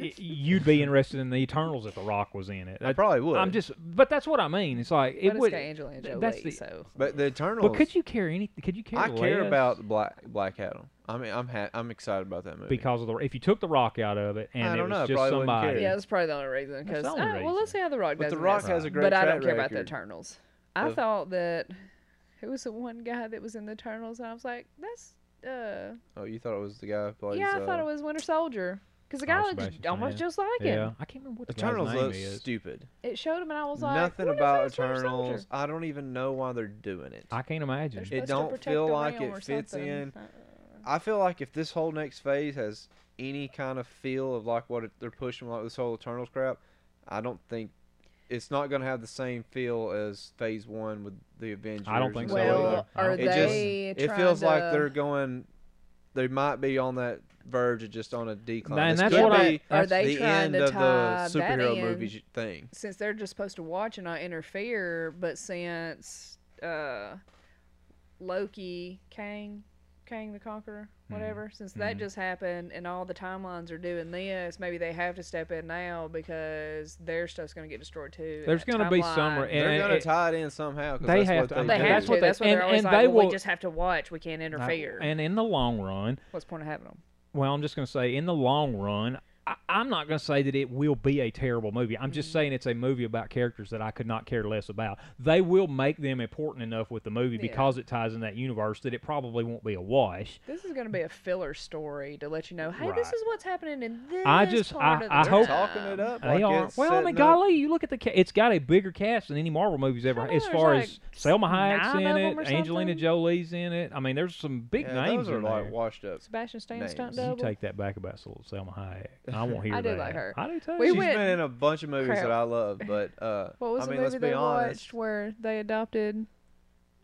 i- You'd be interested in the Eternals if The Rock was in it.
I probably would.
I'm just, but that's what I mean. It's like
but
it
it's
would.
got Angelina
th-
Jolie,
that's the-
so
But the Eternals.
But could you care any? Could you care?
I care
less?
about the Black Black Adam. I mean, I'm ha- I'm excited about that movie.
because of the if you took the rock out of it and
I
it was
don't know, I
just
probably wouldn't
somebody
care.
yeah, that's probably the only reason.
That's
Because
the only
well, let's
reason.
see how The Rock
but
does.
the
in
Rock
this.
has a great
but I
track
don't care about the
record.
Eternals. I
Of-
thought that who was the one guy that was in the Eternals, and I was like, that's uh,
Oh, you thought it was the guy who plays.
yeah, I
uh,
thought it was Winter Soldier because the
Oh,
guy looked
Sebastian
almost
Stan.
just like him.
Yeah, I can't remember what the guy's
Eternals
name
looks
is.
stupid.
It showed him, and I was like,
Nothing
"What is
about
this Winter Soldier?"
Eternals. I don't even know why they're doing it.
I can't
They're
imagine.
It
supposed to
don't
protect
feel
the
like
realm
it
or
fits
something.
in.
Uh,
I feel like if this whole next phase has any kind of feel of like what it, they're pushing, like this whole Eternals crap, I don't think it's not going to have the same feel as Phase One with the Avengers.
think
and
so
all
either.
well,
I don't-
are
that.
It
uh, It just
they
it
trying
feels like
to-
they're going. They might be on that verge of just on a decline.
And
This
that's
could
what I-
be
Are
they
the
trying
end
to
of
tie
the
that
superhero
in?
movie thing.
since they're just supposed to watch and not interfere, but since uh, Loki, Kang, Kang the Conqueror,
Mm-hmm.
whatever, since that just happened and all the timelines are doing this, maybe they have to step in now because their stuff's going to get destroyed too. and
There's
that
gonna be summer-
timeline-
And
They're going
it-
to tie it in somehow. 'cause
they
that's
have
what
to-
They
They
and
have
do.
that's
to.
what they-
that's what they're
and-
always
and
like.
they
well,
will-
we just have to watch. We can't interfere.
And in the long run,
What's the point of having them?
well, I'm just going to say, in the long run, I, I'm not going to say that it will be a terrible movie. I'm
Mm-hmm.
just saying it's a movie about characters that I could not care less about. They will make them important enough with the movie
Yeah.
because it ties in that universe that it probably won't be a wash.
This is going to be a filler story to let you know, hey, this
Right.
is what's happening in this
I just-
part
I-
of the
I hope-
talking it up.
They
like
are
it's
well. I mean,
setting up-
golly, you look at the ca- it's got a bigger cast than any Marvel movies ever.
I know,
As
there's
far
like
as Selma
nine
Hayek's
of
in
'em or
it, Angelina
something.
Jolie's in it. I mean, there's some big
yeah,
names
Those are
in
like
there.
washed up.
Sebastian Stan stunt
Names.
You
double.
take that back about Sel- Selma Hayek. I won't hear
I do
that.
like her.
I do too.
We
She's
She's-
went-
been in a bunch of movies
crap.
that I love, but uh,
what was
I mean,
the
let's
movie
be
they
honest.
watched where they adopted?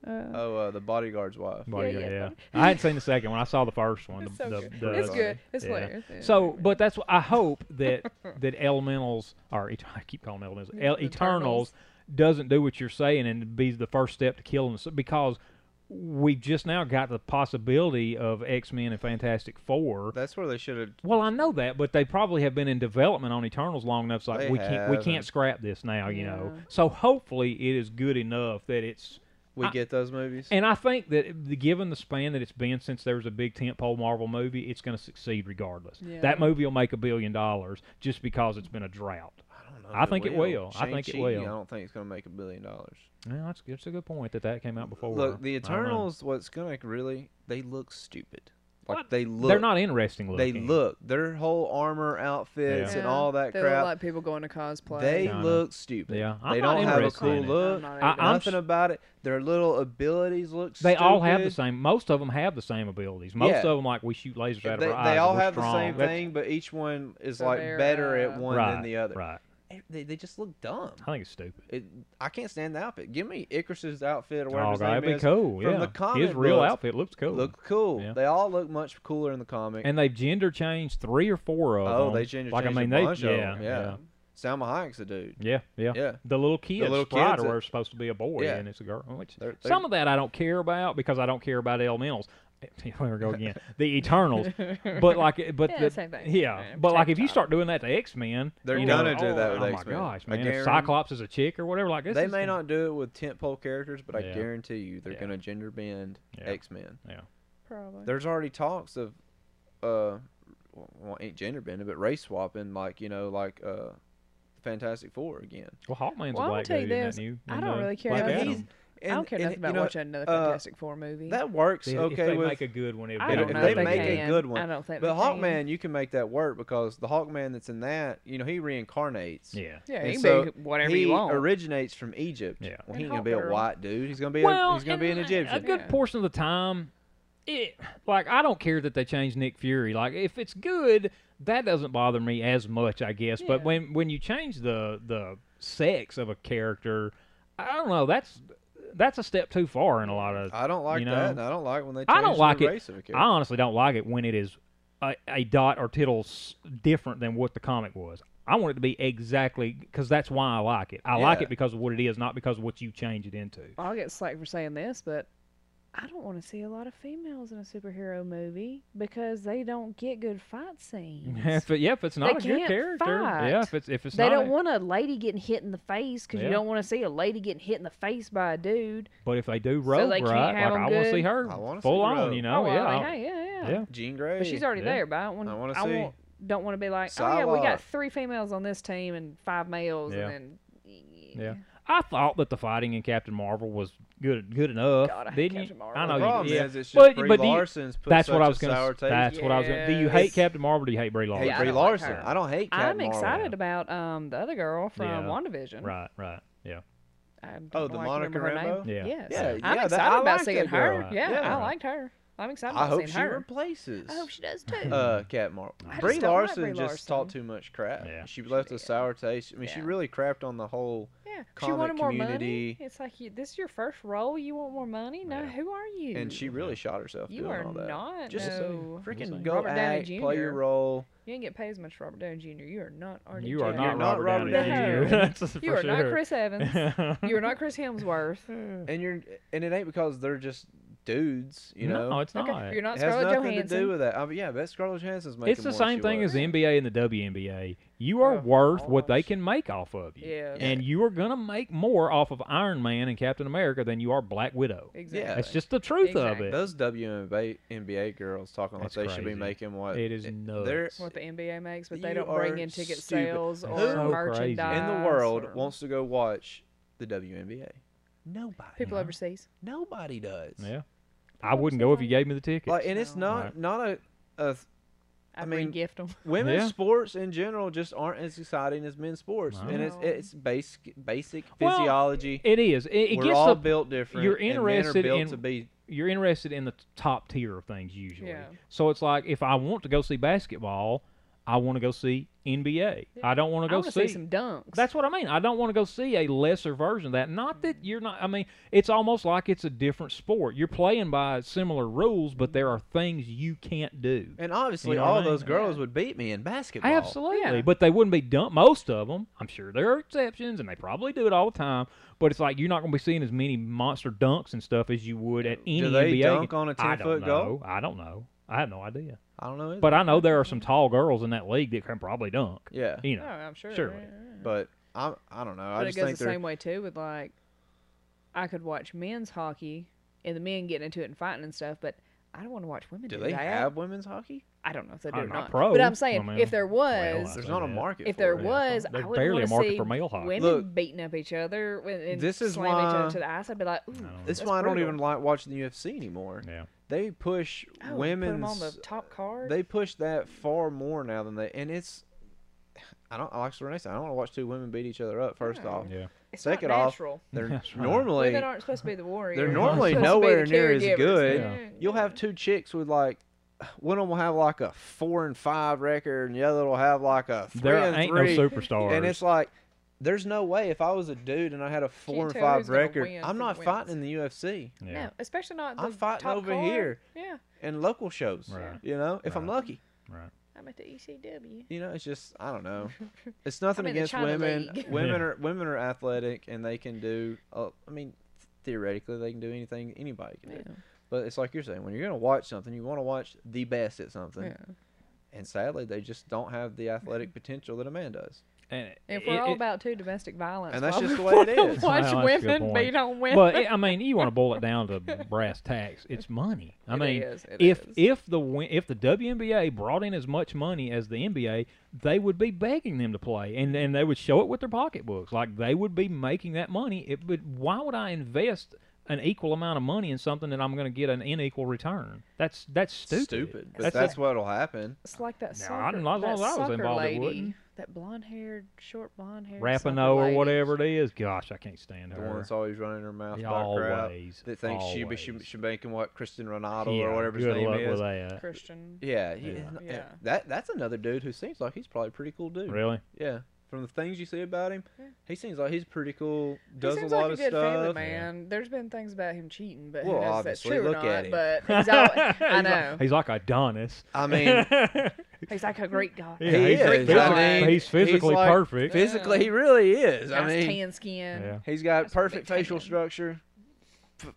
Uh,
Oh, uh, the bodyguard's wife.
Buddy,
yeah,
yeah,
yeah.
I hadn't seen the second one. I saw the first one.
it's
the-
so
the-
good.
the-
it's
uh,
good. It's
yeah.
hilarious. Yeah.
So, but that's what I hope that that elementals or et- I keep calling them elementals El-
Eternals.
eternals doesn't do what you're saying and be the first step to killing us because we've just now got the possibility of X Men and Fantastic Four.
That's where they should have.
Well, I know that, but they probably have been in development on Eternals long enough. So like,
They
we can't we can't
haven't.
scrap this now, you know.
Yeah.
So hopefully it is good enough that it's
We
I-
get those movies.
and I think that the, given the span that it's been since there was a big tentpole Marvel movie, it's going to succeed regardless.
Yeah.
That movie will make a billion dollars just because it's been a drought.
I don't know.
I
if
think it will. I think it
Shang-Chi,
will.
I don't think it's going to make a billion dollars.
Yeah, that's, that's a good point that that came out before.
Look,
I
the
don't know.
Eternals. What's going to really? They look stupid. Like
What?
they look.
they're not interesting
They
looking.
look. Their whole armor outfits
Yeah.
and all that
they
crap.
Look like people going to cosplay.
they
Kinda.
look stupid.
Yeah, I'm
they
not
don't have a
interested in
cool
it.
look.
I'm not
I-
into
I'm
nothing
s-
about it. Their little abilities look.
They all have the
stupid.
same. Most of them have the same abilities. Most
Yeah.
of them like we shoot lasers out
They,
of our eyes.
they
and
all
we're
have
strong.
the same
That's-
thing, but each one is
So
like
they're,
better at
uh,
one
right,
than the other.
Right.
They, they just look dumb.
I think it's stupid.
It, I can't stand the outfit. Give me Icarus's outfit or whatever
Oh,
his name
that'd be
is.
cool.
from
yeah.
the
His
comic
real
books.
outfit looks cool.
Look cool.
Yeah.
They all look much cooler in the comic.
and they've gender changed three or four of
Oh,
them.
they gender
like,
changed
I
a
mean, they
bunch of
yeah,
them,
yeah.
yeah. Salma Hayek's a dude.
Yeah, yeah,
Yeah.
The little kids,
little
Spider,
kids that-
are supposed to be a boy,
Yeah.
and it's a girl. Which,
They're- they're-
some of that I don't care about because I don't care about elementals. there we go again. The Eternals, but like, but
Yeah,
the,
same thing.
yeah,
Yeah,
but like if you
protect
start doing that to X Men,
They're
you know,
gonna do that with
oh
X-Men.
my gosh,
I
man! If
guarantee-
Cyclops is a chick or whatever, like this
They
is
may not do it with tentpole characters, but
Yeah.
I guarantee you they're
Yeah.
gonna gender bend
Yeah.
X Men.
Probably.
There's already talks of, uh, well, ain't gender bending, but race swapping, like you know, like uh, Fantastic Four again.
Well, Hawkman's
Well,
a
I'm
black
gonna tell you
dude, isn't
this,
that new?
I
And,
don't
uh,
really care
Black
about
Adam.
these- And,
I don't care
and,
nothing
you
about
know,
watching another
uh,
Fantastic Four movie.
That works
If- if
okay
they
with
make a good one, it would
I
be
don't
if
know
they
if they
make a
can.
good one.
I don't think
But
they can.
Hawkman, you can make that work because the Hawkman that's in that, you know, he reincarnates.
yeah.
Yeah,
And
he can
so
be whatever
he
you want.
originates from Egypt.
Yeah.
Well,
And
he ain't gonna be a
Hawkgirl.
white dude. He's gonna be
well,
a, he's gonna be an
uh,
and
Egyptian.
A good
Yeah.
portion of the time, it like I don't care that they changed Nick Fury. Like if it's good, that doesn't bother me as much, I guess. But
Yeah.
when when you change the the sex of a character, I don't know. That's that's a step too far in a lot of. I,
I don't like
you know?
that. And I don't like when they. Change
I don't like
the
it.
Race of a character.
honestly don't like it when it is a, a dot or tittle s- different than what the comic was. I want it to be exactly because that's why I like it. I like
Yeah.
it because of what it is, not because of what you change it into.
I'll get slack for saying this, but I don't want to see a lot of females in a superhero movie because they don't get good fight scenes.
if it, yeah, if it's
They
not a good
can't
character, yeah,
fight.
if it's if it's
they
not
don't
a-
want a lady getting hit in the face because
Yeah.
you don't want to see a lady getting hit in the face by a dude.
But if they do Rogue,
they can't
right,
have
like I
'em
want to see
good?
her
I wanna see
full on,
Rogue.
you know,
well,
yeah,
I mean,
I-
hey, Oh, yeah, yeah,
yeah.
Jean Grey.
But Oh, she's already
yeah.
there, but I don't want.
I
I,
wanna see.
won't, don't want to be like, oh yeah, we
Psylocke.
got three females on this team and five males,
Yeah.
and then
Yeah. I thought that the fighting in Captain Marvel was good, good enough.
God, I hate
didn't you?
Captain Marvel.
I
The
know
problem
you. Yeah.
is, it's just
But-
Brie
but do you-
Larson's put
that's
such
what I was
a sour
gonna.
taste.
That's what I was gonna. Do you hate
Yes.
Captain Marvel? or Do you hate Brie Larson?
hate
I
Brie
don't like
Larson.
her.
I don't hate. Captain
I'm
Marvel.
excited about um the other girl from
Yeah.
WandaVision.
Right, right, yeah,
I don't
Oh,
know
the
why I can't
Monica
remember her
Rambeau?
name.
Yeah.
Yes.
Yeah,
I'm
yeah, that-
excited
I
about
like
seeing
that
her.
girl.
Yeah,
Yeah.
I liked her. I'm excited
I
about
hope
seeing
she
her.
replaces.
I hope she does too.
uh, Cat Marvel.
I just
Brie
don't like
Larson
Brie
just talked
Larson.
too much crap.
Yeah.
She left a
did.
sour taste. I mean, she
Yeah.
really crapped on the whole.
yeah, she
comic
wanted more
community.
money. It's like you, this is your first role. You want more money? No,
Yeah.
who are you?
And she really shot herself
you
doing
are
all that.
not.
Just
no,
We'll
Freaking
see.
go
Robert Downey
act, play your
Jr..
role.
you ain't get paid as much, as Robert Downey Jr. You are not. RDJ.
you are not
not
Robert
Robert
Downey
Downey
Jr.
Jr.
That's for
You are not
sure.
Chris Evans. you are not Chris Hemsworth.
And you're and it ain't because they're just dudes. You know,
no, it's
Okay,
not.
You're not
it has
Scarlett
nothing
Johansson.
to do with that. I mean, yeah, I bet Scarlett Johansson's making.
It's the
more than
same
she
thing
was.
as the NBA and the WNBA. You are
Yeah,
worth what they
almost.
can make off of you.
Yeah.
And you are going to make more off of Iron Man and Captain America than you are Black Widow.
Exactly.
Yeah.
That's just the truth
Exactly.
of it.
Those WNBA NBA girls talking like
That's
they should be
crazy.
making what
It is
they're
nuts.
What the NBA makes, but they
You
don't bring
are
in ticket
stupid.
sales
That's
or
so crazy.
merchandise.
in the world
or-
wants to go watch the WNBA. Nobody.
people overseas.
Nobody does.
Yeah. I wouldn't go if you gave me the tickets.
Like, and it's
No.
not not a, a
I,
I mean,
gift them.
women's
Yeah.
sports in general just aren't as exciting as men's sports, and it's
No.
it's basic basic
Well,
physiology.
it is. It, it
We're
gets
all
the-
built different.
you're
and men are
interested
built
in-
to be
you're interested in the t- top tier of things usually.
Yeah.
So it's like if I want to go see basketball, I want to go see NBA. I don't want to
I
go
want to see some dunks.
That's what I mean. I don't want to go see a lesser version of that. Not that you're not. I mean, it's almost like it's a different sport. You're playing by similar rules, but there are things you can't do.
And obviously,
know what
all
I mean?
those girls
Yeah.
would beat me in basketball.
Absolutely,
Yeah.
but they wouldn't be dumped. Most of them, I'm sure there are exceptions, and they probably do it all the time. But it's like you're not going to be seeing as many monster dunks and stuff as you would at any
they
NBA.
dunk
game.
on a
I
10-foot
don't
goal?
know. I don't know. I have no idea.
I don't know. Either.
But I know there are some tall girls in that league that can probably dunk.
yeah,
You
No,
know,
Oh, I'm sure.
surely.
yeah, yeah.
but I I don't know. I
But it
just
goes
think
the
they're
same way too with like, I could watch men's hockey and the men getting into it and fighting and stuff, but I don't want to watch women
do
do,
they
that.
have women's hockey?
I don't know if they do
I'm
or
not
not.
pro.
But I'm
I
saying
mean,
if there
well,
was,
I-
There's
So
not a
yeah.
market.
if
for
there
it.
was,
There's
I would
barely a
want to
market
see
for male hockey.
women
Look,
beating up each other when- and
this is
slamming each
why-
other to the ice. I'd be like, ooh, oh,
know.
That's,
that's
why I don't
brutal.
even like watching the UFC anymore.
yeah.
They push
Oh, put them
women's.
on the top card.
They push that far more now than they, and it's. I don't like Renee said. I don't want to watch two women beat each other up. First
No.
off,
Yeah.
it's
take
not
it off.
natural.
they're
That's right.
normally
Women aren't supposed to be the warriors.
normally
supposed to be
nowhere
the
near as
caregivers.
good.
Yeah.
You'll have two chicks with like one of them will have like a four and five record, and the other will have like a three
There
and
ain't
three.
no superstars.
and it's like, there's no way if I was a dude and I had a four and
tell
five
who's gonna
record,
win
I'm
from
not
wins.
fighting in the UFC
yeah.
No, especially not. The
I'm fighting
top
over
card.
here.
Yeah,
and local shows.
Right.
You know, if I'm
Right.
lucky.
Right.
I'm at the E ECW.
You know, it's just I don't know. It's nothing
I'm in the
against
China
women.
League.
Women
Yeah.
are women are athletic and they can do. Uh, I mean, theoretically, they can do anything anybody can do.
Yeah.
But it's like you're saying, when you're gonna watch something, you want to watch the best at something. And sadly, they just don't have the athletic potential that a man does.
And
If
it-
we're all
it-
about too domestic violence,
And that's
why
just the
would
way it
we wanna
is.
Well,
Watch
that's a good
women
point.
beat on women.
but I mean, you want to boil it down to brass tacks. It's money. I
It
mean,
is, it
if
is.
if the win- if the WNBA brought in as much money as the NBA, they would be begging them to play, and and they would show it with their pocketbooks. Like they would be making that money. It would. Why would I invest? An equal amount of money in something that I'm going to get an unequal return. That's that's stupid.
Stupid. But
That's
that's,
a-
what'll happen.
it's like that
No,
soccer,
I didn't- as long
that
as I was
soccer
involved, it
lady,
wouldn't.
that blonde-haired, short blonde-haired, soccer
Rapinoe or
lady.
whatever it is. Gosh, I can't stand
The one
her.
that's always running her mouth
Yeah,
about crap.
always,
That thinks she be she,
always.
she making what Kristen Ronaldo
Yeah,
or whatever his
good
name
luck
is.
with that.
Christian.
Yeah, he,
Yeah.
and-
Yeah.
That that's another dude who seems like he's probably a pretty cool dude.
Really?
Yeah. From the things you see about him,
Yeah.
he seems like he's pretty cool.
He
Does
seems
a lot
like
of
a good family
stuff.
man. There's been things about him cheating, but
Well,
who knows
obviously,
if that's true
look
or
at
not.
him.
But he's always,
He's
I
like-
know
he's like Adonis.
I mean,
he's like a great guy.
Yeah,
he
he's,
is.
physically,
I mean,
he's physically
like-
perfect.
physically, he really is. I
Nice
mean,
tan skin.
Yeah.
he's got
That's a big
perfect facial
tan.
structure, f-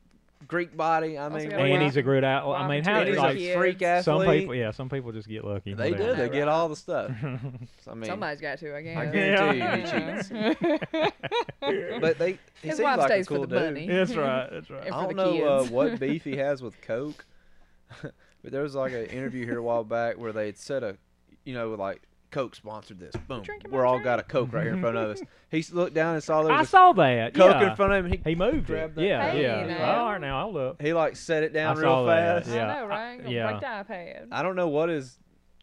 Greek body. I
Also
mean,
got a
what-
And
Wow.
he's a great athlete. I
Wow,
mean,
a-
how
and he's
like,
like
a freak athlete.
some people? Yeah, some people just get lucky.
they do. They
whatever.
get all the stuff. I mean,
Somebody's got to, I guess.
guarantee you he
cheats.
but they he
His
seems
wife
like
stays
a
for
cool
the
dude.
money.
That's right. That's right.
And
I
for the
don't know uh,
kids.
what beef he has with Coke, but there was like an interview here a while back where they had said a, you know, like Coke sponsored this. Boom,
drinking my
we're all got a Coke right here in front of us. He s- looked down and saw there
I
was
saw that.
a Coke
yeah.
in front of him. He,
He moved it.
Grabbed that
Yeah,
Hey,
yeah.
man.
All right, now I'll look.
he like set it down
I
real
saw that,
fast.
yeah.
I know,
I-
right? Gonna
yeah.
break the iPad.
I don't know what is.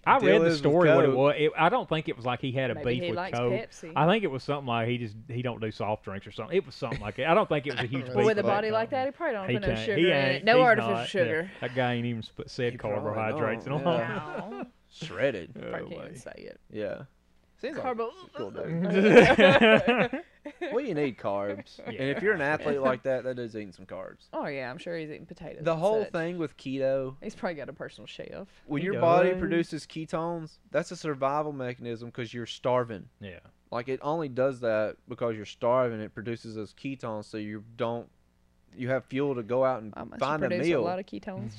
I read
Deal
the
is with
story what it
Coke.
was. It, I don't think it was like he had a
Maybe
beef
he
with
likes
Coke.
Pepsi.
I think it was something like he just he don't do soft drinks or something. It was something like that. I don't think it was a huge beef.
Well,
with a
with
body
Coke.
like that, he probably don't
He
put no
can't.
sugar
he
in
ain't.
it. No
he's
artificial
not, yeah.
sugar.
That guy ain't even sp- said
He probably
carbohydrates and
don't,
all. Oh,
yeah.
Wow.
Shredded.
Probably can't even say it.
Yeah. Seems like
Carbo-
a cool dude.
that.
well, you need carbs, and if
Yeah.
you're an athlete like that, that dude's eating some carbs.
Oh yeah, I'm sure he's eating potatoes.
The
and
whole
such.
thing with keto,
He's probably got a personal chef.
when
He
your body
does.
produces ketones, that's a survival mechanism because you're starving.
yeah.
Like it only does that because you're starving. It produces those ketones, so you don't you have fuel to go out and
I must
find a
produce a,
meal.
lot of ketones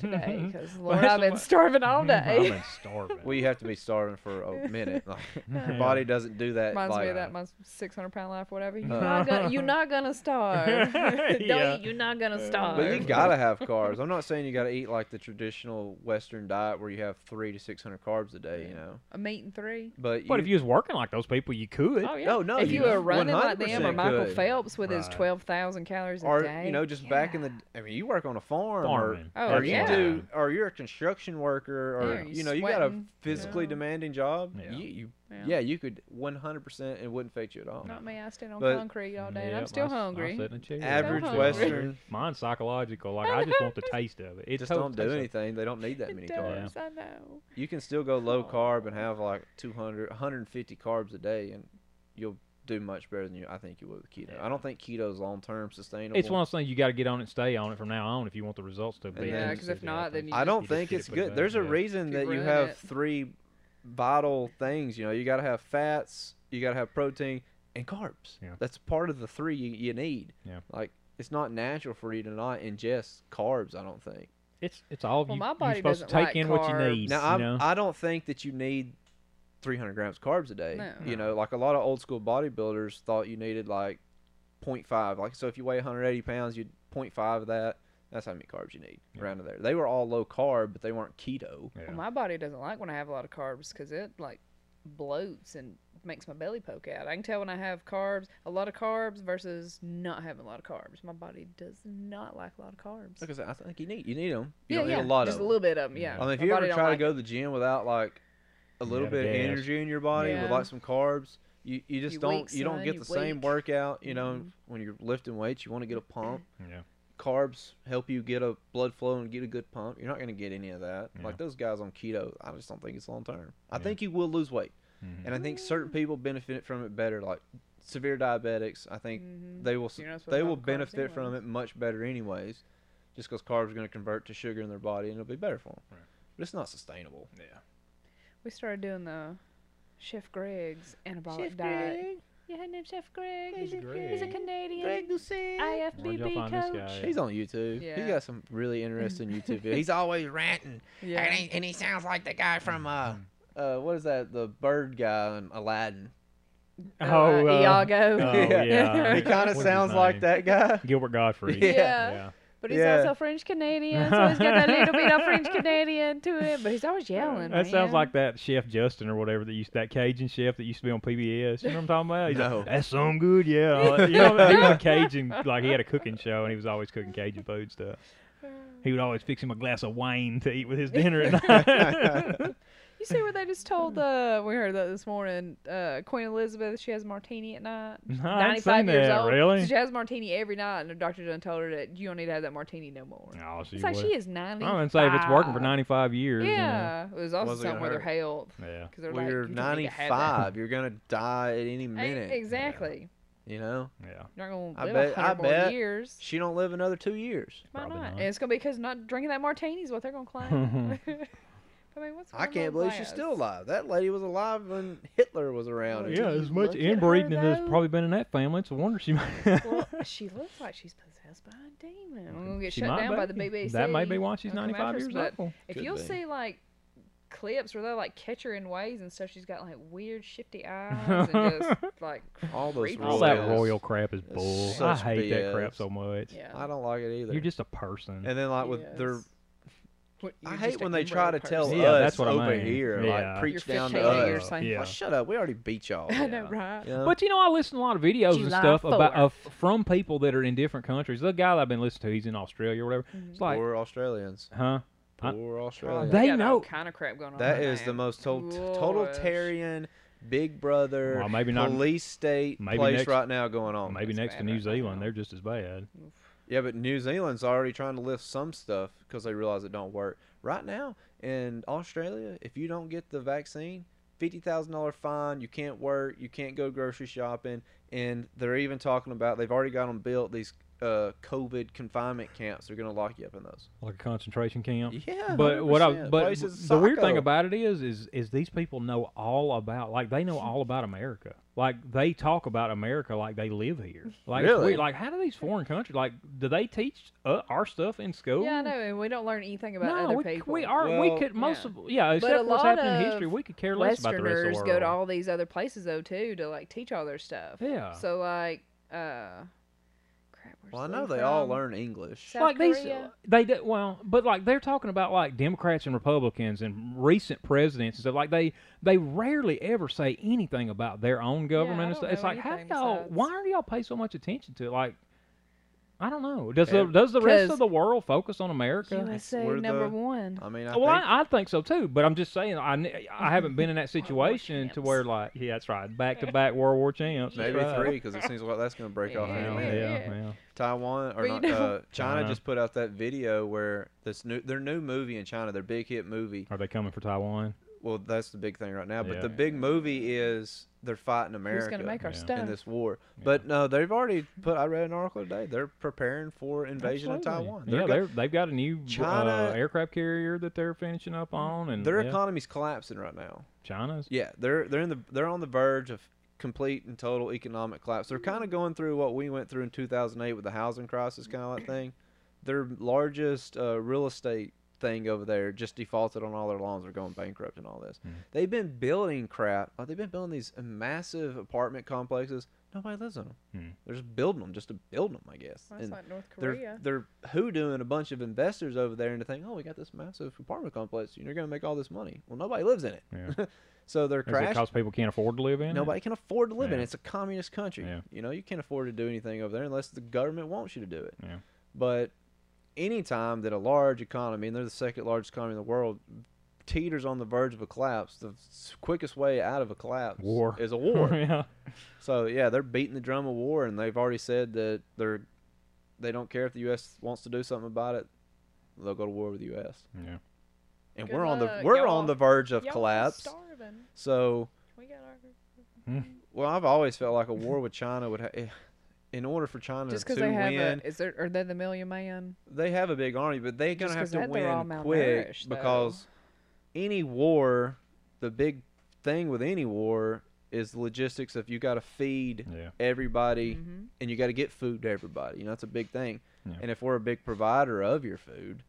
today because
Well,
Lord,
that's
I've
a
been
lot-
starving all
Mm-hmm. I've
day.
been starving.
well, you have to be starving for a minute. Like, your
Yeah.
body doesn't do that.
Reminds
like,
me of that my 600 pound life, whatever. You're,
Uh.
not, gonna, you're not gonna starve. Don't
Yeah.
eat, you're not gonna starve.
But you gotta have carbs. I'm not saying you gotta eat like the traditional Western diet where you have three to six hundred carbs a day. You know,
a meat and three.
but you,
But if you was working like those people, you could.
Oh yeah.
No, no,
If
you
you were running like
100%
them or Michael
could.
Phelps with his
Right.
12,000 calories a
or
day.
you know just back in the, I mean, you work on a farm
Farming.
or,
Oh,
or you
yeah.
do or you're a construction worker or
Yeah, you
you know you got a
sweating,
physically
yeah.
demanding job.
Yeah.
You, you yeah.
Yeah.
you could 100 percent it wouldn't affect you at all.
Not me. I stand on
But-
concrete all day, and
Yep, I
I'm still
s- I
hungry.
sit in a chair.
Average
hungry.
Western
Mine's psychological. Like I just want the taste of it. It
just
totally
don't do
tastes like-
anything. They don't need that many
It
carbs.
does. I know.
You can still go low
Oh.
carb and have like 200 150 carbs a day and you'll do much better than you I think you would with keto. I don't think keto's long term sustainable.
It's one of those things you got to get on it, stay on it from now on if you want the results to be. as
then- Yeah,
'cause if
good as
not,
I think.
then you
I
just-
don't
just
think
get it
it's
put it
good.
back,
There's a
yeah.
reason
If you
that you
ruin
have
it.
three vital things. You know, you got to have fats, you got to have protein, and carbs.
Yeah.
That's part of the three you, you need.
Yeah.
Like, it's not natural for you to not ingest carbs, I don't think.
It's it's all
Well,
you,
my
you're
body
supposed to
doesn't
take
like
in what you
carbs.
need.
Now, I'm,
you know?
I don't think that you need 300 grams of carbs a day.
No.
You know, like a lot of old school bodybuilders thought you needed like 0.5. Like, so if you weigh 180 pounds, you'd 0.5 of that. That's how many carbs you need
Yeah.
around there. They were all low carb, but they weren't keto.
Yeah.
Well, my body doesn't like when I have a lot of carbs because it like bloats and makes my belly poke out. I can tell when I have carbs, a lot of carbs versus not having a lot of carbs. My body does not like a lot of carbs.
Like I said, I think you need you need them. You
yeah,
don't
yeah.
need a lot
Just
of
a
'em.
little bit of them. Yeah.
I mean, if
My
you ever
body don't
try to
like
go to the gym without like a little
Yeah,
bit of
gas.
energy in your body, with
Yeah.
like some carbs, you, you just
You
don't
weak,
you don't
son,
get
you
the same
weak.
workout. You know,
Mhm.
when you're lifting weights, you want to get a pump.
yeah.
Carbs help you get a blood flow and get a good pump. You're not going to get any of that.
Yeah.
Like those guys on keto, I just don't think it's long term. I
Yeah.
think you will lose weight,
Mhm.
and I think certain
Mm.
people benefit from it better. Like severe diabetics, I
it.
think
Mhm.
they will s-
You're not supposed
they
to
will
have carbs
benefit from
anyways.
it much better anyways, just because carbs are going to convert to sugar in their body and it'll be better for them.
Right.
But it's not sustainable.
Yeah.
We started doing the Chef Greg's anabolic diet. You had named Chef Greg.
Who's
He's a
Greg?
Canadian
Where'd
Greg
y'all
IFBB
find this
coach.
guy? at?
He's on YouTube. He's
Yeah.
got some really interesting YouTube videos. He's always ranting, and,
Yeah.
he, and he sounds like the guy from uh,
Mm-hmm.
uh, what is that? The bird guy in Aladdin.
Oh,
uh,
uh,
Iago.
Oh,
Yeah.
yeah.
He kind
What's
of
his
sounds like
name?
that guy.
Gilbert Godfrey.
Yeah.
Yeah.
But he's
Yeah.
also French Canadian, so he's got that little bit of French Canadian to it. But he's always yelling.
That sounds
man.
like that chef Justin or whatever that used that Cajun chef that used to be on PBS. You know what I'm talking about? He's
No.
like, That's some good, yeah. All that- You know, he was a Cajun, like he had a cooking show and he was always cooking Cajun food stuff. He would always fix him a glass of wine to eat with his dinner at night.
You see what they just told the we heard that this morning. Uh, Queen Elizabeth, she has a martini at night.
I hadn't seen
years
that,
old.
really?
So she has a martini every night, and the doctor done told her that you don't need to have that martini no more.
oh, she
it's like
would.
she is ninety.
I'm gonna say if it's working for 95 years.
Yeah, it was also
Wasn't gonna
something with her
hurt.
health
You know? Yeah.
because they're
Well, you're
like, you don't need to have that."
95. You're gonna die at any
Hey,
minute.
Exactly.
You know,
Yeah.
You're not
I
gonna live
bet-
a
I
hundred more
bet
years.
she don't live another two years.
Why
Probably
not?
not.
And it's gonna be because not drinking that martini is what they're gonna claim. I mean, what's
I
going
can't
on
believe
with
she's
that?
still alive. That lady was alive when Hitler was around. and-
Yeah,
Oh, you
as much
look at her,
inbreeding as there's
though?
probably been in that family. It's a wonder she might.
well, she looks like she's possessed by a demon. I'm gonna get
she
shut
might
down by the
be.
BBC.
That may be why she's
They'll come
95
after us,
years
but
old.
If
Could
you'll
be.
see like clips where they like catch her in ways and stuff, she's got like weird shifty eyes and just like
All those
Creepy.
All
BS.
that royal crap is
It's
bull. I
such
hate that crap
BS.
so much.
yeah.
I don't like it either.
You're just a person.
and then like with their,
Yes. What-
I
you're
hate
just a
when they try to
number
tell
person.
Yeah,
us
that's what I
over
mean.
here, like
Yeah.
preach
You're
down to
15 at your
us.
side.
yeah.
Like, shut up, we already beat y'all.
I know, right?
You know?
But you know, I listen to a lot of videos and
July
stuff about
4th.
of, from people that are in different countries. The guy that I've been listening to, he's in Australia or whatever. It's like,
poor Australians,
huh? I-
poor Australians.
They
Mm-hmm. got all
know-
kind of crap going on.
That
over
is
there.
the most to-
Gosh.
totalitarian, Big Brother,
Well, maybe not-
police state
maybe
place
next-
right now going on.
Maybe
that's
next to
bad
New
right now.
Zealand, they're just as bad.
Yeah, but New Zealand's already trying to lift some stuff because they realize it don't work. Right now in Australia, if you don't get the vaccine, fifty thousand dollar fine. You can't work. You can't go grocery shopping. And they're even talking about they've already got them built these uh, COVID confinement camps. They're gonna lock you up in those.
like a concentration camp.
Yeah,
But what I
100%.
but
Place is
the weird thing
psycho.
about it is is is these people know all about like they know all about America. Like they talk about America like they live here. Like it's
Really?
weird. like how do these foreign countries like do they teach uh, our stuff in school?
Yeah, I know, and we don't learn anything about
no,
other
we,
people.
we are
Well-
we could most
Yeah.
of yeah
But
except
a
for what's
lot
happening in
of
history we could care less about the rest of
Westerners
the world.
go to all these other places though too to like teach all their stuff.
yeah,
So like, uh, crap. Where's
Well, I
Lou
know they all
from?
learn English.
South
like these
Korea.
they do, well, but like they're talking about like Democrats and Republicans and recent presidents and stuff. Like they they rarely ever say anything about their own government
I
and
don't
stuff. It's
know
like how do
anything
y'all
besides-
why do y'all pay so much attention to it? Like I don't know. Does the
Yeah.
does the rest
'Cause-
of the world focus on America?
USA
We're
number
the-
one.
I mean, I
well,
think
I, I think so too, but I'm just saying I, ne- I haven't been in that
World War
situation to
champs.
where like yeah that's right back to back World War champs that's
maybe
right.
three because it seems like that's gonna break off.
Yeah,
Yeah,
anyway.
yeah,
yeah.
yeah.
Taiwan or
But you
not,
know-
uh, China,
China.
just put out that video where this new their new movie in China, their big hit movie.
Are they coming for Taiwan?
Well, that's the big thing right now. But
Yeah.
the big movie is they're fighting
Who's
America
gonna make our
Yeah.
stuff?
in this war. But no, they've already put. I read an article today. They're preparing for invasion
Absolutely.
of Taiwan.
Yeah,
They're go-
they're, they've got a new uh,
China- Mm-hmm.
aircraft carrier that they're finishing up on, and
their
yeah,
economy's collapsing right now.
China's.
Yeah, they're they're in the they're on the verge of complete and total economic collapse. They're kind of going through what we went through in 2008 with the housing crisis, kind of that thing. Their largest uh, real estate thing over there just defaulted on all their loans. They're going bankrupt and all this. They've been building crap. Like they've been building these massive apartment complexes. Nobody lives in them.
Mm.
They're just building them, just to build them, I guess.
That's
And-
like North Korea.
they're they're hoodooing a bunch of investors over there into thinking, oh, we got this massive apartment complex, and you're going to make all this money. Well, nobody lives in it,
Yeah.
so they're
Is it
crashing.
because people can't afford to live in? it?
Nobody can afford to live in
Yeah.
it. It's a communist country.
Yeah.
You know, you can't afford to do anything over there unless the government wants you to do it.
Yeah.
But anytime that a large economy, and they're the second largest economy in the world, teeters on the verge of a collapse, the s- quickest way out of a collapse
War.
is a war.
yeah.
So yeah, they're beating the drum of war, and they've already said that they're they don't care if the U.S. wants to do something about it. They'll go to war with the U.S.
Yeah.
And
Good
we're on the
luck,
we're
y'all.
on the verge of
Y'all are
collapse.
Starving.
So
We got our
well, I've always felt like a war with China would. Ha- eh, in order for China
just
to
because they have
win,
a is there are they the million man?
they have a big army, but they're gonna
Just
have
'cause that
to
they're all
win quick
malnourished, though.
because any war, the big thing with any war is the logistics of you got to feed
Yeah.
everybody
Mhm.
and you got to get food to everybody. You know, it's a big thing.
Yeah.
And if we're a big provider of your food,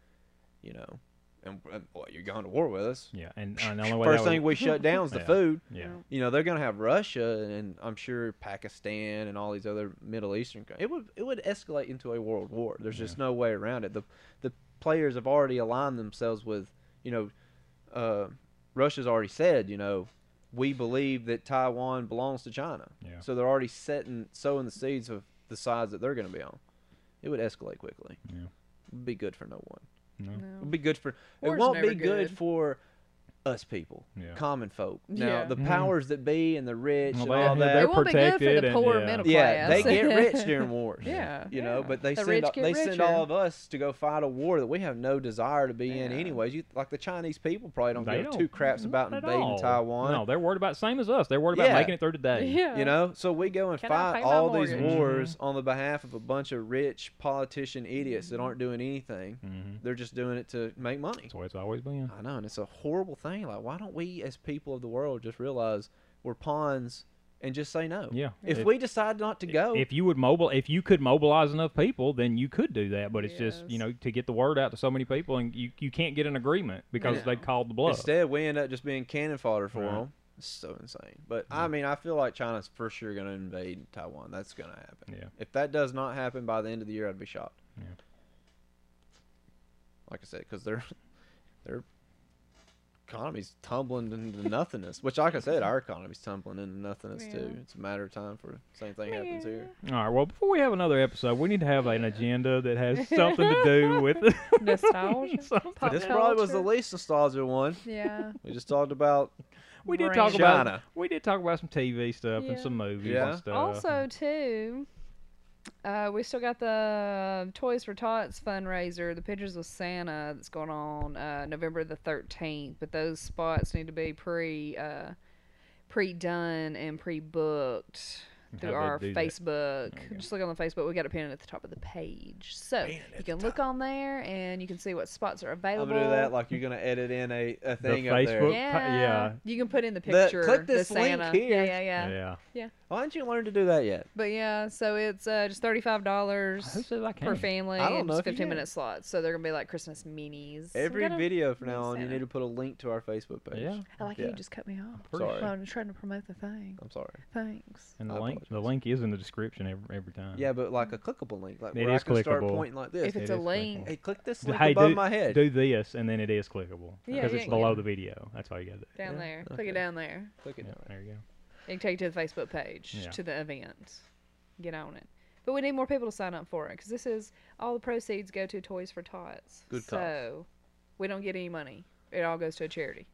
you know, and, and well, you're going to war with us.
Yeah. And, and the only way
First
that
thing
would,
we shut down is the
Yeah.
food.
Yeah.
You know, they're going to have Russia and I'm sure Pakistan and all these other Middle Eastern countries. It would it would escalate into a world war. There's just no way around it. The the players have already aligned themselves with, you know, uh, Russia's already said, you know, we believe that Taiwan belongs to China.
Yeah.
So they're already setting sowing the seeds of the sides that they're going to be on. It would escalate quickly.
Yeah.
It'd be good for no one. It'd
No.
be good for.
War's
it won't be
never
good.
good.
for us people,
Yeah.
common folk. Now
Yeah.
the
Mhm.
powers that be and the rich
Well,
and
they-
all
they're
It won't be
that.
good for
protected
the
and-
poor
yeah.
middle
Yeah, they
class.
get rich during wars.
Yeah,
You know,
yeah.
but they
The
send
rich
all-
get
they send all
richer.
of us to go fight a war that we have no desire to be in
Yeah.
anyways. You like the Chinese people probably don't
They
give
don't-
two craps about
not at
invading
all.
Taiwan.
No, they're worried about same as us. They're worried about
Yeah.
making it through today.
yeah.
You know, so we go and
Can I
fight
pay my
all these
mortgage?
wars
Mm-hmm.
on the behalf of a bunch of rich politician idiots that
Mm-hmm.
aren't doing anything.
Mhm.
They're just doing it to make money.
That's the way it's always been.
I know, and it's a horrible thing. Like, why don't we, as people of the world, just realize we're pawns and just say no?
Yeah.
If
If-
we decide not to go,
If you would mobile, if you could mobilize enough people, then you could do that. But it's just you
Yes.
know to get the word out to so many people, and you, you can't get an agreement because
No.
they've called the bluff.
instead we end up just being cannon fodder for
Right.
them. It's so insane. But I mean, I feel like China's for sure going to invade Taiwan. That's going to happen.
Yeah.
If that does not happen by the end of the year, I'd be shocked.
Yeah.
Like I said, because their their economy's tumbling into nothingness. Which, like I said, our economy's tumbling into nothingness too.
Yeah.
It's a matter of time for the same thing happens here.
All right. Well, before we have another episode, we need to have an agenda that has something to do with
Nostalgia.
Something.
Pop
This probably was the
culture.
least nostalgia one.
Yeah.
We just talked about
We did
Brain
talk about
China.
we did talk about some TV stuff
Yeah.
and some movies
Yeah.
and stuff.
Also, too, uh, we still got the Toys for Tots fundraiser, the Pictures with Santa that's going on uh, November the 13th. But those spots need to be pre uh, pre done and pre booked through
How'd they
our
do that?
Facebook.
There we go.
Just look on the Facebook. We got a pin at the top of the page, so
Pin at
you
the
can look on there and you can see what spots are
I'm
available.
gonna do that. Like you're gonna edit in a,
The
a thing up
Facebook-
there.
yeah.
yeah.
you can put in the
The-
picture.
click
the
this link
Santa.
here.
Yeah, yeah, yeah,
yeah.
Why didn't you learn to do that yet?
But yeah, so it's uh, just thirty five dollars
Who says I can't?
per family
I don't
and
know
just
if you
fifteen
can.
minute slots. So they're gonna be like Christmas minis. I'm
Every
gonna-
video from now
gonna
on, you
Santa.
need to put a link to our Facebook page.
Yeah.
I like how
yeah.
you just cut me off.
Pretty
Sorry.
Well, I'm trying to promote the thing.
I'm sorry.
Thanks.
And
I
the link, the
apologize.
link is in the description every, every time.
Yeah, but like a clickable link, like
It
where I
is
can start
clickable.
pointing like this.
If it's
It
a
is clickable.
link,
hey, click this link
Hey,
above
do-
my head.
Do this, and then it is clickable
Yeah,
because
yeah,
it's below
yeah.
the video. That's all you got to do.
down
Yeah,
there, click
okay.
it down there.
Click it.
Yeah, there you go.
It can take you to the Facebook page,
Yeah.
to the event. Get on it. But we need more people to sign up for it because this is all the proceeds go to Toys for Tots.
Good cause.
So we don't get any money. It all goes to a charity.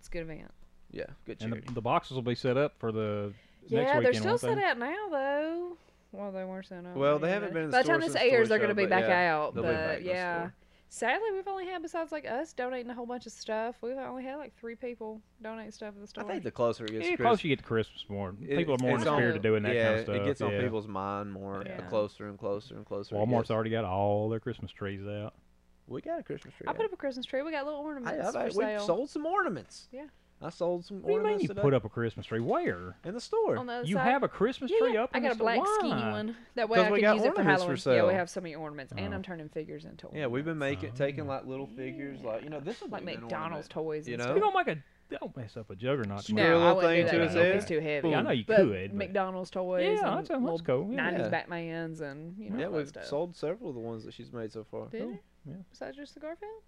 It's a good event.
Yeah, good
And
charity.
the, the boxes will be set up for the next
yeah,
weekend.
they're still
won't
set
they?
out now though. Well, they weren't sent out.
Well,
now,
they haven't
but-
been in the
By the time
store
this
since
airs,
Toy
they're going to
Show,
be
but
back
yeah,
out.
they'll be back
But
in the
yeah,
store.
sadly, we've only had besides like us donating a whole bunch of stuff. We've only had like three people donate stuff at the
I
store.
think the closer it gets,
Yeah,
to
the closer
Christmas,
you get to Christmas, more
it-
people are more in
it's
the
on-
spirit of doing that
yeah,
kind of stuff.
it gets on
yeah.
people's mind more the
Yeah.
closer and closer and closer. it
Walmart's
gets.
already got all their Christmas trees out.
We got a Christmas tree.
I
out.
put up a Christmas tree. We got little
I,
ornaments
I,
for
we
sale.
sold some ornaments.
Yeah.
I sold some
What do you mean
ornaments
you
today
put up a Christmas tree? Where?
in the store.
on the other
You
side.
have a Christmas
Oh, yeah,
tree
yeah.
up?
I
in
got a
the
black
store?
skinny
Why?
one. That way
'Cause
I
we
can
got
use it for
ornaments for
Halloween. yeah, we
sale. Uh-huh.
have so many ornaments, and
Oh.
I'm turning figures into ornaments.
yeah, we've been making taking like little figures,
Yeah.
like you know this would
like
be an
McDonald's
ornament.
toys.
you
and
know?
You
stuff.
gonna make a? Don't mess up a juggernaut.
No.
tomorrow.
a little
I wouldn't
thing to
do
his
that.
head.
It's too heavy.
Yeah, I know you
but
could, but-
McDonald's toys.
Yeah,
and
that's- that's
little
cool, yeah.
90s
Yeah.
Batmans and you know
Yeah,
all that
we've
stuff.
sold several of the ones that she's made so far.
Did
Cool.
you?
Yeah.
Besides just the Garfield?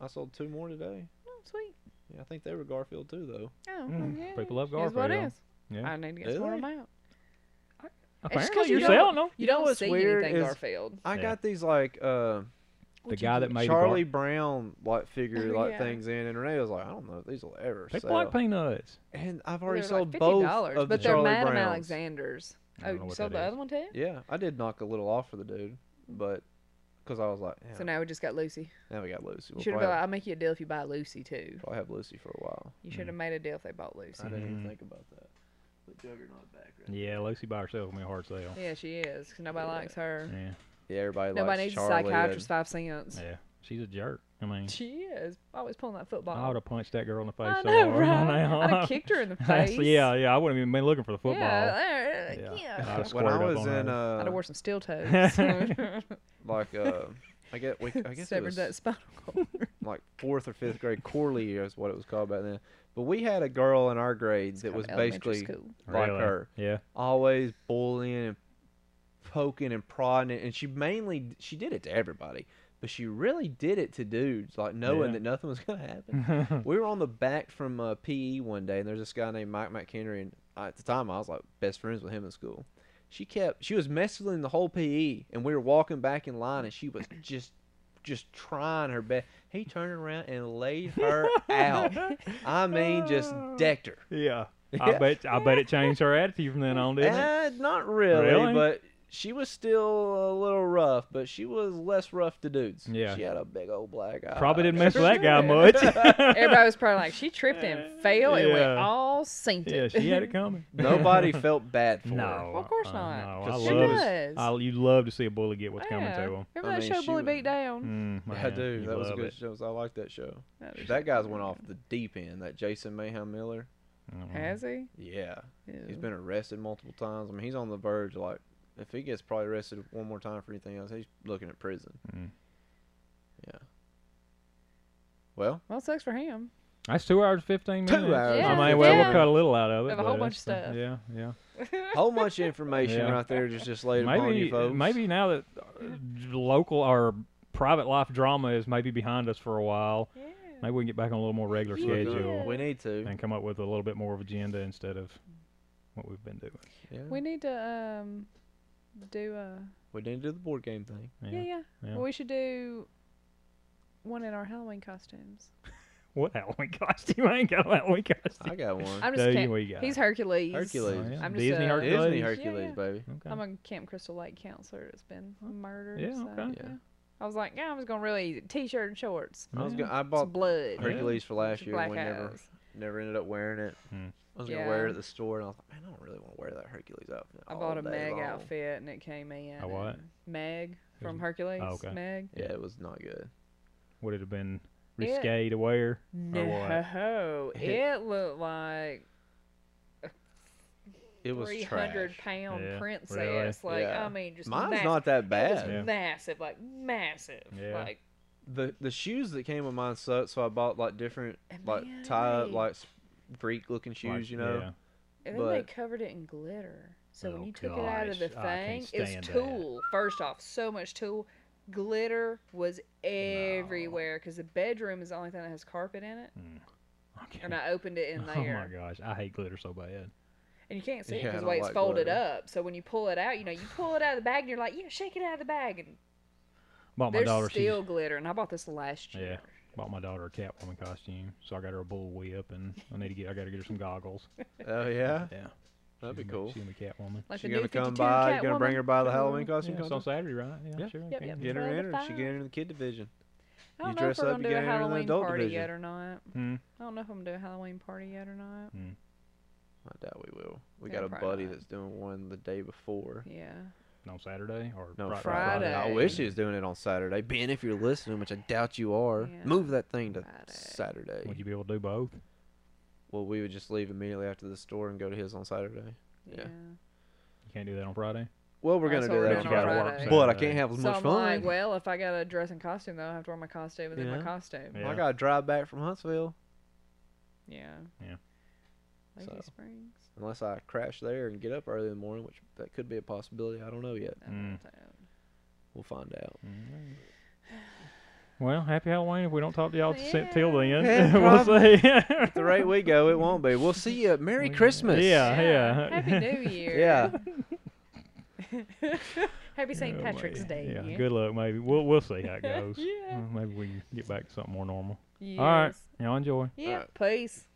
I sold two more today.
Oh, sweet.
Yeah, I think they were Garfield too, though.
Oh,
Mm,
okay.
people love
Here's what it
Garfield.
is.
Yeah.
I need to get some more
Really?
of 'em out. just 'cause
Apparently
you
you're
don't-
selling them.
You
know
don't
what's
see
weird
anything
is-
Garfield.
I
Yeah.
got these like uh,
The
What you
guy that
do?
made
Charlie
the
Brown like figure
Oh,
like
yeah.
things in, and Renee was like, I don't know if these will ever
gar- people
sell.
like peanuts.
and I've
Well,
already
they're
sold
like
both
$50,
of
but
the
they're
Charlie
mad
Browns.
at
I
Alexander's. Oh,
don't know
you
what
sold
that
the
is.
other one too?
Yeah, I did knock a little off for the dude, but because I was like, yeah,
So now we just got Lucy.
now we got Lucy.
You
We'll
should have
probably,
been like,
have,
I'll make you a deal if you buy Lucy too.
probably have Lucy for a while.
You should have made a deal if they bought Lucy.
Hmm. I didn't even
Mhm.
think about that. But Juggernaut back, right?
Yeah, Lucy by herself will be a hard sale.
Yeah, she is. 'cause nobody
Yeah.
likes her.
Yeah,
Yeah, everybody likes
Nobody needs
Charlie.
a psychiatrist
and-
five cents.
yeah. She's a jerk. I mean,
She is always pulling that football.
I would have punched that girl in the face.
I
so
know,
hard.
right?
know.
I'd have kicked her in the
That's-
face.
yeah, yeah. I wouldn't even been looking for the football.
Yeah, uh,
Yeah.
yeah.
I'd have
when
squared
I
up
was
on
in
her.
I'd
uh,
have wore some steel toes.
like uh, I get we, I guess it
Severed
was
that spinal cord.
like fourth or fifth grade, Corley year is what it was called back then. But we had a girl in our grade that
Kind
was
of elementary
basically
school.
like
Really?
her.
Yeah.
always bullying and poking and prodding and she mainly she did it to everybody but she really did it to dudes like knowing
Yeah.
that nothing was gonna happen we were on the back from uh, pe one day and there's this guy named mike mchenry and I, at the time i was like best friends with him in school she kept she was messing the whole pe and we were walking back in line and she was just just trying her best he turned around and laid her out i mean just decked her
yeah. I
Yeah.
bet. I bet it changed her attitude from then on, didn't it?
Eh, not really,
Really?
but she was still a little rough, but she was less rough to dudes.
Yeah.
She had a big old black eye.
Probably didn't mess with that
sure
guy
did.
much.
Everybody was probably like, she tripped and fell and went
Yeah.
all sainted.
yeah, she had it coming.
Nobody felt bad for her.
No,
Well, of course
uh,
not.
No, I
She
love.
does.
to- I, you love to see a bully get what's coming
Yeah.
to him.
Remember
I
that
mean,
show,
she
Bully
was-
Beat Down?
Mm, man,
I do.
you
That was a
love
good
it.
show. I like that show.
That was-
That guy's went off the deep end. That Jason Mayhem Miller.
Mm.
Has he?
Yeah. He's
Ew.
been arrested multiple times. I mean, he's on the verge. of, Like, if he gets probably arrested one more time for anything else, he's looking at prison.
Mm.
Yeah. Well,
Well, it sucks for him.
That's two hours and fifteen
Two
minutes.
hours
Yeah,
I mean, well,
yeah.
we'll cut a little out of it.
Of a
but
whole bunch of
that's-
stuff.
Yeah, yeah.
whole bunch of information
Yeah.
right there just just laid upon you
Maybe,
folks.
maybe now that uh, local or private life drama is maybe behind us for a while,
Yeah.
maybe we can get back on a little more regular
Yeah.
schedule
We need to.
and come up with a little bit more of agenda instead of what we've been doing.
Yeah.
We need to um do a
We need to do the board game thing.
Yeah.
yeah yeah.
yeah.
Well, we should do one in our Halloween costumes.
What Halloween costume? I ain't got a Halloween costume.
I got one.
I'm just
There
kidding.
uh, you go.
He's Hercules.
Hercules.
Oh, yeah.
I'm just,
Disney
uh,
Hercules.
Disney
Yeah,
Hercules,
yeah.
baby.
Okay.
I'm a Camp Crystal Lake counselor that's been murdered.
Yeah,
so,
okay.
Yeah.
I was like, yeah, I was going really easy. T-shirt and shorts.
I was
Yeah.
gonna, I
Some
bought
blood.
Yeah.
Hercules for last
Some
year.
Black
and We never,
eyes.
Hmm.
never ended up wearing it. I was gonna wear it at the store, and I was like, man, I don't really want to wear that Hercules outfit.
I
all
bought a
day
Meg
long."
outfit and it came in.
A what?
and Meg
Who's
from
M-
Hercules.
okay.
Meg.
Yeah, it was not good.
Would it have been
It-
risque to wear? Or what?
No,
It-
it looked like
It was
three hundred
trash.
pound
Yeah,
princess. Like
Yeah.
I mean, just
Mine's
massive.
not that
It was
bad.
Yeah.
massive, like massive.
Yeah.
Like
The the shoes that came with mine sucked, so I bought like different
And
like
man,
tie up
they-
like Greek looking shoes,
Like,
you know.
yeah.
and then they
but-
covered it in glitter. So when
Oh,
you took it out of the
gosh, I can't
thing,
stand
it's
that.
tulle. First off, so much tulle. Glitter was everywhere because the bedroom is the only thing that has carpet in it.
Okay.
And I opened it in
Hmm. oh my
there.
gosh, I hate glitter so bad.
And you can't see it
Yeah, I
because the
don't
way it's
like
folded
glitter.
up. So when you pull it out, you know, you pull it out of the bag and you're like, yeah, shake it out of the bag. And
Oh,
Bought my
there's
daughter.
still glitter. And I bought this last
she's,
year.
yeah. Bought my daughter a Catwoman costume, so I got her a bull whip, and I need to get I got to get her some goggles.
Oh yeah,
Yeah,
that'd be
she's gonna-
cool.
She's gonna be Catwoman.
Like
she
the new
gonna come
52
by? You gonna bring
Catwoman.
her by the Halloween costume?
Yeah, it's on
contest?
Saturday, right? Yeah,
Yeah.
sure.
Yep,
okay.
yep.
Get her
12
in,
to
or she get
five.
her in the kid division.
I don't
You
know if
dress
we're
up,
going
you
to do a
get in the
Halloween
adult
party
division.
yet or not.
Hmm.
I don't know if I'm going to do a Halloween party yet or not.
I doubt we will. We
Yeah,
got a
probably
buddy
not.
that's doing one the day before.
Yeah.
On Saturday or
No,
Fri-
Friday.
I wish he was doing it on Saturday. Ben, if you're listening, which I doubt you are,
Yeah.
move that thing to
Friday.
Saturday.
Would you be able to do both?
Well, we would just leave immediately after the store and go to his on Saturday. Yeah.
Yeah.
You can't do that on Friday.
Well, we're
That's
gonna do
what
that.
we're
on
doing on
Friday.
Friday.
But I
Saturday.
can't have as
So
much
I'm
fun.
like, well, if I got to dress in costume, though, I have to wear my costume and then
Yeah.
my costume.
Yeah.
I gotta drive back from Huntsville
Yeah.
Yeah.
Lazy
So.
Springs.
unless I crash there and get up early in the morning, which that could be a possibility. I don't know yet.
I don't know.
We'll find out.
Mm. Well, happy Halloween if we don't talk to y'all t-
Oh, Yeah.
till then.
Yeah,
we'll see.
At the rate we go, it won't be. We'll see you. Merry Christmas.
Yeah, Uh, yeah.
Happy New Year.
Yeah.
Happy St.
Yeah,
Patrick's
maybe.
Day.
Oh, Yeah,
yeah.
good luck. Maybe we'll we'll see how it goes.
Yeah.
Well, Maybe we can get back to something more normal. All right,
Yes.
y'all enjoy.
Yeah.
All
Peace.